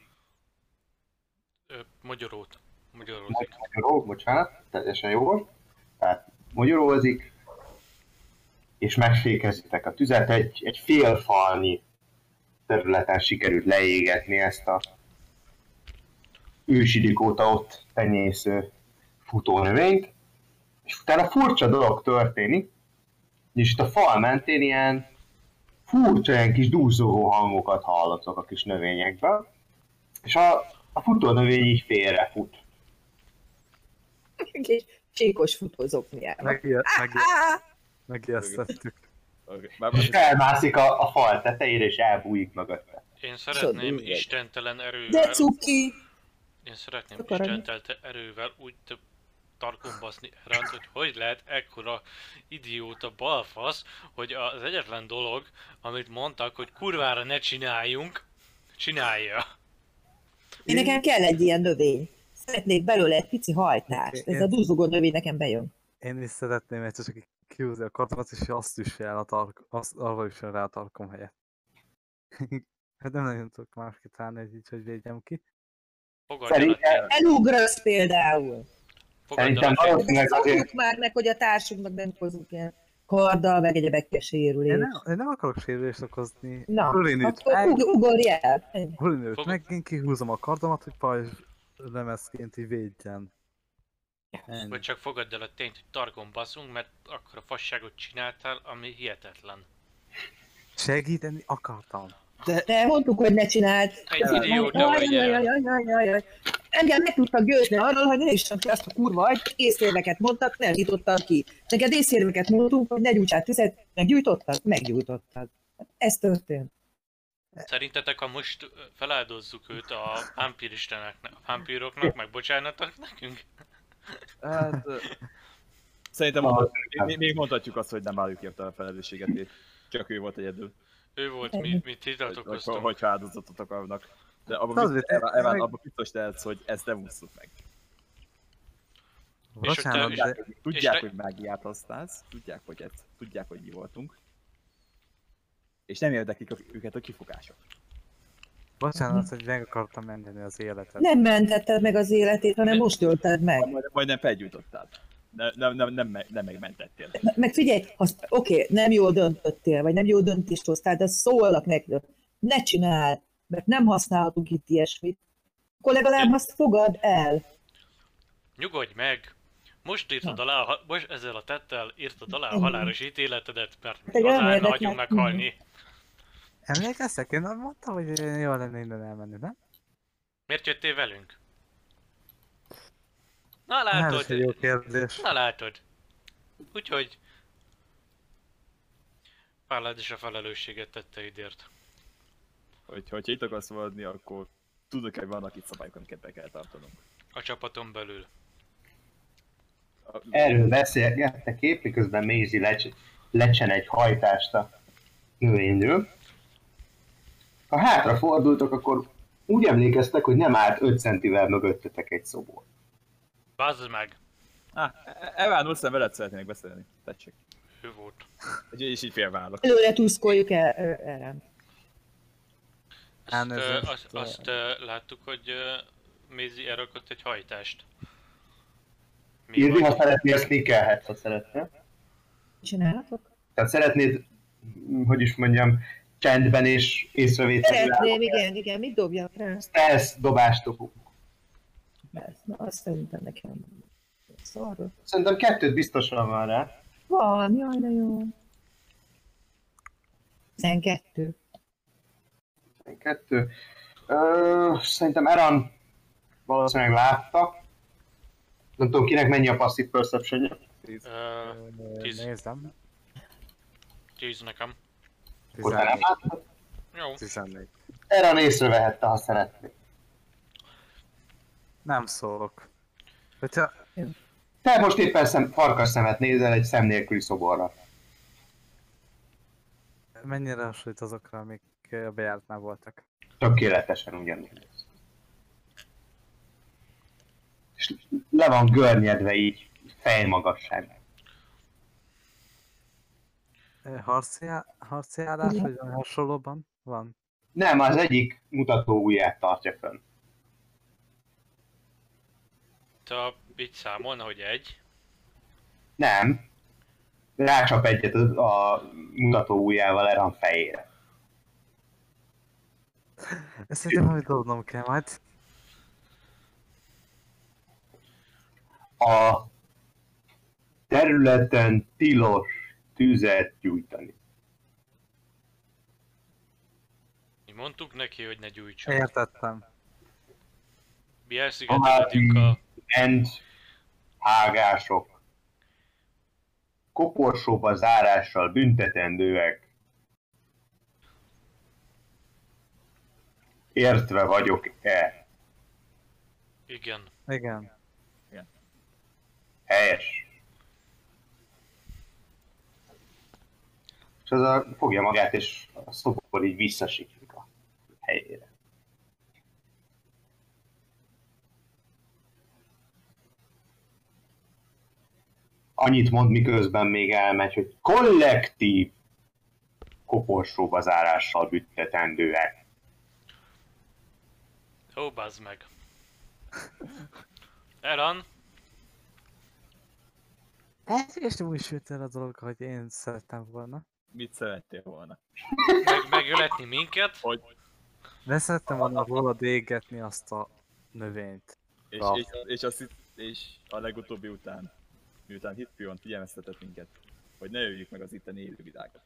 [SPEAKER 1] Ö, magyarót. Magyarózik.
[SPEAKER 2] Magy- Magyarul, bocsánat, teljesen jó volt. Tehát magyarózik, és megfékezitek a tüzet. Egy, egy fél falnyi területen sikerült leégetni ezt a ősidők óta ott tenyésző futónövényt. És utána furcsa dolog történik, és itt a fal mentén ilyen furcsa ilyen kis dúzogó hangokat hallatok a kis növényekben, és a, a futónövény így félrefut.
[SPEAKER 3] Kis csíkos futózokniára.
[SPEAKER 4] Megijed- megijed-
[SPEAKER 3] Á,
[SPEAKER 4] Megijesztettük.
[SPEAKER 5] Okay. Már
[SPEAKER 2] És felmászik a, a fal tetejére, és elbújik mögötte.
[SPEAKER 1] Én szeretném
[SPEAKER 3] mindegy.
[SPEAKER 1] istentelen
[SPEAKER 3] De
[SPEAKER 1] erővel...
[SPEAKER 3] cuki!
[SPEAKER 1] Én szeretném
[SPEAKER 3] Csak arra nincs.
[SPEAKER 1] istentelt erővel úgy több tarkon baszni ránt, hogy hogy lehet ekkora idióta balfasz, hogy az egyetlen dolog, amit mondtak, hogy kurvára ne csináljunk, csinálja.
[SPEAKER 3] Én nekem kell egy ilyen növény. Szeretnék belőle egy pici hajtást. Ez a duzogó növény nekem bejön.
[SPEAKER 4] Én is szeretném egyszer csak így kihúzni a kartomat, és azt is el a tark, azt, arra is rá a tarkom helyett. [laughs] hát nem nagyon tudok más kitálni, hogy így, hogy védjem ki.
[SPEAKER 1] Fogadjanak
[SPEAKER 2] Szerintem-
[SPEAKER 1] el,
[SPEAKER 3] Elugrasz például.
[SPEAKER 2] Szerintem
[SPEAKER 1] fogadjanak el,
[SPEAKER 2] valószínűleg azért
[SPEAKER 3] Szokjuk már meg, hogy a társunknak nem okozunk ilyen karddal, meg egyebekkel
[SPEAKER 4] Én
[SPEAKER 3] sérülést.
[SPEAKER 4] nem, én nem akarok sérülést okozni.
[SPEAKER 3] Na,
[SPEAKER 4] Rulinőt,
[SPEAKER 3] akkor ug- ugorj el.
[SPEAKER 4] Rulinőt
[SPEAKER 1] Fogod-
[SPEAKER 4] meg, én kihúzom a kardomat, hogy pajzs lemezként így védjen. Ennyi.
[SPEAKER 1] vagy csak fogadd el a tényt, hogy tarkon baszunk, mert akkor a fasságot csináltál, ami hihetetlen.
[SPEAKER 4] Segíteni akartam.
[SPEAKER 3] De mondtuk, hogy ne csináld.
[SPEAKER 1] Egy idióta
[SPEAKER 3] Jaj,
[SPEAKER 1] vagy
[SPEAKER 3] jaj,
[SPEAKER 1] el.
[SPEAKER 3] jaj, jaj, jaj, jaj. Engem meg tudtak győzni arról, hogy ne is azt a kurva vagy, észérveket mondtak, nem nyitottam ki. Neked észérveket mondtunk, hogy ne gyújts át tüzet, meggyújtottad? Meggyújtottad. Ez történt.
[SPEAKER 1] Szerintetek, ha most ö, feláldozzuk őt a vámpiristeneknek, a vámpíroknak, meg bocsánatnak nekünk?
[SPEAKER 5] Hát, ö, szerintem mondhat, még, még mondhatjuk azt, hogy nem váljuk érte a felelősséget, és csak ő volt egyedül,
[SPEAKER 1] Ő volt, mi, mi
[SPEAKER 5] hogy, hogy,
[SPEAKER 1] tiltakoztunk.
[SPEAKER 5] hogy áldozatot akarnak. De abban
[SPEAKER 4] Az
[SPEAKER 5] biztos,
[SPEAKER 4] mit-
[SPEAKER 5] Evan- Evan,
[SPEAKER 4] meg-
[SPEAKER 5] abban biztos tehetsz, hogy ezt nem úszunk meg.
[SPEAKER 1] És ott,
[SPEAKER 4] Bocsánat,
[SPEAKER 1] és-
[SPEAKER 4] de
[SPEAKER 5] Tudják,
[SPEAKER 1] És ne-
[SPEAKER 5] hogy mágiát használsz, tudják, hogy ez, tudják, hogy mi voltunk. És nem érdeklik a- őket a kifogások.
[SPEAKER 4] bocsánat, hogy meg akartam menteni az életet.
[SPEAKER 3] Nem mentetted meg az életét, hanem most ölted meg.
[SPEAKER 5] Majd, majdnem felgyújtottál. Ne, nem, nem, nem, me- nem megmentettél.
[SPEAKER 3] Meg figyelj, az, oké, nem jól döntöttél, vagy nem jó döntést hoztál, de szólnak neked, ne csinál, mert nem használhatunk itt ilyesmit, akkor legalább azt fogad el.
[SPEAKER 1] Nyugodj meg! Most írtad
[SPEAKER 3] Na.
[SPEAKER 1] alá, a ha- most ezzel a tettel írtad alá a halálos ítéletedet, mert
[SPEAKER 3] Hát
[SPEAKER 1] mi
[SPEAKER 3] egy olyan
[SPEAKER 1] azán
[SPEAKER 3] érdekelt
[SPEAKER 1] hagyunk
[SPEAKER 3] mindig.
[SPEAKER 1] meghalni.
[SPEAKER 4] Emlékeztek? Én mondtam, hogy jól lenne innen elmenni, nem?
[SPEAKER 1] Miért jöttél velünk? Na
[SPEAKER 4] Hát, ez egy jó
[SPEAKER 1] látod,
[SPEAKER 4] kérdés.
[SPEAKER 1] na látod. Úgyhogy... Vállald is a felelősséget tetteidért.
[SPEAKER 5] Hogy, hogyha itt akarsz maradni, akkor tudok, hogy vannak itt szabályok, amiket be kell tartanunk.
[SPEAKER 1] A csapaton belül.
[SPEAKER 5] A,
[SPEAKER 2] Erről beszélgettek épp, miközben Mézi lecs- lecsen egy hajtást a növényről. Ha hátra fordultok, akkor úgy emlékeztek, hogy nem állt 5 centivel mögöttetek egy szobor.
[SPEAKER 1] Bázd meg!
[SPEAKER 5] Ah, Eván Olsen veled szeretnének beszélni. Tetszik.
[SPEAKER 1] Ő volt.
[SPEAKER 5] Egy és így félválok.
[SPEAKER 3] Előre tuszkoljuk el, ö, erre.
[SPEAKER 1] Azt, ö,
[SPEAKER 4] Elnézést,
[SPEAKER 1] azt, azt ö, láttuk, hogy ö, Mézi elrakott egy hajtást. Mi
[SPEAKER 2] Írni, ha
[SPEAKER 1] van?
[SPEAKER 2] szeretnél, sneakelhetsz, ha szeretnél.
[SPEAKER 3] Csinálhatok?
[SPEAKER 2] Tehát szeretnéd, hogy is mondjam, csendben és észrevételül
[SPEAKER 3] Szeretném, igen, igen, mit dobjak rá?
[SPEAKER 2] Stealth dobást dobunk.
[SPEAKER 3] Persze, Na, azt szerintem nekem Szóval szarra.
[SPEAKER 2] Szerintem kettőt biztosan van rá.
[SPEAKER 3] Van, jaj, de jó. 12.
[SPEAKER 2] Kettő. Ö, szerintem Eran valószínűleg látta. Nem tudom, kinek mennyi a passive perception -je.
[SPEAKER 1] Ö, tíz.
[SPEAKER 4] Nézem.
[SPEAKER 1] Tíz nekem.
[SPEAKER 4] 14.
[SPEAKER 1] Jó.
[SPEAKER 4] 14.
[SPEAKER 2] Eran észrevehette, ha szeretné.
[SPEAKER 4] Nem szólok. Hogyha
[SPEAKER 2] Te most éppen szem, farkas szemet nézel egy szem nélküli szoborra.
[SPEAKER 4] mennyire hasonlít azokra, amik eh, a bejártnál voltak.
[SPEAKER 2] Tökéletesen ugyanígy. És le van görnyedve így fejmagasság.
[SPEAKER 4] Ö, Harci, á- harci állás,
[SPEAKER 3] Igen.
[SPEAKER 4] Eh, vagy valami hasonlóban van?
[SPEAKER 2] Nem, az egyik mutató ujját tartja fönn.
[SPEAKER 1] Te így számolna, hogy egy.
[SPEAKER 2] Nem. Rácsap egyet a, a mutató ujjával Eran fejére.
[SPEAKER 4] Ezt szerintem valamit dobnom kell majd.
[SPEAKER 2] A területen tilos tüzet gyújtani.
[SPEAKER 1] Mi mondtuk neki, hogy ne gyújtson.
[SPEAKER 4] Értettem.
[SPEAKER 1] Mi elszigetelődünk a...
[SPEAKER 2] End hágások. Koporsóba zárással büntetendőek. Értve vagyok-e?
[SPEAKER 1] Igen.
[SPEAKER 4] Igen.
[SPEAKER 2] Helyes. És az a, fogja magát, és a szobor így visszasiklik a helyére. Annyit mond, miközben még elmegy, hogy kollektív koporsóba zárással büntetendőek.
[SPEAKER 1] Ó, bazd meg. Eran,
[SPEAKER 4] Ez és nem úgy sült el a dolog, hogy én szerettem volna.
[SPEAKER 5] Mit szerettél volna?
[SPEAKER 1] meg, megöletni minket?
[SPEAKER 5] Hogy,
[SPEAKER 4] De szerettem volna róla égetni azt a növényt.
[SPEAKER 5] és,
[SPEAKER 4] Na.
[SPEAKER 5] és, és, azt, itt- és a legutóbbi után, miután Hitpion figyelmeztetett minket, hogy ne öljük meg az itteni élő világot.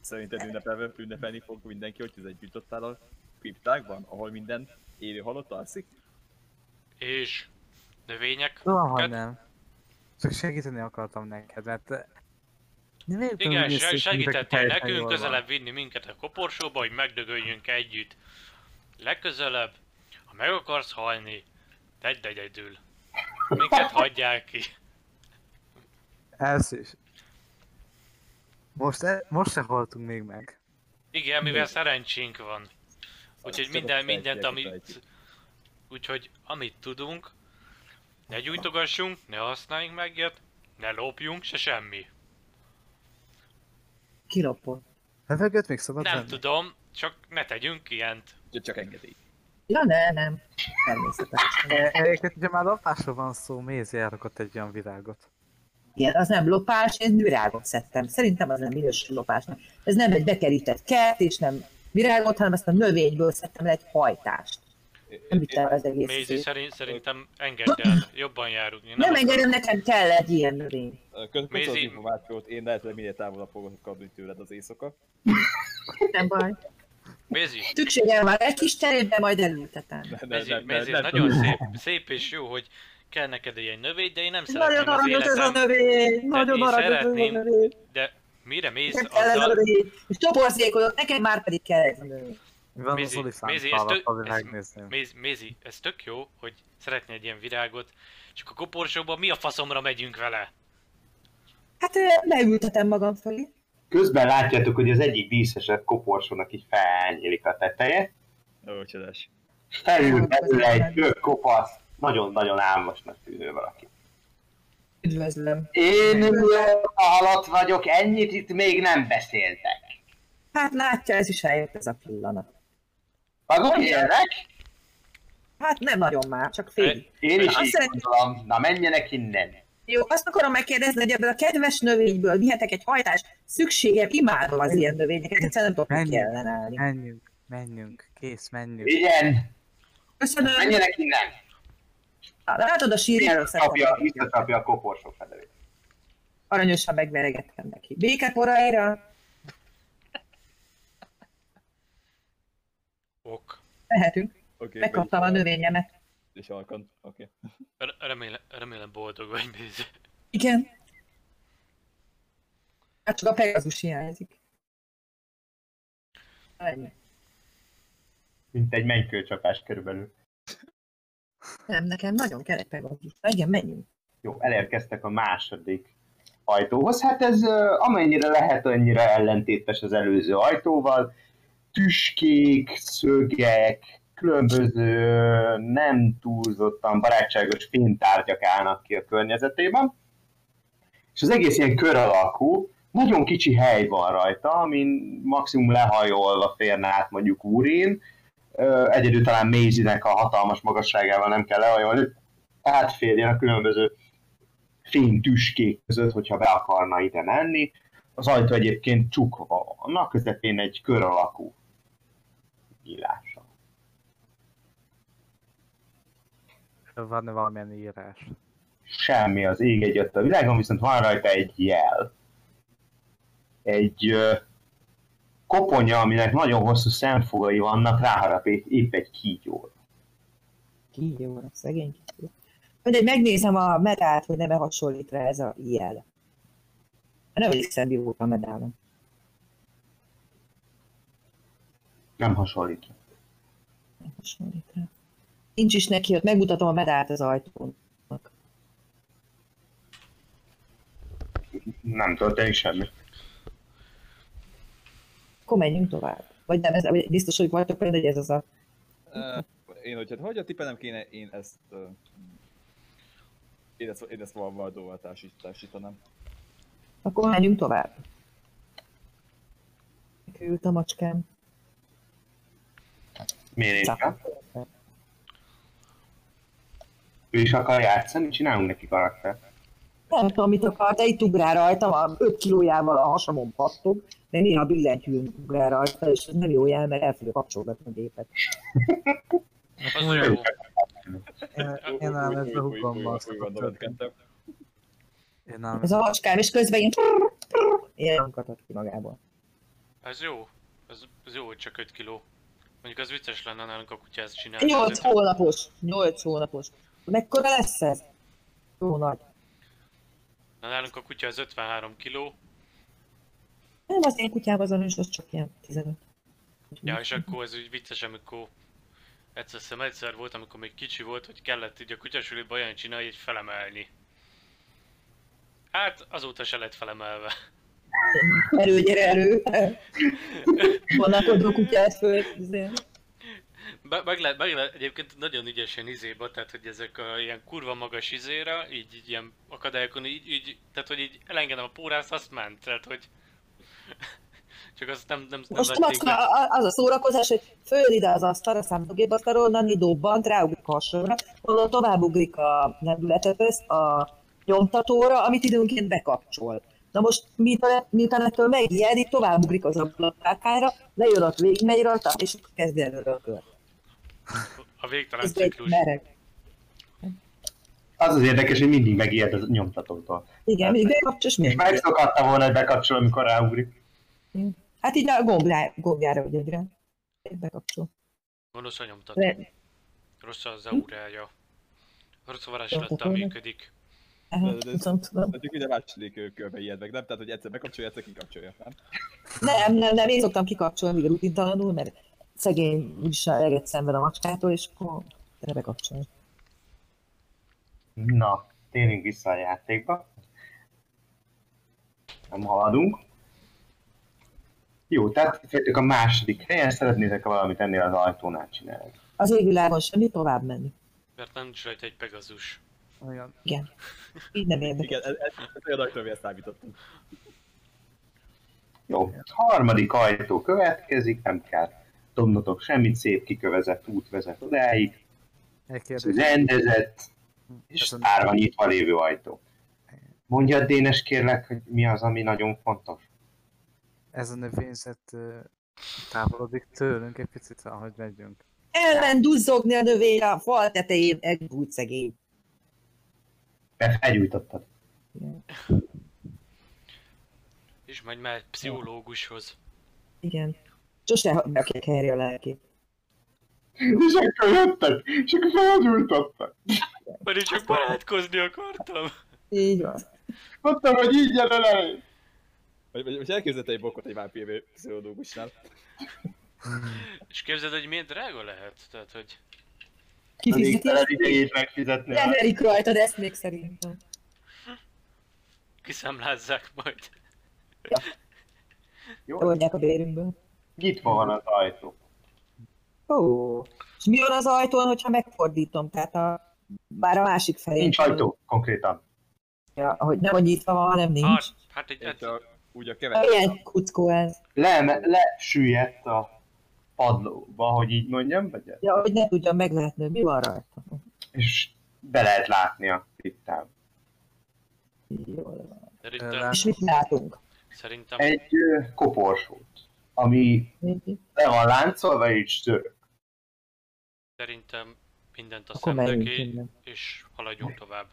[SPEAKER 5] Szerinted ünnepelve, ünnepelni fog mindenki, hogy tüzet gyújtottál a kriptákban, ahol minden élő halott alszik?
[SPEAKER 1] És növények? Hát,
[SPEAKER 4] Tudom, hogy
[SPEAKER 1] Ket-
[SPEAKER 4] nem. Csak segíteni akartam neked, mert... eh, Nem értem,
[SPEAKER 1] Igen,
[SPEAKER 4] hogy ezt
[SPEAKER 1] se-
[SPEAKER 4] így mindenki
[SPEAKER 1] segítettél
[SPEAKER 4] teljesen
[SPEAKER 1] nekünk
[SPEAKER 4] jól van.
[SPEAKER 1] közelebb vinni minket a koporsóba, hogy megdögöljünk együtt. Legközelebb, ha meg akarsz halni, tedd egyedül. Minket hagyják ki.
[SPEAKER 4] Ez is. Most, e, most se haltunk még meg.
[SPEAKER 1] Igen, mivel szerencsénk van. Úgyhogy
[SPEAKER 5] Csak
[SPEAKER 1] minden,
[SPEAKER 5] a fejtjét
[SPEAKER 1] mindent, amit...
[SPEAKER 5] kitájtjuk.
[SPEAKER 1] Úgyhogy amit tudunk, ne gyújtogassunk, ne használjunk meg ilyet, ne lopjunk, se semmi.
[SPEAKER 3] Kirapol.
[SPEAKER 4] Levegőt még szabad
[SPEAKER 1] Nem
[SPEAKER 4] venni?
[SPEAKER 1] tudom, csak ne tegyünk ilyent.
[SPEAKER 5] Csak- Csak engedély.
[SPEAKER 3] Ja, ne, nem. Természetesen.
[SPEAKER 4] E, egyébként ugye már lapásról van szó, Mézi elrakott egy olyan virágot.
[SPEAKER 3] Igen, az nem lopás, én virágot szedtem. Szerintem az nem minősül lopásnak. Ez nem egy bekerített kert, és nem virágot, hanem ezt a növényből szedtem le egy hajtást. Nem vittem el az egész
[SPEAKER 1] Mézi,
[SPEAKER 3] szét.
[SPEAKER 1] szerint, szerintem engedd el, jobban járunk. Én
[SPEAKER 3] Nem
[SPEAKER 1] akarok-
[SPEAKER 3] engedem, nekem kell egy ilyen növény.
[SPEAKER 5] Közben az
[SPEAKER 1] Mézi-
[SPEAKER 5] információt, én lehetőleg minél távolabb fogok kapni tőled az éjszaka. [laughs]
[SPEAKER 3] Nem baj.
[SPEAKER 1] Mézi,
[SPEAKER 3] Szükségem van egy kis cserébe, majd elültetem.
[SPEAKER 5] Ne- ne-
[SPEAKER 1] Mézi,
[SPEAKER 5] ne- ne-
[SPEAKER 1] Mézi,
[SPEAKER 5] ne-
[SPEAKER 1] nagyon szép, szép és jó, hogy kell neked egy ilyen növény, de én nem
[SPEAKER 3] Nagyon
[SPEAKER 1] szeretném az
[SPEAKER 3] aranyos ez a
[SPEAKER 1] életem.
[SPEAKER 3] növény! Nagyon
[SPEAKER 1] én
[SPEAKER 3] aranyos ez a
[SPEAKER 1] szeretném
[SPEAKER 3] növény!
[SPEAKER 1] De mire mész
[SPEAKER 3] Nekem kell ez a
[SPEAKER 1] azzal?
[SPEAKER 3] növény! És toborzékolok, nekem már pedig kell ez a növény.
[SPEAKER 4] Mivel az
[SPEAKER 1] Mézi,
[SPEAKER 4] olifánt
[SPEAKER 1] Mézi, ez
[SPEAKER 4] hallat,
[SPEAKER 1] tök,
[SPEAKER 4] azért
[SPEAKER 1] ez,
[SPEAKER 4] megnézném.
[SPEAKER 1] Mézi, Mézi, ez tök jó, hogy szeretnél egy ilyen virágot, csak a koporsóban mi a faszomra megyünk vele?
[SPEAKER 3] Hát ö, leültetem magam fölé.
[SPEAKER 2] Közben látjátok, hogy az egyik díszesebb koporsónak így felnyílik a teteje,
[SPEAKER 5] Ó, csodás.
[SPEAKER 2] és felül belőle egy tök kopasz, nagyon-nagyon álmosnak tűnő valaki.
[SPEAKER 3] Üdvözlöm.
[SPEAKER 2] Én a halott vagyok, ennyit itt még nem beszéltek.
[SPEAKER 3] Hát látja, ez is eljött ez a pillanat.
[SPEAKER 2] Maguk élnek?
[SPEAKER 3] Hát nem nagyon már, csak félig.
[SPEAKER 2] Én is
[SPEAKER 3] Azt
[SPEAKER 2] így
[SPEAKER 3] szeretném-
[SPEAKER 2] gondolom. Na menjenek innen.
[SPEAKER 3] Jó, azt akarom megkérdezni, hogy ebből a kedves növényből vihetek egy hajtást. Szükségem, imádom az ilyen növényeket, egyszerűen nem tudok neki
[SPEAKER 4] Menjünk.
[SPEAKER 3] ellenállni.
[SPEAKER 4] Menjünk, menjünk, kész, menjünk.
[SPEAKER 2] Igen,
[SPEAKER 3] Köszönöm.
[SPEAKER 2] menjenek innen.
[SPEAKER 3] Na, Látod, a sírjáról
[SPEAKER 2] Kapja,
[SPEAKER 3] szerintem
[SPEAKER 2] visszakapja a koporsó fedelét.
[SPEAKER 3] aranyosan megveregettem neki. Béket óráira
[SPEAKER 1] Ok.
[SPEAKER 3] mehetünk.
[SPEAKER 5] Oké.
[SPEAKER 3] Megkaptam a
[SPEAKER 5] vagy-
[SPEAKER 3] növényemet.
[SPEAKER 5] És alkan. Oké.
[SPEAKER 1] R- remélem, remélem boldog vagy, Mézi.
[SPEAKER 3] Igen. Hát csak a Pegasus hiányzik. Ennyi.
[SPEAKER 2] Mint egy mennykőcsapás körülbelül.
[SPEAKER 3] Nem, nekem nagyon kell egy Pegasus. Na igen, menjünk.
[SPEAKER 2] Jó, elérkeztek a második ajtóhoz. Hát ez ö, amennyire lehet, annyira ellentétes az előző ajtóval. Tüskék, szögek, különböző ö, nem túlzottan barátságos fénytárgyak állnak ki a környezetében. És az egész ilyen kör alakú, nagyon kicsi hely van rajta, amin maximum lehajolva férne át mondjuk úrén. Ö, Egyedül talán Mézinek a hatalmas magasságával nem kell lehajolni, átférjen a különböző fénytüskék között, hogyha be akarna ide menni. Az ajtó egyébként csukva van, a közepén egy kör alakú nyílása.
[SPEAKER 4] Van-e valamilyen írás?
[SPEAKER 2] Semmi az ég egyet a világon, viszont van rajta egy jel. Egy ö, koponya, aminek nagyon hosszú szemfogai vannak, ráharap é- épp egy kígyóra.
[SPEAKER 3] Kígyóra, szegény kígyó. Mindegy, megnézem a medált, hogy nem hasonlít rá ez a jel. Hát Nem emlékszem, mi volt a medálom.
[SPEAKER 2] Nem hasonlít.
[SPEAKER 3] Nem hasonlít rá. Nincs is neki ott, megmutatom a medált az ajtón.
[SPEAKER 2] Nem történik semmi.
[SPEAKER 3] Akkor menjünk tovább. Vagy nem, ez, vagy biztos, hogy vagytok benne, hogy ez az a...
[SPEAKER 5] Ö, Én, hogyha hogy a tippelem kéne, én ezt... ö, Én ezt, én ezt valamivel társítanám.
[SPEAKER 3] Akkor menjünk tovább. Küld a macskám.
[SPEAKER 2] Miért nincs?
[SPEAKER 3] Csak.
[SPEAKER 2] Ő is akar játszani, csinálunk neki karaktert.
[SPEAKER 3] Nem tudom, mit akar, de itt ugrál rajtam, a 5 kilójával a hasamon pattog, de néha a billentyűn ugrál rajta, és ez nem jó jel, mert el fogja kapcsolgatni a gépet.
[SPEAKER 1] Az jó.
[SPEAKER 4] Én nálam ez a hugomban
[SPEAKER 5] Úgy gondolom,
[SPEAKER 4] szokott történni.
[SPEAKER 5] kettő.
[SPEAKER 4] Én nálam
[SPEAKER 3] Ez
[SPEAKER 4] ez
[SPEAKER 3] a macskám, és közben én ilyen katott ki magából.
[SPEAKER 1] Ez jó. Ez, ez jó, hogy csak 5 kiló. Mondjuk az vicces lenne nálunk a kutya ezt csinálni.
[SPEAKER 3] 8 hónapos, 8 hónapos. Mekkora lesz ez? Jó nagy.
[SPEAKER 1] Na, nálunk a kutya az 53 kiló.
[SPEAKER 3] Nem az én kutyám azon is, az csak ilyen 15.
[SPEAKER 1] Ja, és akkor ez úgy vicces, amikor egyszer hiszem egyszer volt, amikor még kicsi volt, hogy kellett így a kutyasülibe olyan csinálni, hogy felemelni. Hát azóta se lett felemelve.
[SPEAKER 3] Elő, gyere elő! Vonakodó kutyát föl. izé.
[SPEAKER 1] Be- meg, lehet, meg lehet, egyébként nagyon ügyesen izéba, tehát hogy ezek a ilyen kurva magas izéra, így, így ilyen akadályokon, így, így, tehát hogy így elengedem a pórázt, azt ment, tehát hogy... [laughs] Csak azt nem, nem, nem
[SPEAKER 3] Most a
[SPEAKER 1] vették
[SPEAKER 3] macska,
[SPEAKER 1] meg.
[SPEAKER 3] a- az a szórakozás, hogy föl ide az asztalra, számítógép asztalra, onnan idobbant, ráugrik a hasonlóra, onnan tovább ugrik a lendületet a nyomtatóra, amit időnként bekapcsol. Na most miután, miután ettől megijedi, tovább ugrik az ablakkákára, lejön ott, végigmegy rajta, és akkor kezd előről a kör.
[SPEAKER 1] A végtelen
[SPEAKER 3] Ez egy
[SPEAKER 1] ciklus.
[SPEAKER 3] mereg.
[SPEAKER 2] Az az érdekes, hogy mindig megijed az nyomtatótól.
[SPEAKER 3] Igen, még bekapcsos még.
[SPEAKER 2] Megszokhatta volna, hogy bekapcsol, amikor ráugrik.
[SPEAKER 3] Hát így a gombjá, gombjára vagy egyre. Bekapcsol.
[SPEAKER 1] Gonosz a nyomtató.
[SPEAKER 3] Le-
[SPEAKER 1] Rossz az
[SPEAKER 3] Hm?
[SPEAKER 1] aurája. Rossz a varázslata
[SPEAKER 3] Nyomtató, nem?
[SPEAKER 1] működik.
[SPEAKER 3] Aha,
[SPEAKER 5] De- de-
[SPEAKER 3] tudom, tudom.
[SPEAKER 5] Mondjuk minden második körbe ijed meg, nem? Tehát, hogy egyszer bekapcsolja, egyszer kikapcsolja, Hát, nem?
[SPEAKER 3] Nem, nem, nem, én szoktam kikapcsolni még rutintalanul, mert szegény úgyis eleget szenved a macskától, és akkor erre bekapcsolni.
[SPEAKER 2] Na, térjünk vissza a játékba. Nem haladunk. Jó, tehát itt vagytok a második helyen, szeretnétek -e valamit ennél az ajtónál csinálni.
[SPEAKER 3] Az égvilágon semmi tovább menni.
[SPEAKER 1] Mert nem nincs rajta egy Pegazus.
[SPEAKER 4] Igen.
[SPEAKER 3] Igen. Így nem érdekel.
[SPEAKER 5] Igen, ez, ez, ez olyan nagy amire számítottunk.
[SPEAKER 2] Jó, harmadik ajtó következik, nem kell dobnotok semmit, szép kikövezett út vezet odáig,
[SPEAKER 4] Egy
[SPEAKER 2] ez
[SPEAKER 4] kérdés.
[SPEAKER 2] rendezett, és
[SPEAKER 4] Köszönöm.
[SPEAKER 2] árva nyitva lévő ajtó. Mondja Dénes kérlek, hogy mi az, ami nagyon fontos.
[SPEAKER 4] Ez a növényzet ö, távolodik tőlünk egy picit, ahogy megyünk.
[SPEAKER 3] Elment duzzogni a növény a fal tetején, egy úgy szegény.
[SPEAKER 2] Mert felgyújtottad.
[SPEAKER 3] Igen.
[SPEAKER 1] És majd már
[SPEAKER 3] Hm.
[SPEAKER 1] pszichológushoz.
[SPEAKER 3] Igen. Sose hagyják helyre a lelkét.
[SPEAKER 2] És akkor jöttek, és akkor felgyújtottak.
[SPEAKER 1] Pedig csak barátkozni akartam.
[SPEAKER 3] Így van.
[SPEAKER 2] Mondtam, hogy így jön el
[SPEAKER 5] Vagy, vagy, vagy elképzelte egy bokot egy vámpír pszichológusnál.
[SPEAKER 1] És képzeld, hogy milyen drága lehet? Tehát, hogy
[SPEAKER 3] Kifizeti
[SPEAKER 2] Elég
[SPEAKER 3] azt,
[SPEAKER 2] idejét megfizetni.
[SPEAKER 3] leverik rajtad ezt még szerintem.
[SPEAKER 1] kiszámlázzák majd.
[SPEAKER 2] Jó,
[SPEAKER 3] Oldják a bérünkből.
[SPEAKER 2] nyitva van az ajtó.
[SPEAKER 3] Ó. És mi van az ajtón, hogyha megfordítom? Tehát a... Bár a másik felé.
[SPEAKER 2] Nincs ajtó, konkrétan.
[SPEAKER 3] Ja, hogy nem a nyitva van, hanem nincs.
[SPEAKER 1] Hát, hát egy,
[SPEAKER 5] És
[SPEAKER 1] egy
[SPEAKER 5] a, úgy a
[SPEAKER 3] Hát,
[SPEAKER 5] keveset.
[SPEAKER 3] Ilyen kuckó ez.
[SPEAKER 2] Le, lesüllyedt a padlóba, hogy így mondjam, vagy
[SPEAKER 3] Ja, hogy ne tudjam meglátni, hogy mi van rajta.
[SPEAKER 2] és be lehet látni a kriptán.
[SPEAKER 3] Jól van.
[SPEAKER 1] szerintem,
[SPEAKER 4] Ellen.
[SPEAKER 3] És mit látunk?
[SPEAKER 1] szerintem
[SPEAKER 2] Egy ö, koporsót, ami le van láncolva és zörög.
[SPEAKER 1] Szerintem mindent a
[SPEAKER 3] Akkor
[SPEAKER 1] szembe
[SPEAKER 3] menjünk
[SPEAKER 1] ki,
[SPEAKER 3] innen.
[SPEAKER 1] és haladjunk tovább.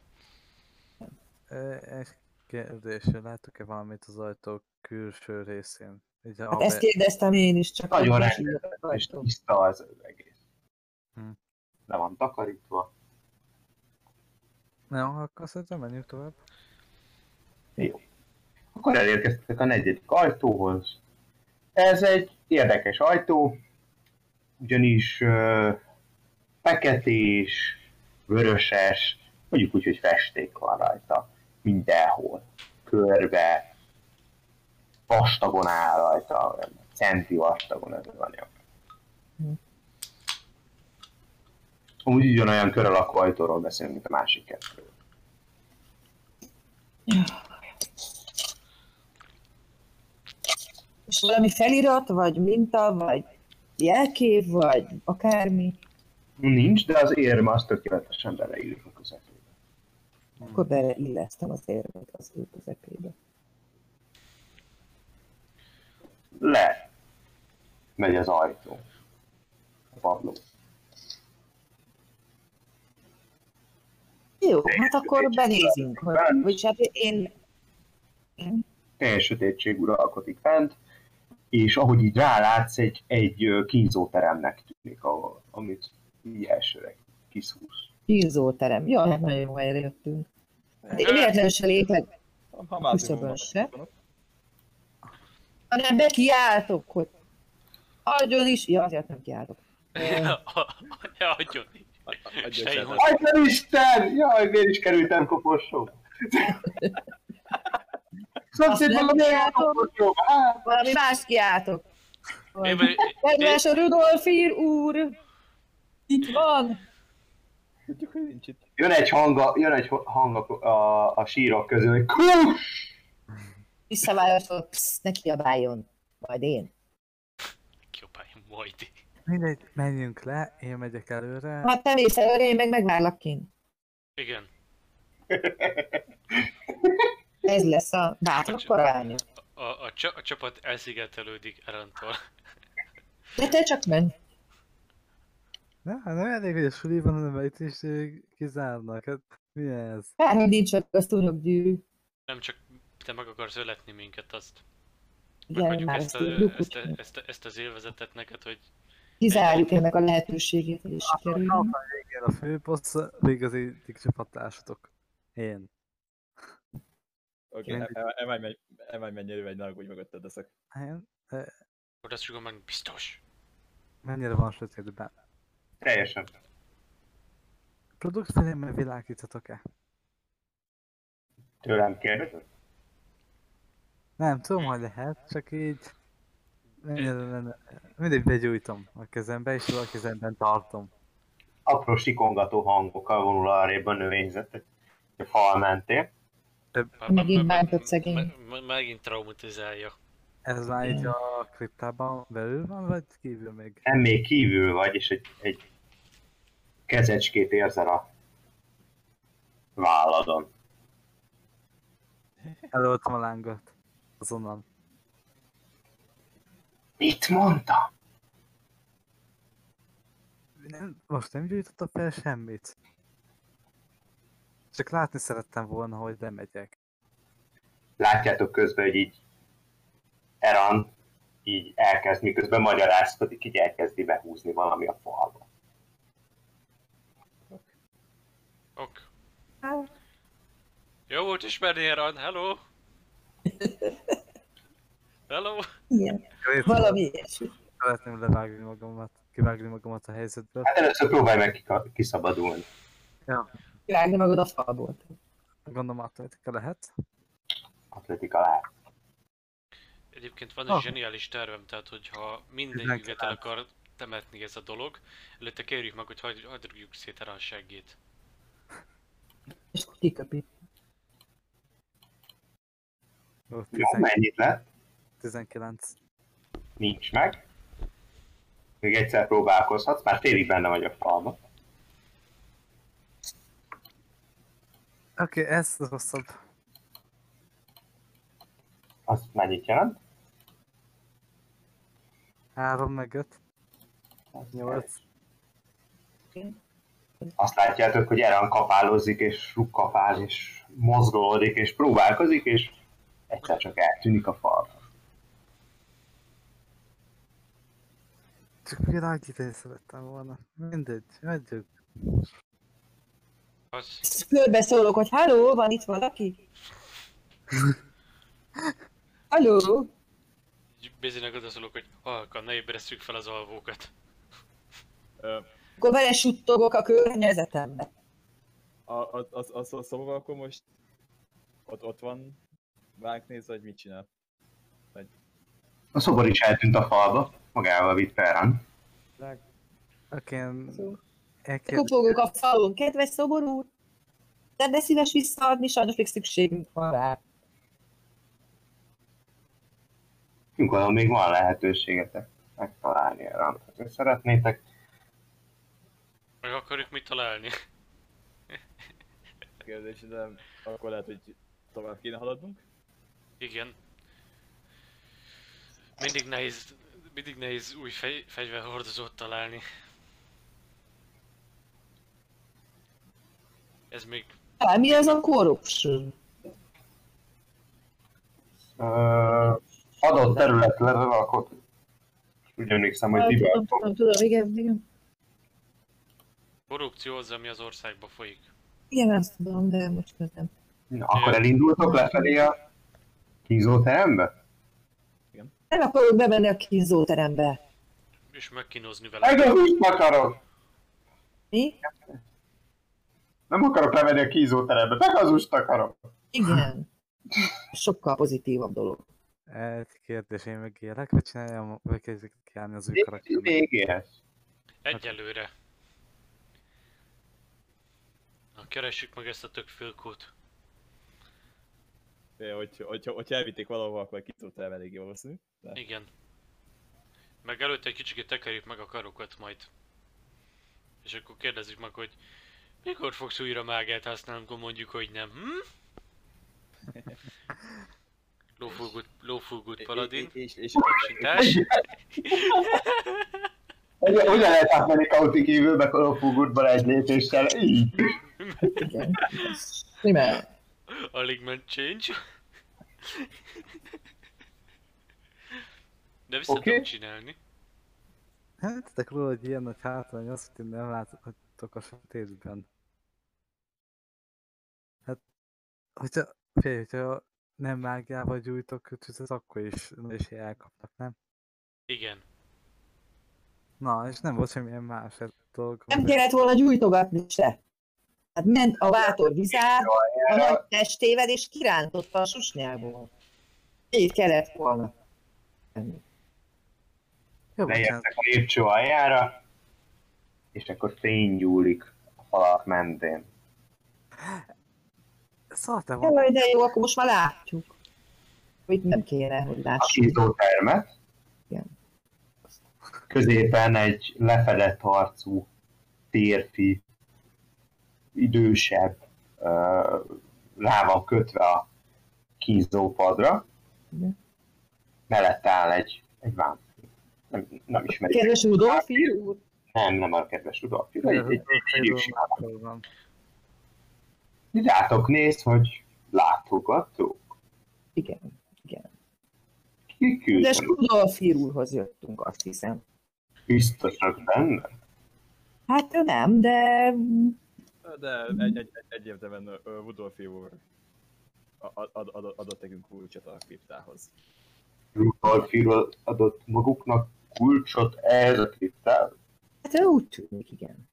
[SPEAKER 4] Ö, Egy kérdés, láttuk-e valamit az ajtó külső részén? Így,
[SPEAKER 3] Hát
[SPEAKER 4] hát
[SPEAKER 3] ezt kérdeztem én is, csak
[SPEAKER 2] Nagyon
[SPEAKER 3] akkor is így
[SPEAKER 2] rendes,
[SPEAKER 3] a
[SPEAKER 2] és
[SPEAKER 3] ajtó.
[SPEAKER 2] tiszta az egész.
[SPEAKER 4] Hm.
[SPEAKER 2] Le van takarítva.
[SPEAKER 4] Nem, akkor szerintem menjünk tovább.
[SPEAKER 2] Akkor elérkeztek a negyedik ajtóhoz. Ez egy érdekes ajtó, ugyanis ö, feketés, vöröses, mondjuk úgy, hogy festék van rajta. Mindenhol. Körbe, vastagon áll rajta, olyan centi vastagon ez az anyag.
[SPEAKER 3] Hm.
[SPEAKER 2] Amúgy ugyanolyan kör alakú ajtóról beszélünk, mint a másik kettőről.
[SPEAKER 3] És valami felirat, vagy minta, vagy jelkép, vagy akármi,
[SPEAKER 2] Nincs, de az érme az tökéletesen beleillik a közepébe.
[SPEAKER 3] akkor beleillesztem az érvet az ő közepébe.
[SPEAKER 2] le megy az ajtó. A padló.
[SPEAKER 3] Jó, hát akkor benézünk, hogy, vagy hát én
[SPEAKER 2] Teljes sötétség uralkodik fent, és ahogy így rálátsz, egy, egy ö, kínzóteremnek tűnik, ahol, amit így elsőre kiszúrsz.
[SPEAKER 3] kínzóterem. Jó, hát nagyon jó helyre jöttünk. Hát én véletlenül se lépek,
[SPEAKER 5] Ha már
[SPEAKER 3] Küszöbön se. hanem bekiáltok, hogy adjon is. Ja, azért nem kiáltok.
[SPEAKER 1] [laughs] Ja, adjon! Sejj, hogy-
[SPEAKER 2] Atya Isten! Jaj, miért is kerültem koporsó? Szomszédban
[SPEAKER 3] [laughs] Azt
[SPEAKER 2] a
[SPEAKER 3] nem
[SPEAKER 2] miért
[SPEAKER 3] látom.
[SPEAKER 2] koporsó? Hát,
[SPEAKER 3] Valami más kiáltok.
[SPEAKER 1] Én meg-
[SPEAKER 3] Kedves Rudolfír úr! Itt van!
[SPEAKER 5] Tudjuk, hogy nincs itt.
[SPEAKER 2] Jön egy hang a, jön egy hang a, a, a sírok közül, hogy kus!
[SPEAKER 3] Visszaválaszol, psz, ne kiabáljon. Majd én.
[SPEAKER 1] Kiabálj, majd.
[SPEAKER 4] Mindegy, menjünk le, én megyek előre.
[SPEAKER 3] Hát te mész előre, én meg megvárlak kint.
[SPEAKER 1] Igen.
[SPEAKER 3] Ez lesz a bátrak paránya.
[SPEAKER 1] A, a, csa- a csapat elszigetelődik Erantól.
[SPEAKER 3] De te csak menj.
[SPEAKER 4] Ne, hát nem elég, hogy a suliban, hanem itt is ö, kizárnak. Hát mi ez?
[SPEAKER 3] Bár, hogy nincs meg a szúnyoggyűrű.
[SPEAKER 1] Nem csak te meg akarsz öletni minket, azt
[SPEAKER 3] Igen,
[SPEAKER 1] megadjuk
[SPEAKER 3] már
[SPEAKER 1] ezt,
[SPEAKER 3] ezt
[SPEAKER 1] a,
[SPEAKER 3] tudjuk,
[SPEAKER 1] ezt, a,
[SPEAKER 3] úgyhogy
[SPEAKER 1] ezt, a, ezt az élvezetet neked, hogy
[SPEAKER 3] kizárjuk ennek a lehetőségét, hogy sikerüljön.
[SPEAKER 4] Kapva végén a főposzt, még az egyik csapattársatok. Én.
[SPEAKER 5] Oké,
[SPEAKER 4] Én-
[SPEAKER 5] emelj e- mennyire egy nagy, úgy mögötted leszek.
[SPEAKER 4] Én?
[SPEAKER 1] akkor azt csak meg biztos.
[SPEAKER 4] Mennyire van sötétben?
[SPEAKER 2] Teljesen.
[SPEAKER 4] Produkt felé világítatok-e?
[SPEAKER 2] Tőlem kérdezett?
[SPEAKER 4] Nem, tudom, hogy lehet, csak így... Mennyire lenne... Mindig begyújtom a kezembe, és a kezemben tartom.
[SPEAKER 2] Apró sikongató hangokkal vonul arrébb a növényzet, hogy a fal mentén.
[SPEAKER 3] Megint bántott szegény.
[SPEAKER 1] me- me- Megint traumatizálja.
[SPEAKER 4] Ez már így a kriptában belül van, vagy kívül még?
[SPEAKER 2] Nem még kívül vagy, és egy, egy kezecskét érzel a válladon.
[SPEAKER 4] Elöltöm a lángot. Azonnal.
[SPEAKER 2] Mit mondta?
[SPEAKER 4] Nem, most nem gyújtottak fel semmit. Csak látni szerettem volna, hogy lemegyek.
[SPEAKER 2] Látjátok közben, hogy így Eran így elkezd, miközben magyarázkodik, így elkezdi behúzni valami a falba.
[SPEAKER 1] Ok. Jó volt ismerni, Eran, hello! Hello!
[SPEAKER 3] Igen,
[SPEAKER 4] Jó,
[SPEAKER 3] valami ilyesmi.
[SPEAKER 4] Szeretném levágni magamat, kivágni magamat a helyzetből.
[SPEAKER 2] Hát először próbálj meg kika- kiszabadulni.
[SPEAKER 3] Vágni magad a falból.
[SPEAKER 4] Gondolom atletika lehet.
[SPEAKER 2] Atletika lát.
[SPEAKER 1] Egyébként van egy
[SPEAKER 4] Ah.
[SPEAKER 1] zseniális tervem, tehát hogyha mindegyüket
[SPEAKER 4] Mindenki
[SPEAKER 1] el
[SPEAKER 4] lát.
[SPEAKER 1] akar temetni ez a dolog, előtte kérjük meg, hogy hagy, hagy rúgjuk szét Eran seggét.
[SPEAKER 3] És akkor kiköpi.
[SPEAKER 4] Jó,
[SPEAKER 2] Jó,
[SPEAKER 4] 19
[SPEAKER 2] mennyit lett?
[SPEAKER 4] 19.
[SPEAKER 2] Nincs meg. Még egyszer próbálkozhatsz, már félig benne vagy a falba.
[SPEAKER 4] Oké, okay, ez az rosszabb.
[SPEAKER 2] Az mennyit jelent?
[SPEAKER 4] 3 meg 5.
[SPEAKER 2] Hát
[SPEAKER 4] 8.
[SPEAKER 2] Azt látjátok, hogy Eran kapálózik, és rukkapál, és mozgolódik, és próbálkozik, és egyszer csak eltűnik a falba.
[SPEAKER 4] Csak világítani szerettem volna. Mindegy, megyünk.
[SPEAKER 1] Az,
[SPEAKER 3] Körbe szólok, hogy halló, van itt valaki? Halló?
[SPEAKER 1] Bézinek odaszólok, hogy halkan, ne ébresszük fel az alvókat.
[SPEAKER 5] Ö,
[SPEAKER 3] Akkor vele suttogok a környezetembe.
[SPEAKER 5] a, a, a, a, a szóval akkor most ott, ott van, ránk néz, hogy mit csinál.
[SPEAKER 2] A szobor is eltűnt a falba, magával vitt Ferran.
[SPEAKER 5] Ránk,
[SPEAKER 4] Oké, én elkérdezem.
[SPEAKER 3] Kopogok a falon, kedves szobor úr! Lenne szíves visszaadni, sajnos még szükségünk van rá.
[SPEAKER 2] Nyugodtan még van lehetőségetek megtalálni Ferran, ha szeretnétek.
[SPEAKER 1] Meg akarjuk mit találni?
[SPEAKER 5] kérdés, de akkor lehet, hogy tovább kéne haladnunk.
[SPEAKER 1] Igen. Mindig nehéz, mindig nehéz új fej, fegyverhordozót találni. Ez még
[SPEAKER 3] Talán mi az a korruption?
[SPEAKER 2] Ö, adott területre rakott. Úgy emlékszem, hogy
[SPEAKER 3] Tudom,
[SPEAKER 2] Liberton
[SPEAKER 3] tudom, tudom, igen, igen.
[SPEAKER 1] korrupció az, ami az országban folyik.
[SPEAKER 3] Igen, azt tudom, de most nem.
[SPEAKER 2] Na, akkor elindultok lefelé a kízóterembe?
[SPEAKER 3] Nem akarok bemenni a kínzóterembe.
[SPEAKER 1] És megkínozni vele.
[SPEAKER 2] Egyet úgy akarok!
[SPEAKER 3] Mi?
[SPEAKER 2] Nem akarok levenni a kízóterembe, begazust akarok!
[SPEAKER 3] Igen. Sokkal pozitívabb dolog.
[SPEAKER 4] Egy kérdés, én meg élek, vagy csináljam, vagy kezdjük kiállni az új karaktermet?
[SPEAKER 2] Még élsz.
[SPEAKER 1] Egyelőre. Na, keressük meg ezt a tök fülkút.
[SPEAKER 5] Hogy, hogy, hogyha, hogyha elvitték valahova, akkor ki tudtál eléggé valószínű.
[SPEAKER 1] Igen. Meg előtte egy kicsit tekerjük meg a karokat majd. És akkor kérdezzük meg, hogy mikor fogsz újra mágát használni, amikor mondjuk, hogy nem. Hm? Lófúgút, lófúgút paladin.
[SPEAKER 5] És, és,
[SPEAKER 1] Sintás.
[SPEAKER 2] Ugye, ugye lehet átmenni kauti kívülbe kolofúgurtban egy lépéssel, így.
[SPEAKER 3] Igen. Simán.
[SPEAKER 1] Alig ment change. De vissza
[SPEAKER 2] Oké.
[SPEAKER 1] tudom csinálni.
[SPEAKER 4] Hát, de róla, hogy ilyen nagy hátrány az, hogy nem láthatok a sötétben. Hát, hogyha, figyelj, hogyha nem mágiával gyújtok tüzet, akkor is, és elkapnak, nem?
[SPEAKER 1] Igen.
[SPEAKER 4] Na, és nem volt semmilyen más ez a dolog.
[SPEAKER 3] Nem
[SPEAKER 4] hogy-
[SPEAKER 3] kellett volna gyújtogatni se. Hát ment a vátor vizár, a nagy testével, és kirántotta a susnyából. Így kellett volna.
[SPEAKER 4] Jó, bocsánat,
[SPEAKER 2] Leértek a lépcső aljára, és akkor fény gyúlik a falak mentén.
[SPEAKER 4] szartam a
[SPEAKER 3] Jaj, de jó, akkor most már látjuk. Hogy nem kéne, hogy
[SPEAKER 2] A
[SPEAKER 3] lássuk.
[SPEAKER 2] kízótermet.
[SPEAKER 3] Igen.
[SPEAKER 2] Középen egy lefedett arcú, férfi, idősebb, ö, rá van kötve a kízópadra.
[SPEAKER 3] Igen.
[SPEAKER 2] Mellette áll egy, egy vám. Nem, nem ismerik.
[SPEAKER 3] Kedves Rudolf úr,
[SPEAKER 2] Nem, nem a kedves Rudolf. Egy, egy, egy, egy, egy sima
[SPEAKER 4] fejlőm van.
[SPEAKER 2] Mi rátok néz, hogy látogató?
[SPEAKER 3] igen.
[SPEAKER 2] Ki
[SPEAKER 3] Kedves
[SPEAKER 2] küldte?
[SPEAKER 3] Rudolf úrhoz jöttünk, azt hiszem.
[SPEAKER 2] Biztosak benne?
[SPEAKER 3] Hát ő nem, de
[SPEAKER 5] De egy, egy, egy, egyértelműen ö, ö, Rudolfi úr a- ad, ad, ad, adott nekünk kulcsot a kriptához.
[SPEAKER 2] Rudolf író adott maguknak kulcsot ehhez a kriptához.
[SPEAKER 3] hát ő úgy tűnik, igen.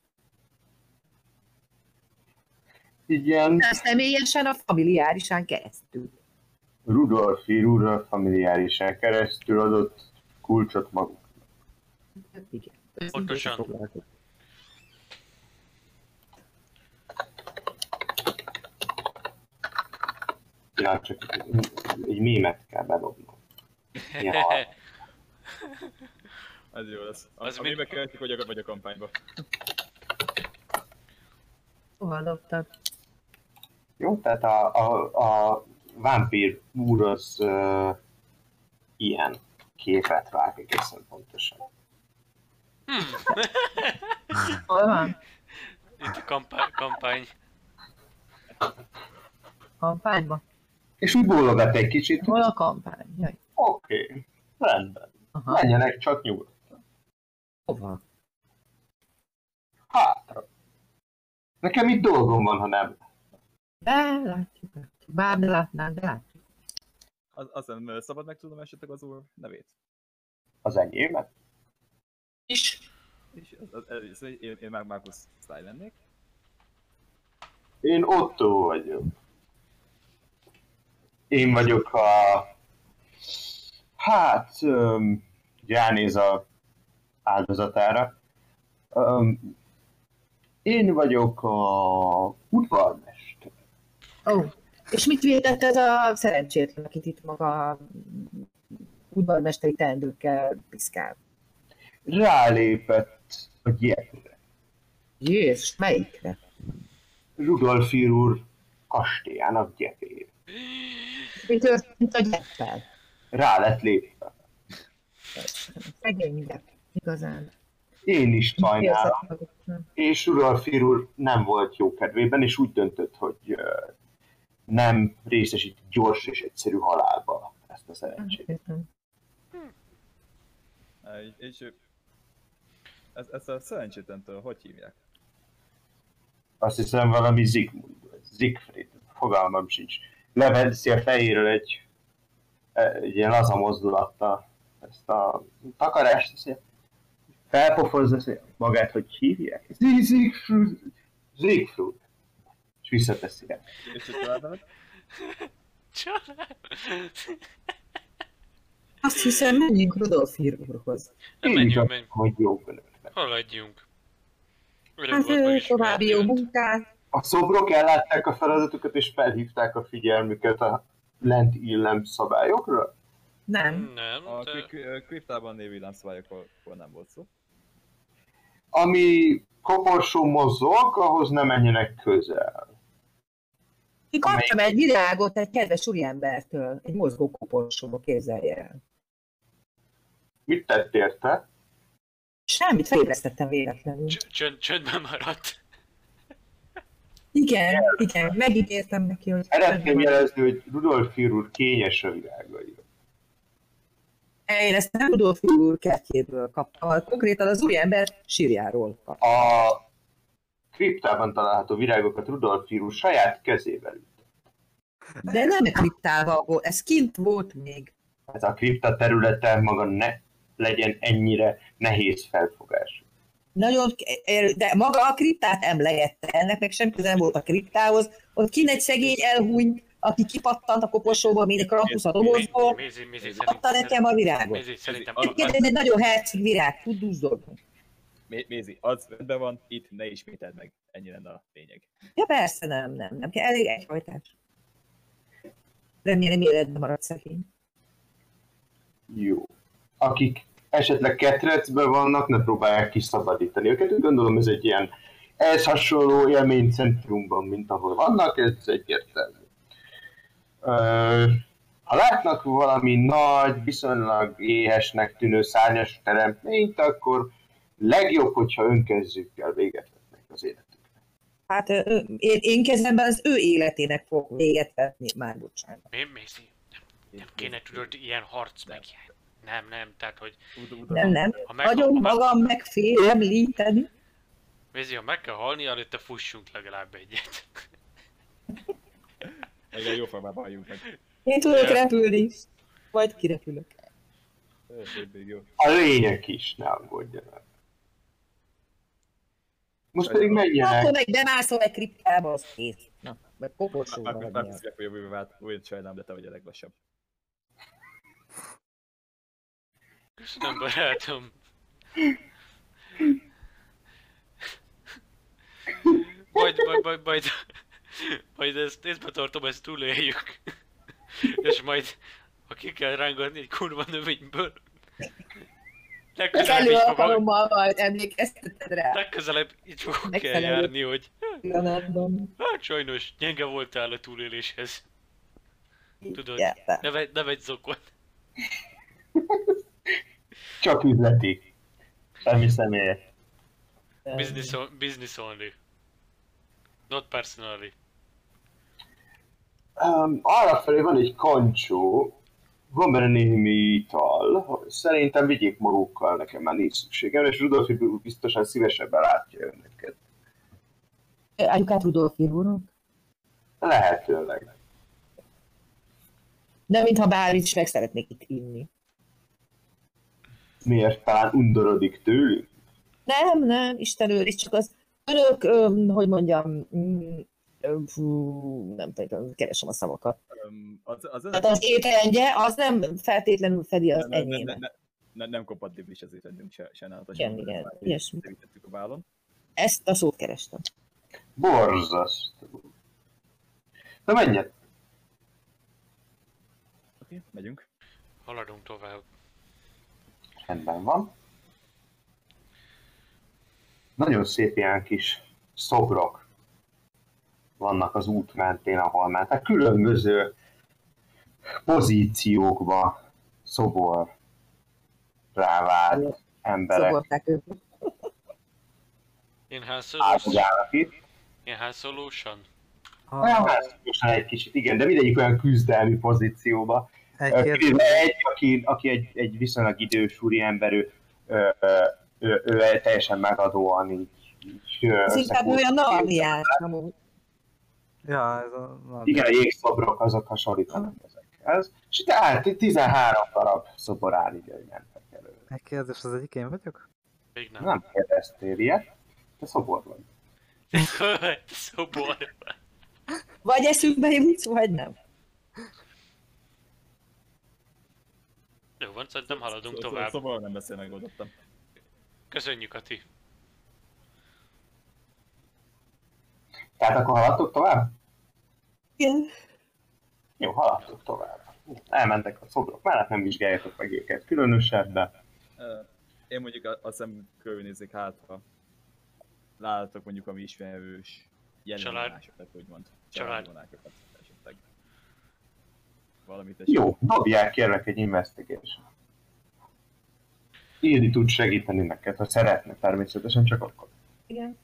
[SPEAKER 2] Igen,
[SPEAKER 3] Nem személyesen a familiárisán keresztül.
[SPEAKER 2] Rudolf úrral familiárisán keresztül adott kulcsot maguk.
[SPEAKER 3] Hát Igen.
[SPEAKER 1] Pontosan.
[SPEAKER 2] Ja, csak egy mémet kell bedobnom. Ja.
[SPEAKER 5] Ez jó lesz. A,
[SPEAKER 1] Az
[SPEAKER 5] az a
[SPEAKER 1] mind-
[SPEAKER 5] mind... követjük, hogy a, vagy a kampányba.
[SPEAKER 3] Hova dobtad?
[SPEAKER 2] Jó, tehát a, a, a vámpír úr az ö, ilyen képet vág egészen pontosan.
[SPEAKER 3] Hol van?
[SPEAKER 1] [laughs] Itt a kampány, kampány.
[SPEAKER 3] Kampányba?
[SPEAKER 2] És úgy bólogat egy kicsit,
[SPEAKER 3] Hol a kampány? Jaj.
[SPEAKER 2] Oké, rendben.
[SPEAKER 3] Aha.
[SPEAKER 2] Menjenek csak nyugodtan.
[SPEAKER 3] Hova?
[SPEAKER 2] Hátra. Nekem itt dolgom van, ha nem.
[SPEAKER 3] De látjuk. látjuk. Bár ne látnánk, de látjuk.
[SPEAKER 5] Az, azt hiszem, ö, szabad megtudnom esetleg az úr nevét?
[SPEAKER 2] Az enyémet?
[SPEAKER 3] Is.
[SPEAKER 5] És az, az, az, az, én, én már Marcus Stein lennék.
[SPEAKER 2] Én Otto vagyok. Én vagyok a... Hát... Öm, ránéz a áldozatára. Öm, én vagyok a udvarmester.
[SPEAKER 3] Ó. És mit védett ez a szerencsétlen, akit itt maga mm, udvarmesteri teendőkkel piszkál?
[SPEAKER 2] Rálépett a gyermekre.
[SPEAKER 3] Jézus, melyikre?
[SPEAKER 2] Rudolf úr kastélyának gyepére.
[SPEAKER 3] Mi történt a gyeppel?
[SPEAKER 2] Rá lett lépve.
[SPEAKER 3] Szegény gyep. Igazán.
[SPEAKER 2] Én is sajnálom,
[SPEAKER 3] Érzed magad.
[SPEAKER 2] és Uralfír úr nem volt jó kedvében, és úgy döntött, hogy ö, nem részesít gyors és egyszerű halálba ezt a szerencsét.
[SPEAKER 3] Értem.
[SPEAKER 5] Ö, És, és ő- ez, ezt a szerencsétlentől hogy hívják?
[SPEAKER 2] Azt hiszem valami Zigmund, vagy Siegfried, fogalmam sincs. Leveszi a fejéről egy, egy ilyen laza mozdulattal ezt a takarást, azt mondja, felpofozza azt mondja, magát, hogy hívják. Zi- Siegfried, Siegfried. És visszateszi el.
[SPEAKER 5] És a családnevet?
[SPEAKER 1] Család.
[SPEAKER 3] Azt hiszem, menjünk Rudolfír úrhoz.
[SPEAKER 2] Én
[SPEAKER 1] Menjünk,
[SPEAKER 2] is azt
[SPEAKER 1] menjünk.
[SPEAKER 2] mondom, hogy jó önöknek.
[SPEAKER 1] Haladjunk. Öröm
[SPEAKER 3] Hát
[SPEAKER 1] volt
[SPEAKER 3] ő
[SPEAKER 1] megismerni
[SPEAKER 3] további jó
[SPEAKER 1] önt.
[SPEAKER 3] munkát.
[SPEAKER 2] A szobrok ellátták a feladatukat, és felhívták a figyelmüket a lent illem szabályokra?
[SPEAKER 3] Nem.
[SPEAKER 1] Nem,
[SPEAKER 5] A
[SPEAKER 1] de...
[SPEAKER 5] kri- ö, kriptában lévő lámszabályokról nem volt szó.
[SPEAKER 2] Ami koporsó mozog, ahhoz ne menjenek közel.
[SPEAKER 3] Én kaptam egy virágot egy kedves úriembertől, egy mozgó koporsóba, képzelje el.
[SPEAKER 2] Mit tett érte?
[SPEAKER 3] Semmit, felébresztettem véletlenül.
[SPEAKER 1] Cs- Csönd, csöndben maradt.
[SPEAKER 3] Igen, igen, megígértem neki, hogy...
[SPEAKER 2] Szeretném jelezni, hogy Rudolf úr kényes a virágaira.
[SPEAKER 3] Én ezt nem Rudolf úr kertjéből kaptam, hanem konkrétan az úriember sírjáról kaptam.
[SPEAKER 2] A kriptában található virágokat Rudolf úr saját kezével üt.
[SPEAKER 3] De nem kriptálva volt, ez kint volt még.
[SPEAKER 2] Ez a kripta területe maga ne legyen ennyire nehéz felfogás.
[SPEAKER 3] Nagyon, er, de maga a kriptát emlegette, ennek meg semmi köze nem volt a kriptához. Ott kint egy szegény elhúny, aki kipattant a koporsóba, mint a krampusz a dobozból,
[SPEAKER 1] Mézi, mézi,
[SPEAKER 3] adta nekem a virágot.
[SPEAKER 1] Mézi, szerintem
[SPEAKER 5] Mézi,
[SPEAKER 1] a-
[SPEAKER 3] Egyébként ez egy nagyon herceg virág, tud duzzogni.
[SPEAKER 5] Mé- Mézi, az rendben van, itt ne ismételd meg. Ennyi lenne a lényeg.
[SPEAKER 3] Ja persze, nem, nem, nem kell, elég egyhajtás. Remélem életben marad szegény.
[SPEAKER 2] Jó. Akik esetleg ketrecben vannak, ne próbálják kiszabadítani őket. Úgy gondolom ez egy ilyen ez hasonló élménycentrumban, mint ahol vannak, ez egyértelmű. Ö, ha látnak valami nagy, viszonylag éhesnek tűnő szárnyas teremtményt, akkor legjobb, hogyha önkezzükkel véget vetnek az életüknek.
[SPEAKER 3] Hát ö, ö, én, én kezemben az ő életének fogok véget vetni, már bocsánat.
[SPEAKER 1] Mé- Mézi, nem kéne tudod ilyen harc meg ilyen. Nem, nem, tehát hogy
[SPEAKER 3] Nem, nem.
[SPEAKER 1] ha meg,
[SPEAKER 3] Nagyon
[SPEAKER 1] ha meg,
[SPEAKER 3] magam megfélemlíteni.
[SPEAKER 1] Mézi, ha meg kell halni, előtte fussunk legalább egyet.
[SPEAKER 5] Egyre jó formában halljunk meg.
[SPEAKER 3] Én tudok
[SPEAKER 1] Ja.
[SPEAKER 3] repülni. Majd kirepülök.
[SPEAKER 5] Ö, Még még jó.
[SPEAKER 2] A lények is, ne aggódjanak. Most pedig menjenek.
[SPEAKER 3] Akkor meg bemászol egy kriptába, az kész. Na, meg koporsóba
[SPEAKER 1] Hát,
[SPEAKER 5] Már, már, már
[SPEAKER 3] vagy
[SPEAKER 5] tisztek, hogy a jövőbe vált. Úgy sajnálom, de te vagy a leglassabb.
[SPEAKER 1] Köszönöm, barátom. Majd, majd, majd, majd, majd ezt észbe tartom, ezt túléljük. És majd, ha ki kell rángatni egy kurva növényből,
[SPEAKER 3] az
[SPEAKER 1] legközelebb
[SPEAKER 3] elő
[SPEAKER 1] így fogok,
[SPEAKER 3] alkalommal majd emlékezteted rá.
[SPEAKER 1] Hát, legközelebb így fogok
[SPEAKER 3] Megfelelő.
[SPEAKER 1] eljárni, hogy
[SPEAKER 3] Pillanatban.
[SPEAKER 1] hát sajnos gyenge voltál a túléléshez. Tudod,
[SPEAKER 3] Ja,
[SPEAKER 1] ne, vegy, ne vegy zokon.
[SPEAKER 2] Csak üzleti. Semmi személyes.
[SPEAKER 1] Business, on, business only. Not personally.
[SPEAKER 2] Um, arrafelé van egy kancsó, van benne némi ital, szerintem vigyék magukkal, nekem már nincs szükségem, és Rudolfi úr biztosan szívesebben látja önöket.
[SPEAKER 3] Adjuk át Rudolf úrnak.
[SPEAKER 2] Lehetőleg.
[SPEAKER 3] De mintha bármit is meg szeretnék itt inni.
[SPEAKER 2] Miért talán undorodik tőlük?
[SPEAKER 3] Nem, nem, Isten őriz, csak az önök, öm, hogy mondjam, mm, öm, fú, nem tudom, keresem a szavakat.
[SPEAKER 5] Öm, Az, az, az,
[SPEAKER 3] Tehát az étrendje, az nem feltétlenül fedi az
[SPEAKER 5] nem, nem,
[SPEAKER 3] enyémet.
[SPEAKER 5] nem, nem, nem kompatibilis az étrendünk se, sajnálatos.
[SPEAKER 3] Igen, igen, ilyesmi.
[SPEAKER 5] Tekintettük a vállon.
[SPEAKER 3] Ezt a szót kerestem.
[SPEAKER 2] Borzasztó. Na menjen!
[SPEAKER 5] Oké, okay, megyünk.
[SPEAKER 1] Haladunk tovább.
[SPEAKER 2] Rendben van. Nagyon szép ilyen kis szobrok vannak az út mentén, ahol mentek. Különböző pozíciókba szobor rávált emberek
[SPEAKER 3] Szogorták ők.
[SPEAKER 1] Én hányszor
[SPEAKER 2] átugálnak itt.
[SPEAKER 1] Ilyen Han Solo-san?
[SPEAKER 2] Olyan
[SPEAKER 4] Ha
[SPEAKER 2] változatosan egy kicsit, igen, de mindegyik olyan küzdelmi pozícióba.
[SPEAKER 4] egy
[SPEAKER 2] Ö,
[SPEAKER 4] kérdés,
[SPEAKER 2] kivéve egy, aki, aki egy, egy viszonylag idős úriember, ő, ö, ö, ő, ő, teljesen megadóan így, így ö,
[SPEAKER 3] Ez inkább
[SPEAKER 2] összekúszik.
[SPEAKER 3] olyan narniás, amúgy.
[SPEAKER 4] ja, ez a... na,
[SPEAKER 2] Igen, a jégszobrok azok hasonlítanak ezekhez. És tehát 13 darab szobor áll így, hogy mentek elő.
[SPEAKER 4] Egy kérdés, az egyik én vagyok?
[SPEAKER 1] Még nem. [laughs]
[SPEAKER 2] Nem kérdeztél ilyet, te szobor vagy.
[SPEAKER 1] Szobor.
[SPEAKER 3] Vagy eszünkbe jutsz, vagy nem.
[SPEAKER 1] Jó van, szerintem haladunk
[SPEAKER 5] Szó- szó-
[SPEAKER 1] tovább.
[SPEAKER 5] Szóval nem beszél, megoldottam.
[SPEAKER 1] Köszönjük, Ati.
[SPEAKER 2] Tehát akkor haladtok tovább?
[SPEAKER 3] Igen.
[SPEAKER 2] Jó, haladtok tovább. Elmentek a szobrok mellett, nem vizsgáljátok meg őket különösebben.
[SPEAKER 5] Ö, Én hát, mondjuk a- azt hiszem körülnéznék hátra. Látok mondjuk ami ismerős Jellemű
[SPEAKER 1] Család-
[SPEAKER 5] vonásokat, úgymond.
[SPEAKER 1] Család-
[SPEAKER 5] Család. vonásokat esetleg. Valamit esetleg.
[SPEAKER 2] Jó, dobjál kérlek egy investigation. Ildi tud segíteni neked, ha szeretne természetesen, csak akkor.
[SPEAKER 3] Igen.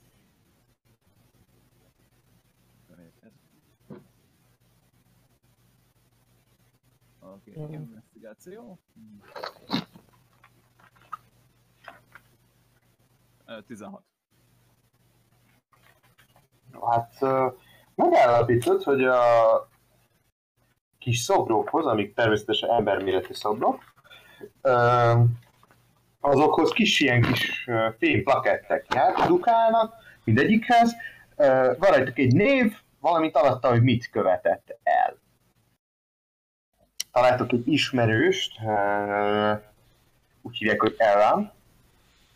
[SPEAKER 5] Oké,
[SPEAKER 3] Jó.
[SPEAKER 5] okay, investigáció. Hmm. Ö, 16.
[SPEAKER 2] Hát ö, megállapítod, hogy a kis szobrokhoz, amik természetesen emberméretű szobrok, ö, azokhoz kis ilyen kis ö, fémplakettek járkálnak mindegyikhez, ö, van rajtuk egy név, valamint alatta, hogy mit követett el. Találtok egy ismerőst, ö, úgy hívják, hogy Ellen,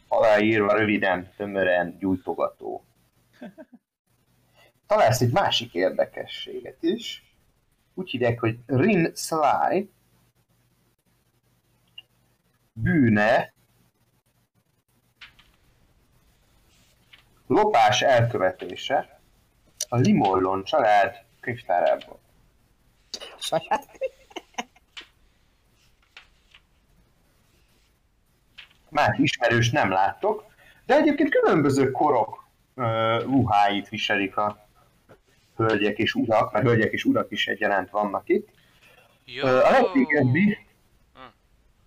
[SPEAKER 2] aláírva röviden, tömören gyújtogató találsz egy másik érdekességet is. Úgy hívják, hogy Rin Sly. Bűne. Lopás elkövetése. A Limollon család könyvtárából.
[SPEAKER 3] Saját.
[SPEAKER 2] Más ismerős nem láttok, de egyébként különböző korok ö, ruháit viselik a hölgyek és urak, mert hölgyek és urak is egyaránt vannak itt.
[SPEAKER 1] Jó.
[SPEAKER 2] Ö, A legrégebbi,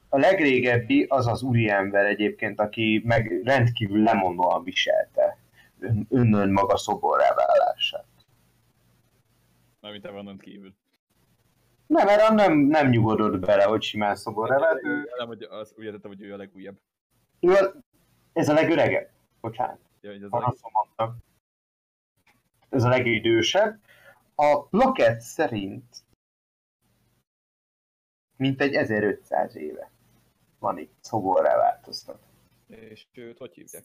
[SPEAKER 2] a legrégebbi az az úriember egyébként, aki meg rendkívül lemondóan viselte ön- önön maga szoborrá válását.
[SPEAKER 5] Mármint Evanon kívül.
[SPEAKER 2] Nem, erre nem, nem nyugodott bele, hogy simán szoborrá vált. Ő,
[SPEAKER 5] Nem, hogy az, úgy értettem, hogy ő a legújabb.
[SPEAKER 2] ő a, ez a legöregebb. Bocsánat,
[SPEAKER 5] Ja, hogy az a leg...
[SPEAKER 2] panaszom mondtam. Ez a legidősebb. A plakett szerint mintegy 1500 éve van itt szoborrá változtat.
[SPEAKER 5] És őt hogy hívják?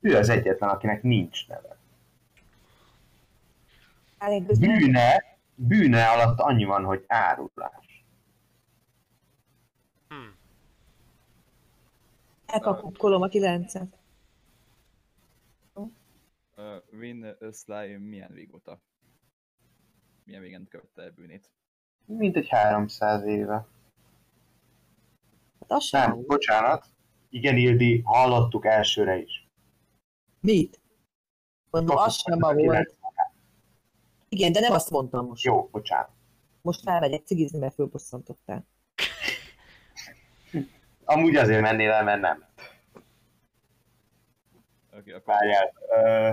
[SPEAKER 2] Ő az egyetlen, akinek nincs neve.
[SPEAKER 3] Elég
[SPEAKER 2] bűne, bűne alatt annyi van, hogy árulás.
[SPEAKER 1] Hm.
[SPEAKER 3] elkapukkolom a kilencet.
[SPEAKER 5] Uh, Win Sly milyen régóta? Milyen régen követte el bűnét?
[SPEAKER 2] Mint egy 300 éve.
[SPEAKER 3] Hát az sem.
[SPEAKER 2] Nem, bocsánat. Igen, Ildi, hallottuk elsőre is.
[SPEAKER 3] Mit? Mondom, az sem ma volt.
[SPEAKER 2] 900.
[SPEAKER 3] Igen, de nem azt mondtam most.
[SPEAKER 2] Jó, bocsánat.
[SPEAKER 3] Most felmegyek cigizni, mert fölbosszantottál.
[SPEAKER 2] Amúgy azért mennél el, mert nem.
[SPEAKER 5] Oké, okay, akkor...
[SPEAKER 2] Várjál. Ö...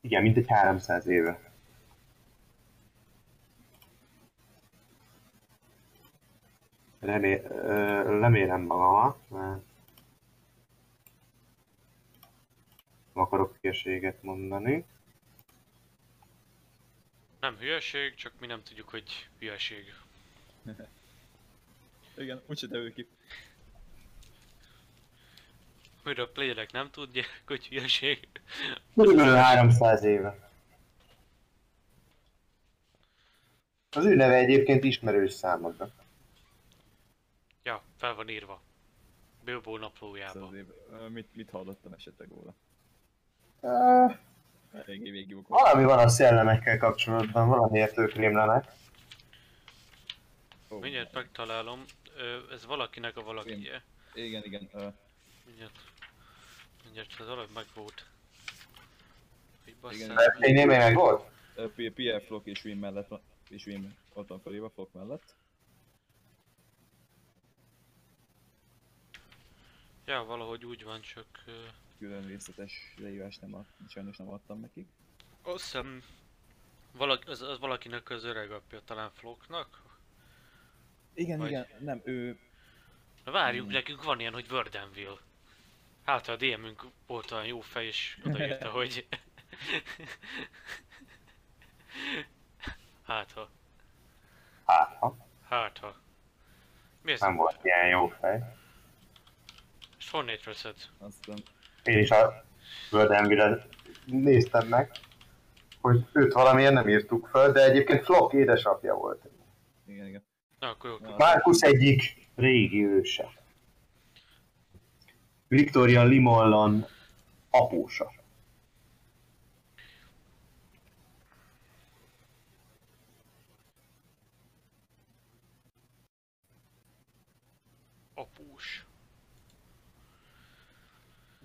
[SPEAKER 2] Igen, mint egy 300 éve. Remé... Ö... Remélem magamat, mert nem akarok hülyeséget mondani.
[SPEAKER 1] Nem hülyeség, csak mi nem tudjuk, hogy hülyeség.
[SPEAKER 5] Igen, úgyse te ő ki.
[SPEAKER 1] Miről a playerek nem tudják, hogy hülyeség.
[SPEAKER 2] Körülbelül 300 éve. Az ő neve egyébként ismerős számodra.
[SPEAKER 1] Ja, fel van írva. Bilbo
[SPEAKER 5] Ez
[SPEAKER 1] naplójába.
[SPEAKER 5] az év. Szóval Ö, Mit, mit hallottam esetleg róla?
[SPEAKER 2] Ö,
[SPEAKER 5] Eléggé végig volt.
[SPEAKER 2] Valami van a szellemekkel kapcsolatban, valamiért ők rémlenek.
[SPEAKER 5] Ó,
[SPEAKER 1] Mindjárt megtalálom. Ö, Ez valakinek a valakije.
[SPEAKER 5] Igen, igen. Ö,
[SPEAKER 1] Mindjárt. Mindjárt az alap megvolt. Hogy
[SPEAKER 5] Igen,
[SPEAKER 1] basszál.
[SPEAKER 2] Mert Én nem meg volt?
[SPEAKER 5] ö, P- PF Flock és Win mellett van- és Win ott van felírva Flock mellett.
[SPEAKER 1] Ja, valahogy úgy van, csak... ö,
[SPEAKER 5] Külön részletes leírást nem ad, sajnos nem adtam nekik.
[SPEAKER 1] Azt hiszem... Valaki, az, az valakinek az öreg apja, talán Floknak?
[SPEAKER 5] Igen,
[SPEAKER 1] Vagy-
[SPEAKER 5] igen, nem, ő...
[SPEAKER 1] Na várjunk,
[SPEAKER 5] Hmm.
[SPEAKER 1] nekünk van ilyen, hogy Vördenville. Hát ha a DM-ünk volt olyan jó fej, és odaírta, hogy... [laughs] hát ha,
[SPEAKER 2] Hát, ha,
[SPEAKER 1] hát ha. Mi ez?
[SPEAKER 2] nem volt ilyen jó fej.
[SPEAKER 1] És honnét veszed?
[SPEAKER 5] Aztán...
[SPEAKER 2] Én is a World Envy-re néztem meg, hogy őt valamiért nem írtuk föl, de egyébként Flock édesapja volt.
[SPEAKER 5] Igen, igen.
[SPEAKER 1] Na akkor jó.
[SPEAKER 5] Na,
[SPEAKER 2] Márkusz egyik régi őse. Victoria Limollon apósa.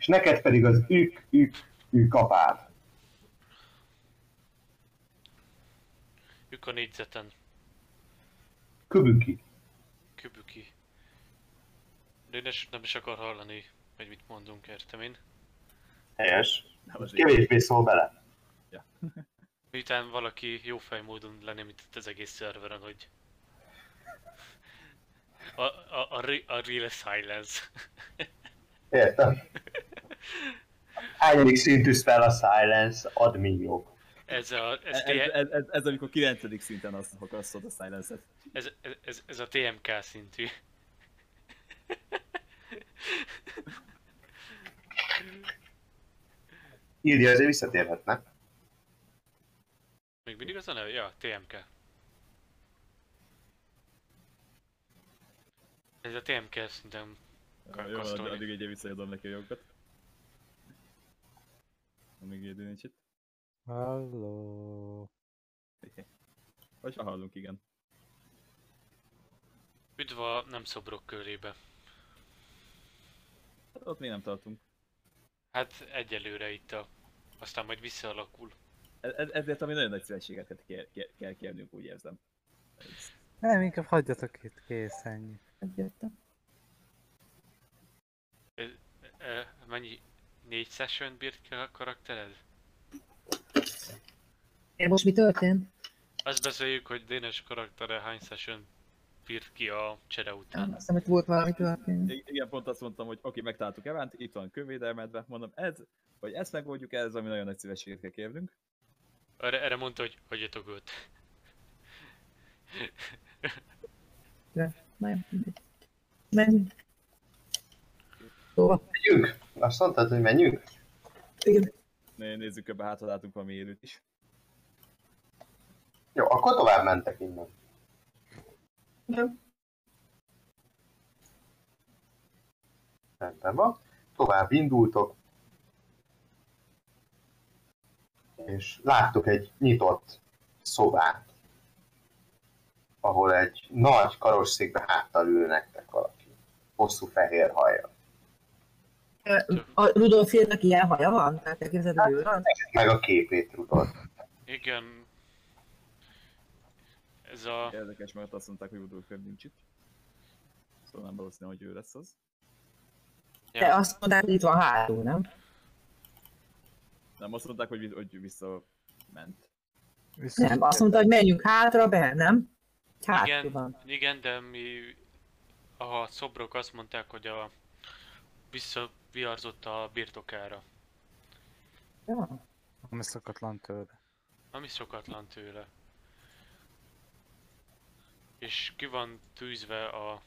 [SPEAKER 2] neked pedig az ük, ük, ük apád.
[SPEAKER 1] Ők a négyzeten.
[SPEAKER 2] Köbüki.
[SPEAKER 1] Kübüki. De én ezt nem is akar hallani, hogy mit mondunk, értem én.
[SPEAKER 2] Helyes.
[SPEAKER 5] Nem az én.
[SPEAKER 2] Kevésbé szól bele.
[SPEAKER 1] Miután valaki jófej módon lenémített az egész szerveren, hogy... A, a, a, re- a real silence. [laughs]
[SPEAKER 2] Értem. Hányadik szintű spell a silence, ad milliók.
[SPEAKER 1] Ez a, ez,
[SPEAKER 5] Ez,
[SPEAKER 1] TM
[SPEAKER 5] ez, ez, ez, amikor 9. szinten azt akasztod a silence-et.
[SPEAKER 1] ez, ez, ez, ez a TMK szintű.
[SPEAKER 2] Ildi azért visszatérhetne.
[SPEAKER 1] Még mindig az a neve? Ja, TMK. Ez a TMK szinten Kell
[SPEAKER 5] Jó,
[SPEAKER 1] kasztolni.
[SPEAKER 5] addig ugye visszaadom neki a jogokat. Amíg idő nincs itt.
[SPEAKER 4] Hello.
[SPEAKER 5] Vagy ha hallunk, igen.
[SPEAKER 1] üdv a nem szobrok körébe.
[SPEAKER 5] Hát ott még nem tartunk.
[SPEAKER 1] Hát egyelőre itt a... Aztán majd visszaalakul.
[SPEAKER 5] Ez, ez- E- ezért ami nagyon nagy szívességet kell, kell, kell kérnünk, úgy érzem. Ez-
[SPEAKER 4] Nem, inkább hagyjatok itt kész, ennyi.
[SPEAKER 3] Megjöttem.
[SPEAKER 1] Ö, E, mennyi? Négy session bírt ki a karaktered?
[SPEAKER 3] Miért most mi történt?
[SPEAKER 1] Azt beszéljük, hogy Dénes karaktere hány session bírt ki a csere
[SPEAKER 3] Azt
[SPEAKER 1] után.
[SPEAKER 3] hiszem, hogy volt valami történet.
[SPEAKER 5] I- Igen, pont azt mondtam, hogy oké, megtaláltuk Evánt, itt van kövédelmedve, mondom, ez, vagy ezt megoldjuk, ez ami nagyon nagy szívességet kell kérnünk.
[SPEAKER 1] Erre, erre mondta, hogy hagyjatok őt.
[SPEAKER 3] Na jó, mindegy. Menjünk. Hova?
[SPEAKER 2] Menjünk? Azt mondtad, hogy menjünk?
[SPEAKER 3] Igen.
[SPEAKER 5] Né- Nézzük ebbe, hát ha látunk valami élőt is.
[SPEAKER 2] Jó, akkor tovább mentek innen.
[SPEAKER 3] Nem.
[SPEAKER 2] Rendben van. Tovább indultok. És láttok egy nyitott szobát, ahol egy nagy karosszékbe háttal ül nektek valaki. Hosszú fehér haja.
[SPEAKER 3] A Rudolférnek ilyen haja van? Tehát te képzeld, hogy ő van?
[SPEAKER 2] Meg a képét tudod.
[SPEAKER 1] Igen. Ez a...
[SPEAKER 5] Érdekes, mert azt mondták, hogy Udolföm nincs itt. Szóval nem valószínű, hogy ő lesz az.
[SPEAKER 3] Te azt mondtad, hogy itt van hátul, nem?
[SPEAKER 5] Nem azt mondták, hogy, vi- hogy visszament.
[SPEAKER 4] Viszont
[SPEAKER 3] Nem, azt mondta, hogy menjünk hátra be, nem? Hátul
[SPEAKER 1] igen,
[SPEAKER 3] Hát, van.
[SPEAKER 1] igen, de mi... A szobrok azt mondták, hogy a... Visszaviharzott a birtokára.
[SPEAKER 3] Ja.
[SPEAKER 4] ami szokatlan tőle.
[SPEAKER 1] Ami szokatlan tőle. És ki van tűzve a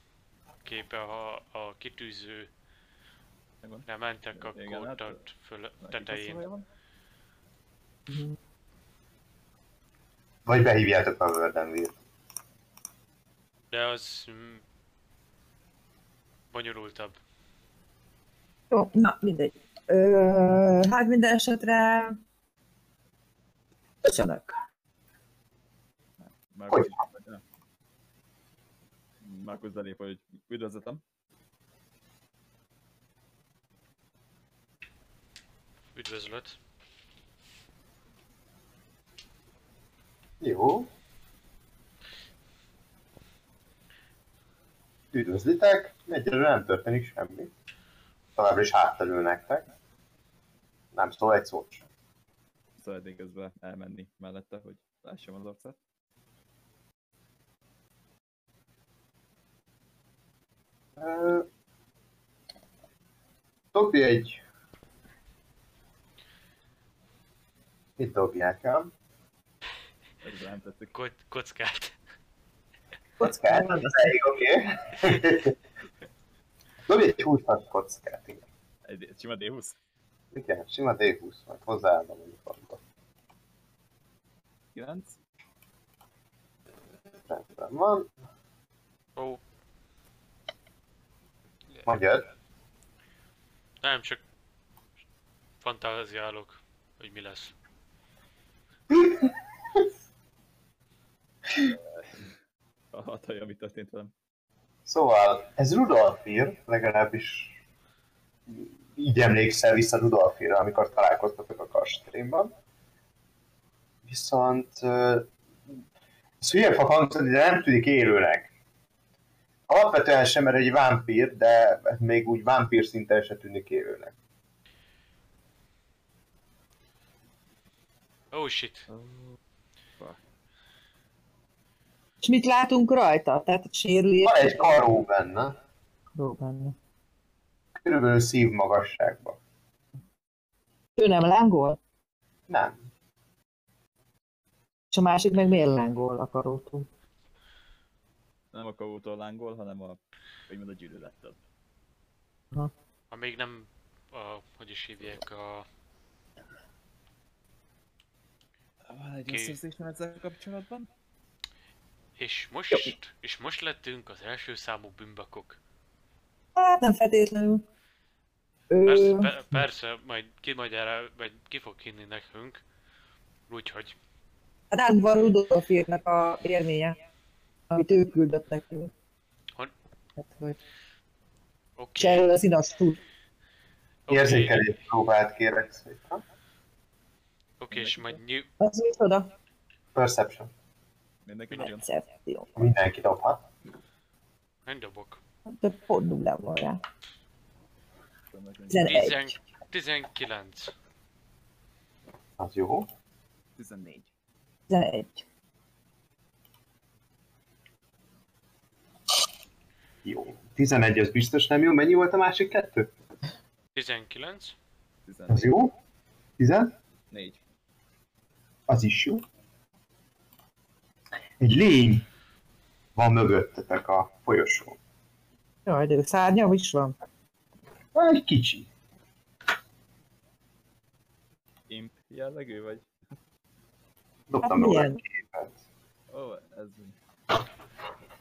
[SPEAKER 1] képe, ha a kitűző
[SPEAKER 5] Megvan.
[SPEAKER 1] mentek a
[SPEAKER 5] Igen, hát-
[SPEAKER 1] kótad föl
[SPEAKER 5] Neki
[SPEAKER 1] tetején.
[SPEAKER 5] passzolója van?
[SPEAKER 2] Vagy behívjátok a Vördenvírt.
[SPEAKER 1] De az... mm, bonyolultabb.
[SPEAKER 3] Jó, na, mindegy. Ö, hát minden esetre... Köszönök.
[SPEAKER 5] Márkusz, Márkusz belép, hogy üdvözletem.
[SPEAKER 1] Üdvözlet.
[SPEAKER 2] Jó. Üdvözlitek, egyelőre nem történik semmi. Továbbra is háttalül nektek. Nem szól egy szót sem.
[SPEAKER 5] Szeretnék közben elmenni mellette, hogy lássam az arcát.
[SPEAKER 2] Ö, Dobj egy... Mit dobják ám?
[SPEAKER 5] Ez nem tettük.
[SPEAKER 1] Ko- kockát.
[SPEAKER 2] Kockát? Az elég oké. [laughs] Okay. Dobj egy 20 kockát, igen.
[SPEAKER 5] Egy egy sima D20?
[SPEAKER 2] Igen, sima D20, majd hozzáadom a mikor.
[SPEAKER 5] 9?
[SPEAKER 2] Rendben van.
[SPEAKER 1] Ó,
[SPEAKER 2] Magyar.
[SPEAKER 1] nem csak fantáziálok, hogy mi lesz.
[SPEAKER 5] A hatalja, mi történt velem?
[SPEAKER 2] Szóval, ez Rudolf ír, legalábbis így emlékszel vissza Rudolfira, amikor találkoztatok a kastélyban. Viszont ö, ez hülye fog hangzani, de nem tűnik élőnek. Alapvetően sem, mert egy vámpír, de még úgy vámpír szinten se tűnik élőnek.
[SPEAKER 1] Oh shit.
[SPEAKER 3] És mit látunk rajta? Tehát a sérülés
[SPEAKER 2] Van egy karó benne,
[SPEAKER 3] Jó benne.
[SPEAKER 2] körülbelül szívmagasságban.
[SPEAKER 3] Ő nem lángol?
[SPEAKER 2] Nem.
[SPEAKER 3] És a másik meg miért lángol a karótól?
[SPEAKER 5] Nem a kavótól lángol, hanem a, úgymond a gyűlölettel.
[SPEAKER 1] Ha még nem, a, hogy is hívják, a,
[SPEAKER 5] Van egy
[SPEAKER 1] Ki?
[SPEAKER 5] rossz érzésem ezzel kapcsolatban?
[SPEAKER 1] és most, és most lettünk az első számú bűnbakok.
[SPEAKER 3] Hát nem feltétlenül. Ő...
[SPEAKER 1] Persze, pe, persze majd ki, majd, erre, majd ki fog hinni nekünk. Úgyhogy,
[SPEAKER 3] Hát át van Rudolfírnak a élménye, amit ő küldött nekünk.
[SPEAKER 1] Hogy?
[SPEAKER 3] Hát, hogy és
[SPEAKER 1] oké.
[SPEAKER 3] erről az inas tud.
[SPEAKER 1] oké,
[SPEAKER 2] Érzékelés próbát kérek szépen.
[SPEAKER 1] Oké, és majd nyilv,
[SPEAKER 3] Az micsoda?
[SPEAKER 2] Perception.
[SPEAKER 5] Mindenki nagyon
[SPEAKER 3] Percepció.
[SPEAKER 2] Mindenki dobhat.
[SPEAKER 1] nem dobok.
[SPEAKER 3] Több pont nullám van rá.
[SPEAKER 5] tudnak, hogy
[SPEAKER 3] 11.
[SPEAKER 1] Tizen, 19.
[SPEAKER 2] Az jó.
[SPEAKER 5] 14.
[SPEAKER 3] 11.
[SPEAKER 2] Jó. 11 az biztos nem jó. Mennyi volt a másik kettő?
[SPEAKER 1] 19.
[SPEAKER 2] Az
[SPEAKER 5] 14.
[SPEAKER 2] jó. 10?
[SPEAKER 5] 4.
[SPEAKER 2] Az is jó. Egy lény van mögöttetek a folyosón.
[SPEAKER 3] Jaj, de szárnya is van.
[SPEAKER 2] Van egy kicsi.
[SPEAKER 5] Imp jellegű vagy?
[SPEAKER 2] Dobtam
[SPEAKER 3] Hát
[SPEAKER 2] róla
[SPEAKER 3] milyen?
[SPEAKER 2] egy képet.
[SPEAKER 5] Ó, ez...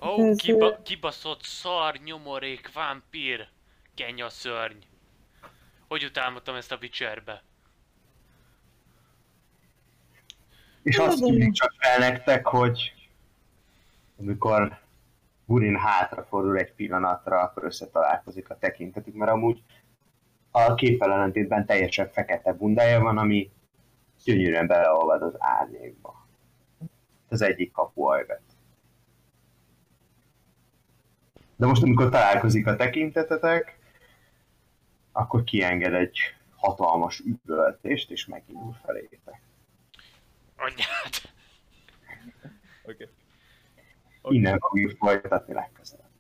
[SPEAKER 1] Ó,
[SPEAKER 3] Ez,
[SPEAKER 1] oh, kiba, kibaszott szar, nyomorék, vámpír, kenya szörny. Hogy utálmodtam ezt a vicserbe?
[SPEAKER 2] És azt tűnik csak fel nektek, hogy amikor Burin hátrafordul egy pillanatra, akkor összetalálkozik a tekintetük, mert amúgy a képpel ellentétben teljesen fekete bundája van, ami gyönyörűen beleolvad az árnyékba. Az egyik kapu ajvet. De most, amikor találkozik a tekintetetek, akkor kienged egy hatalmas üvöltést, és megindul felétek.
[SPEAKER 1] Anyád!
[SPEAKER 5] Oké. Okay.
[SPEAKER 2] Innen fogjuk folytatni legközelebb.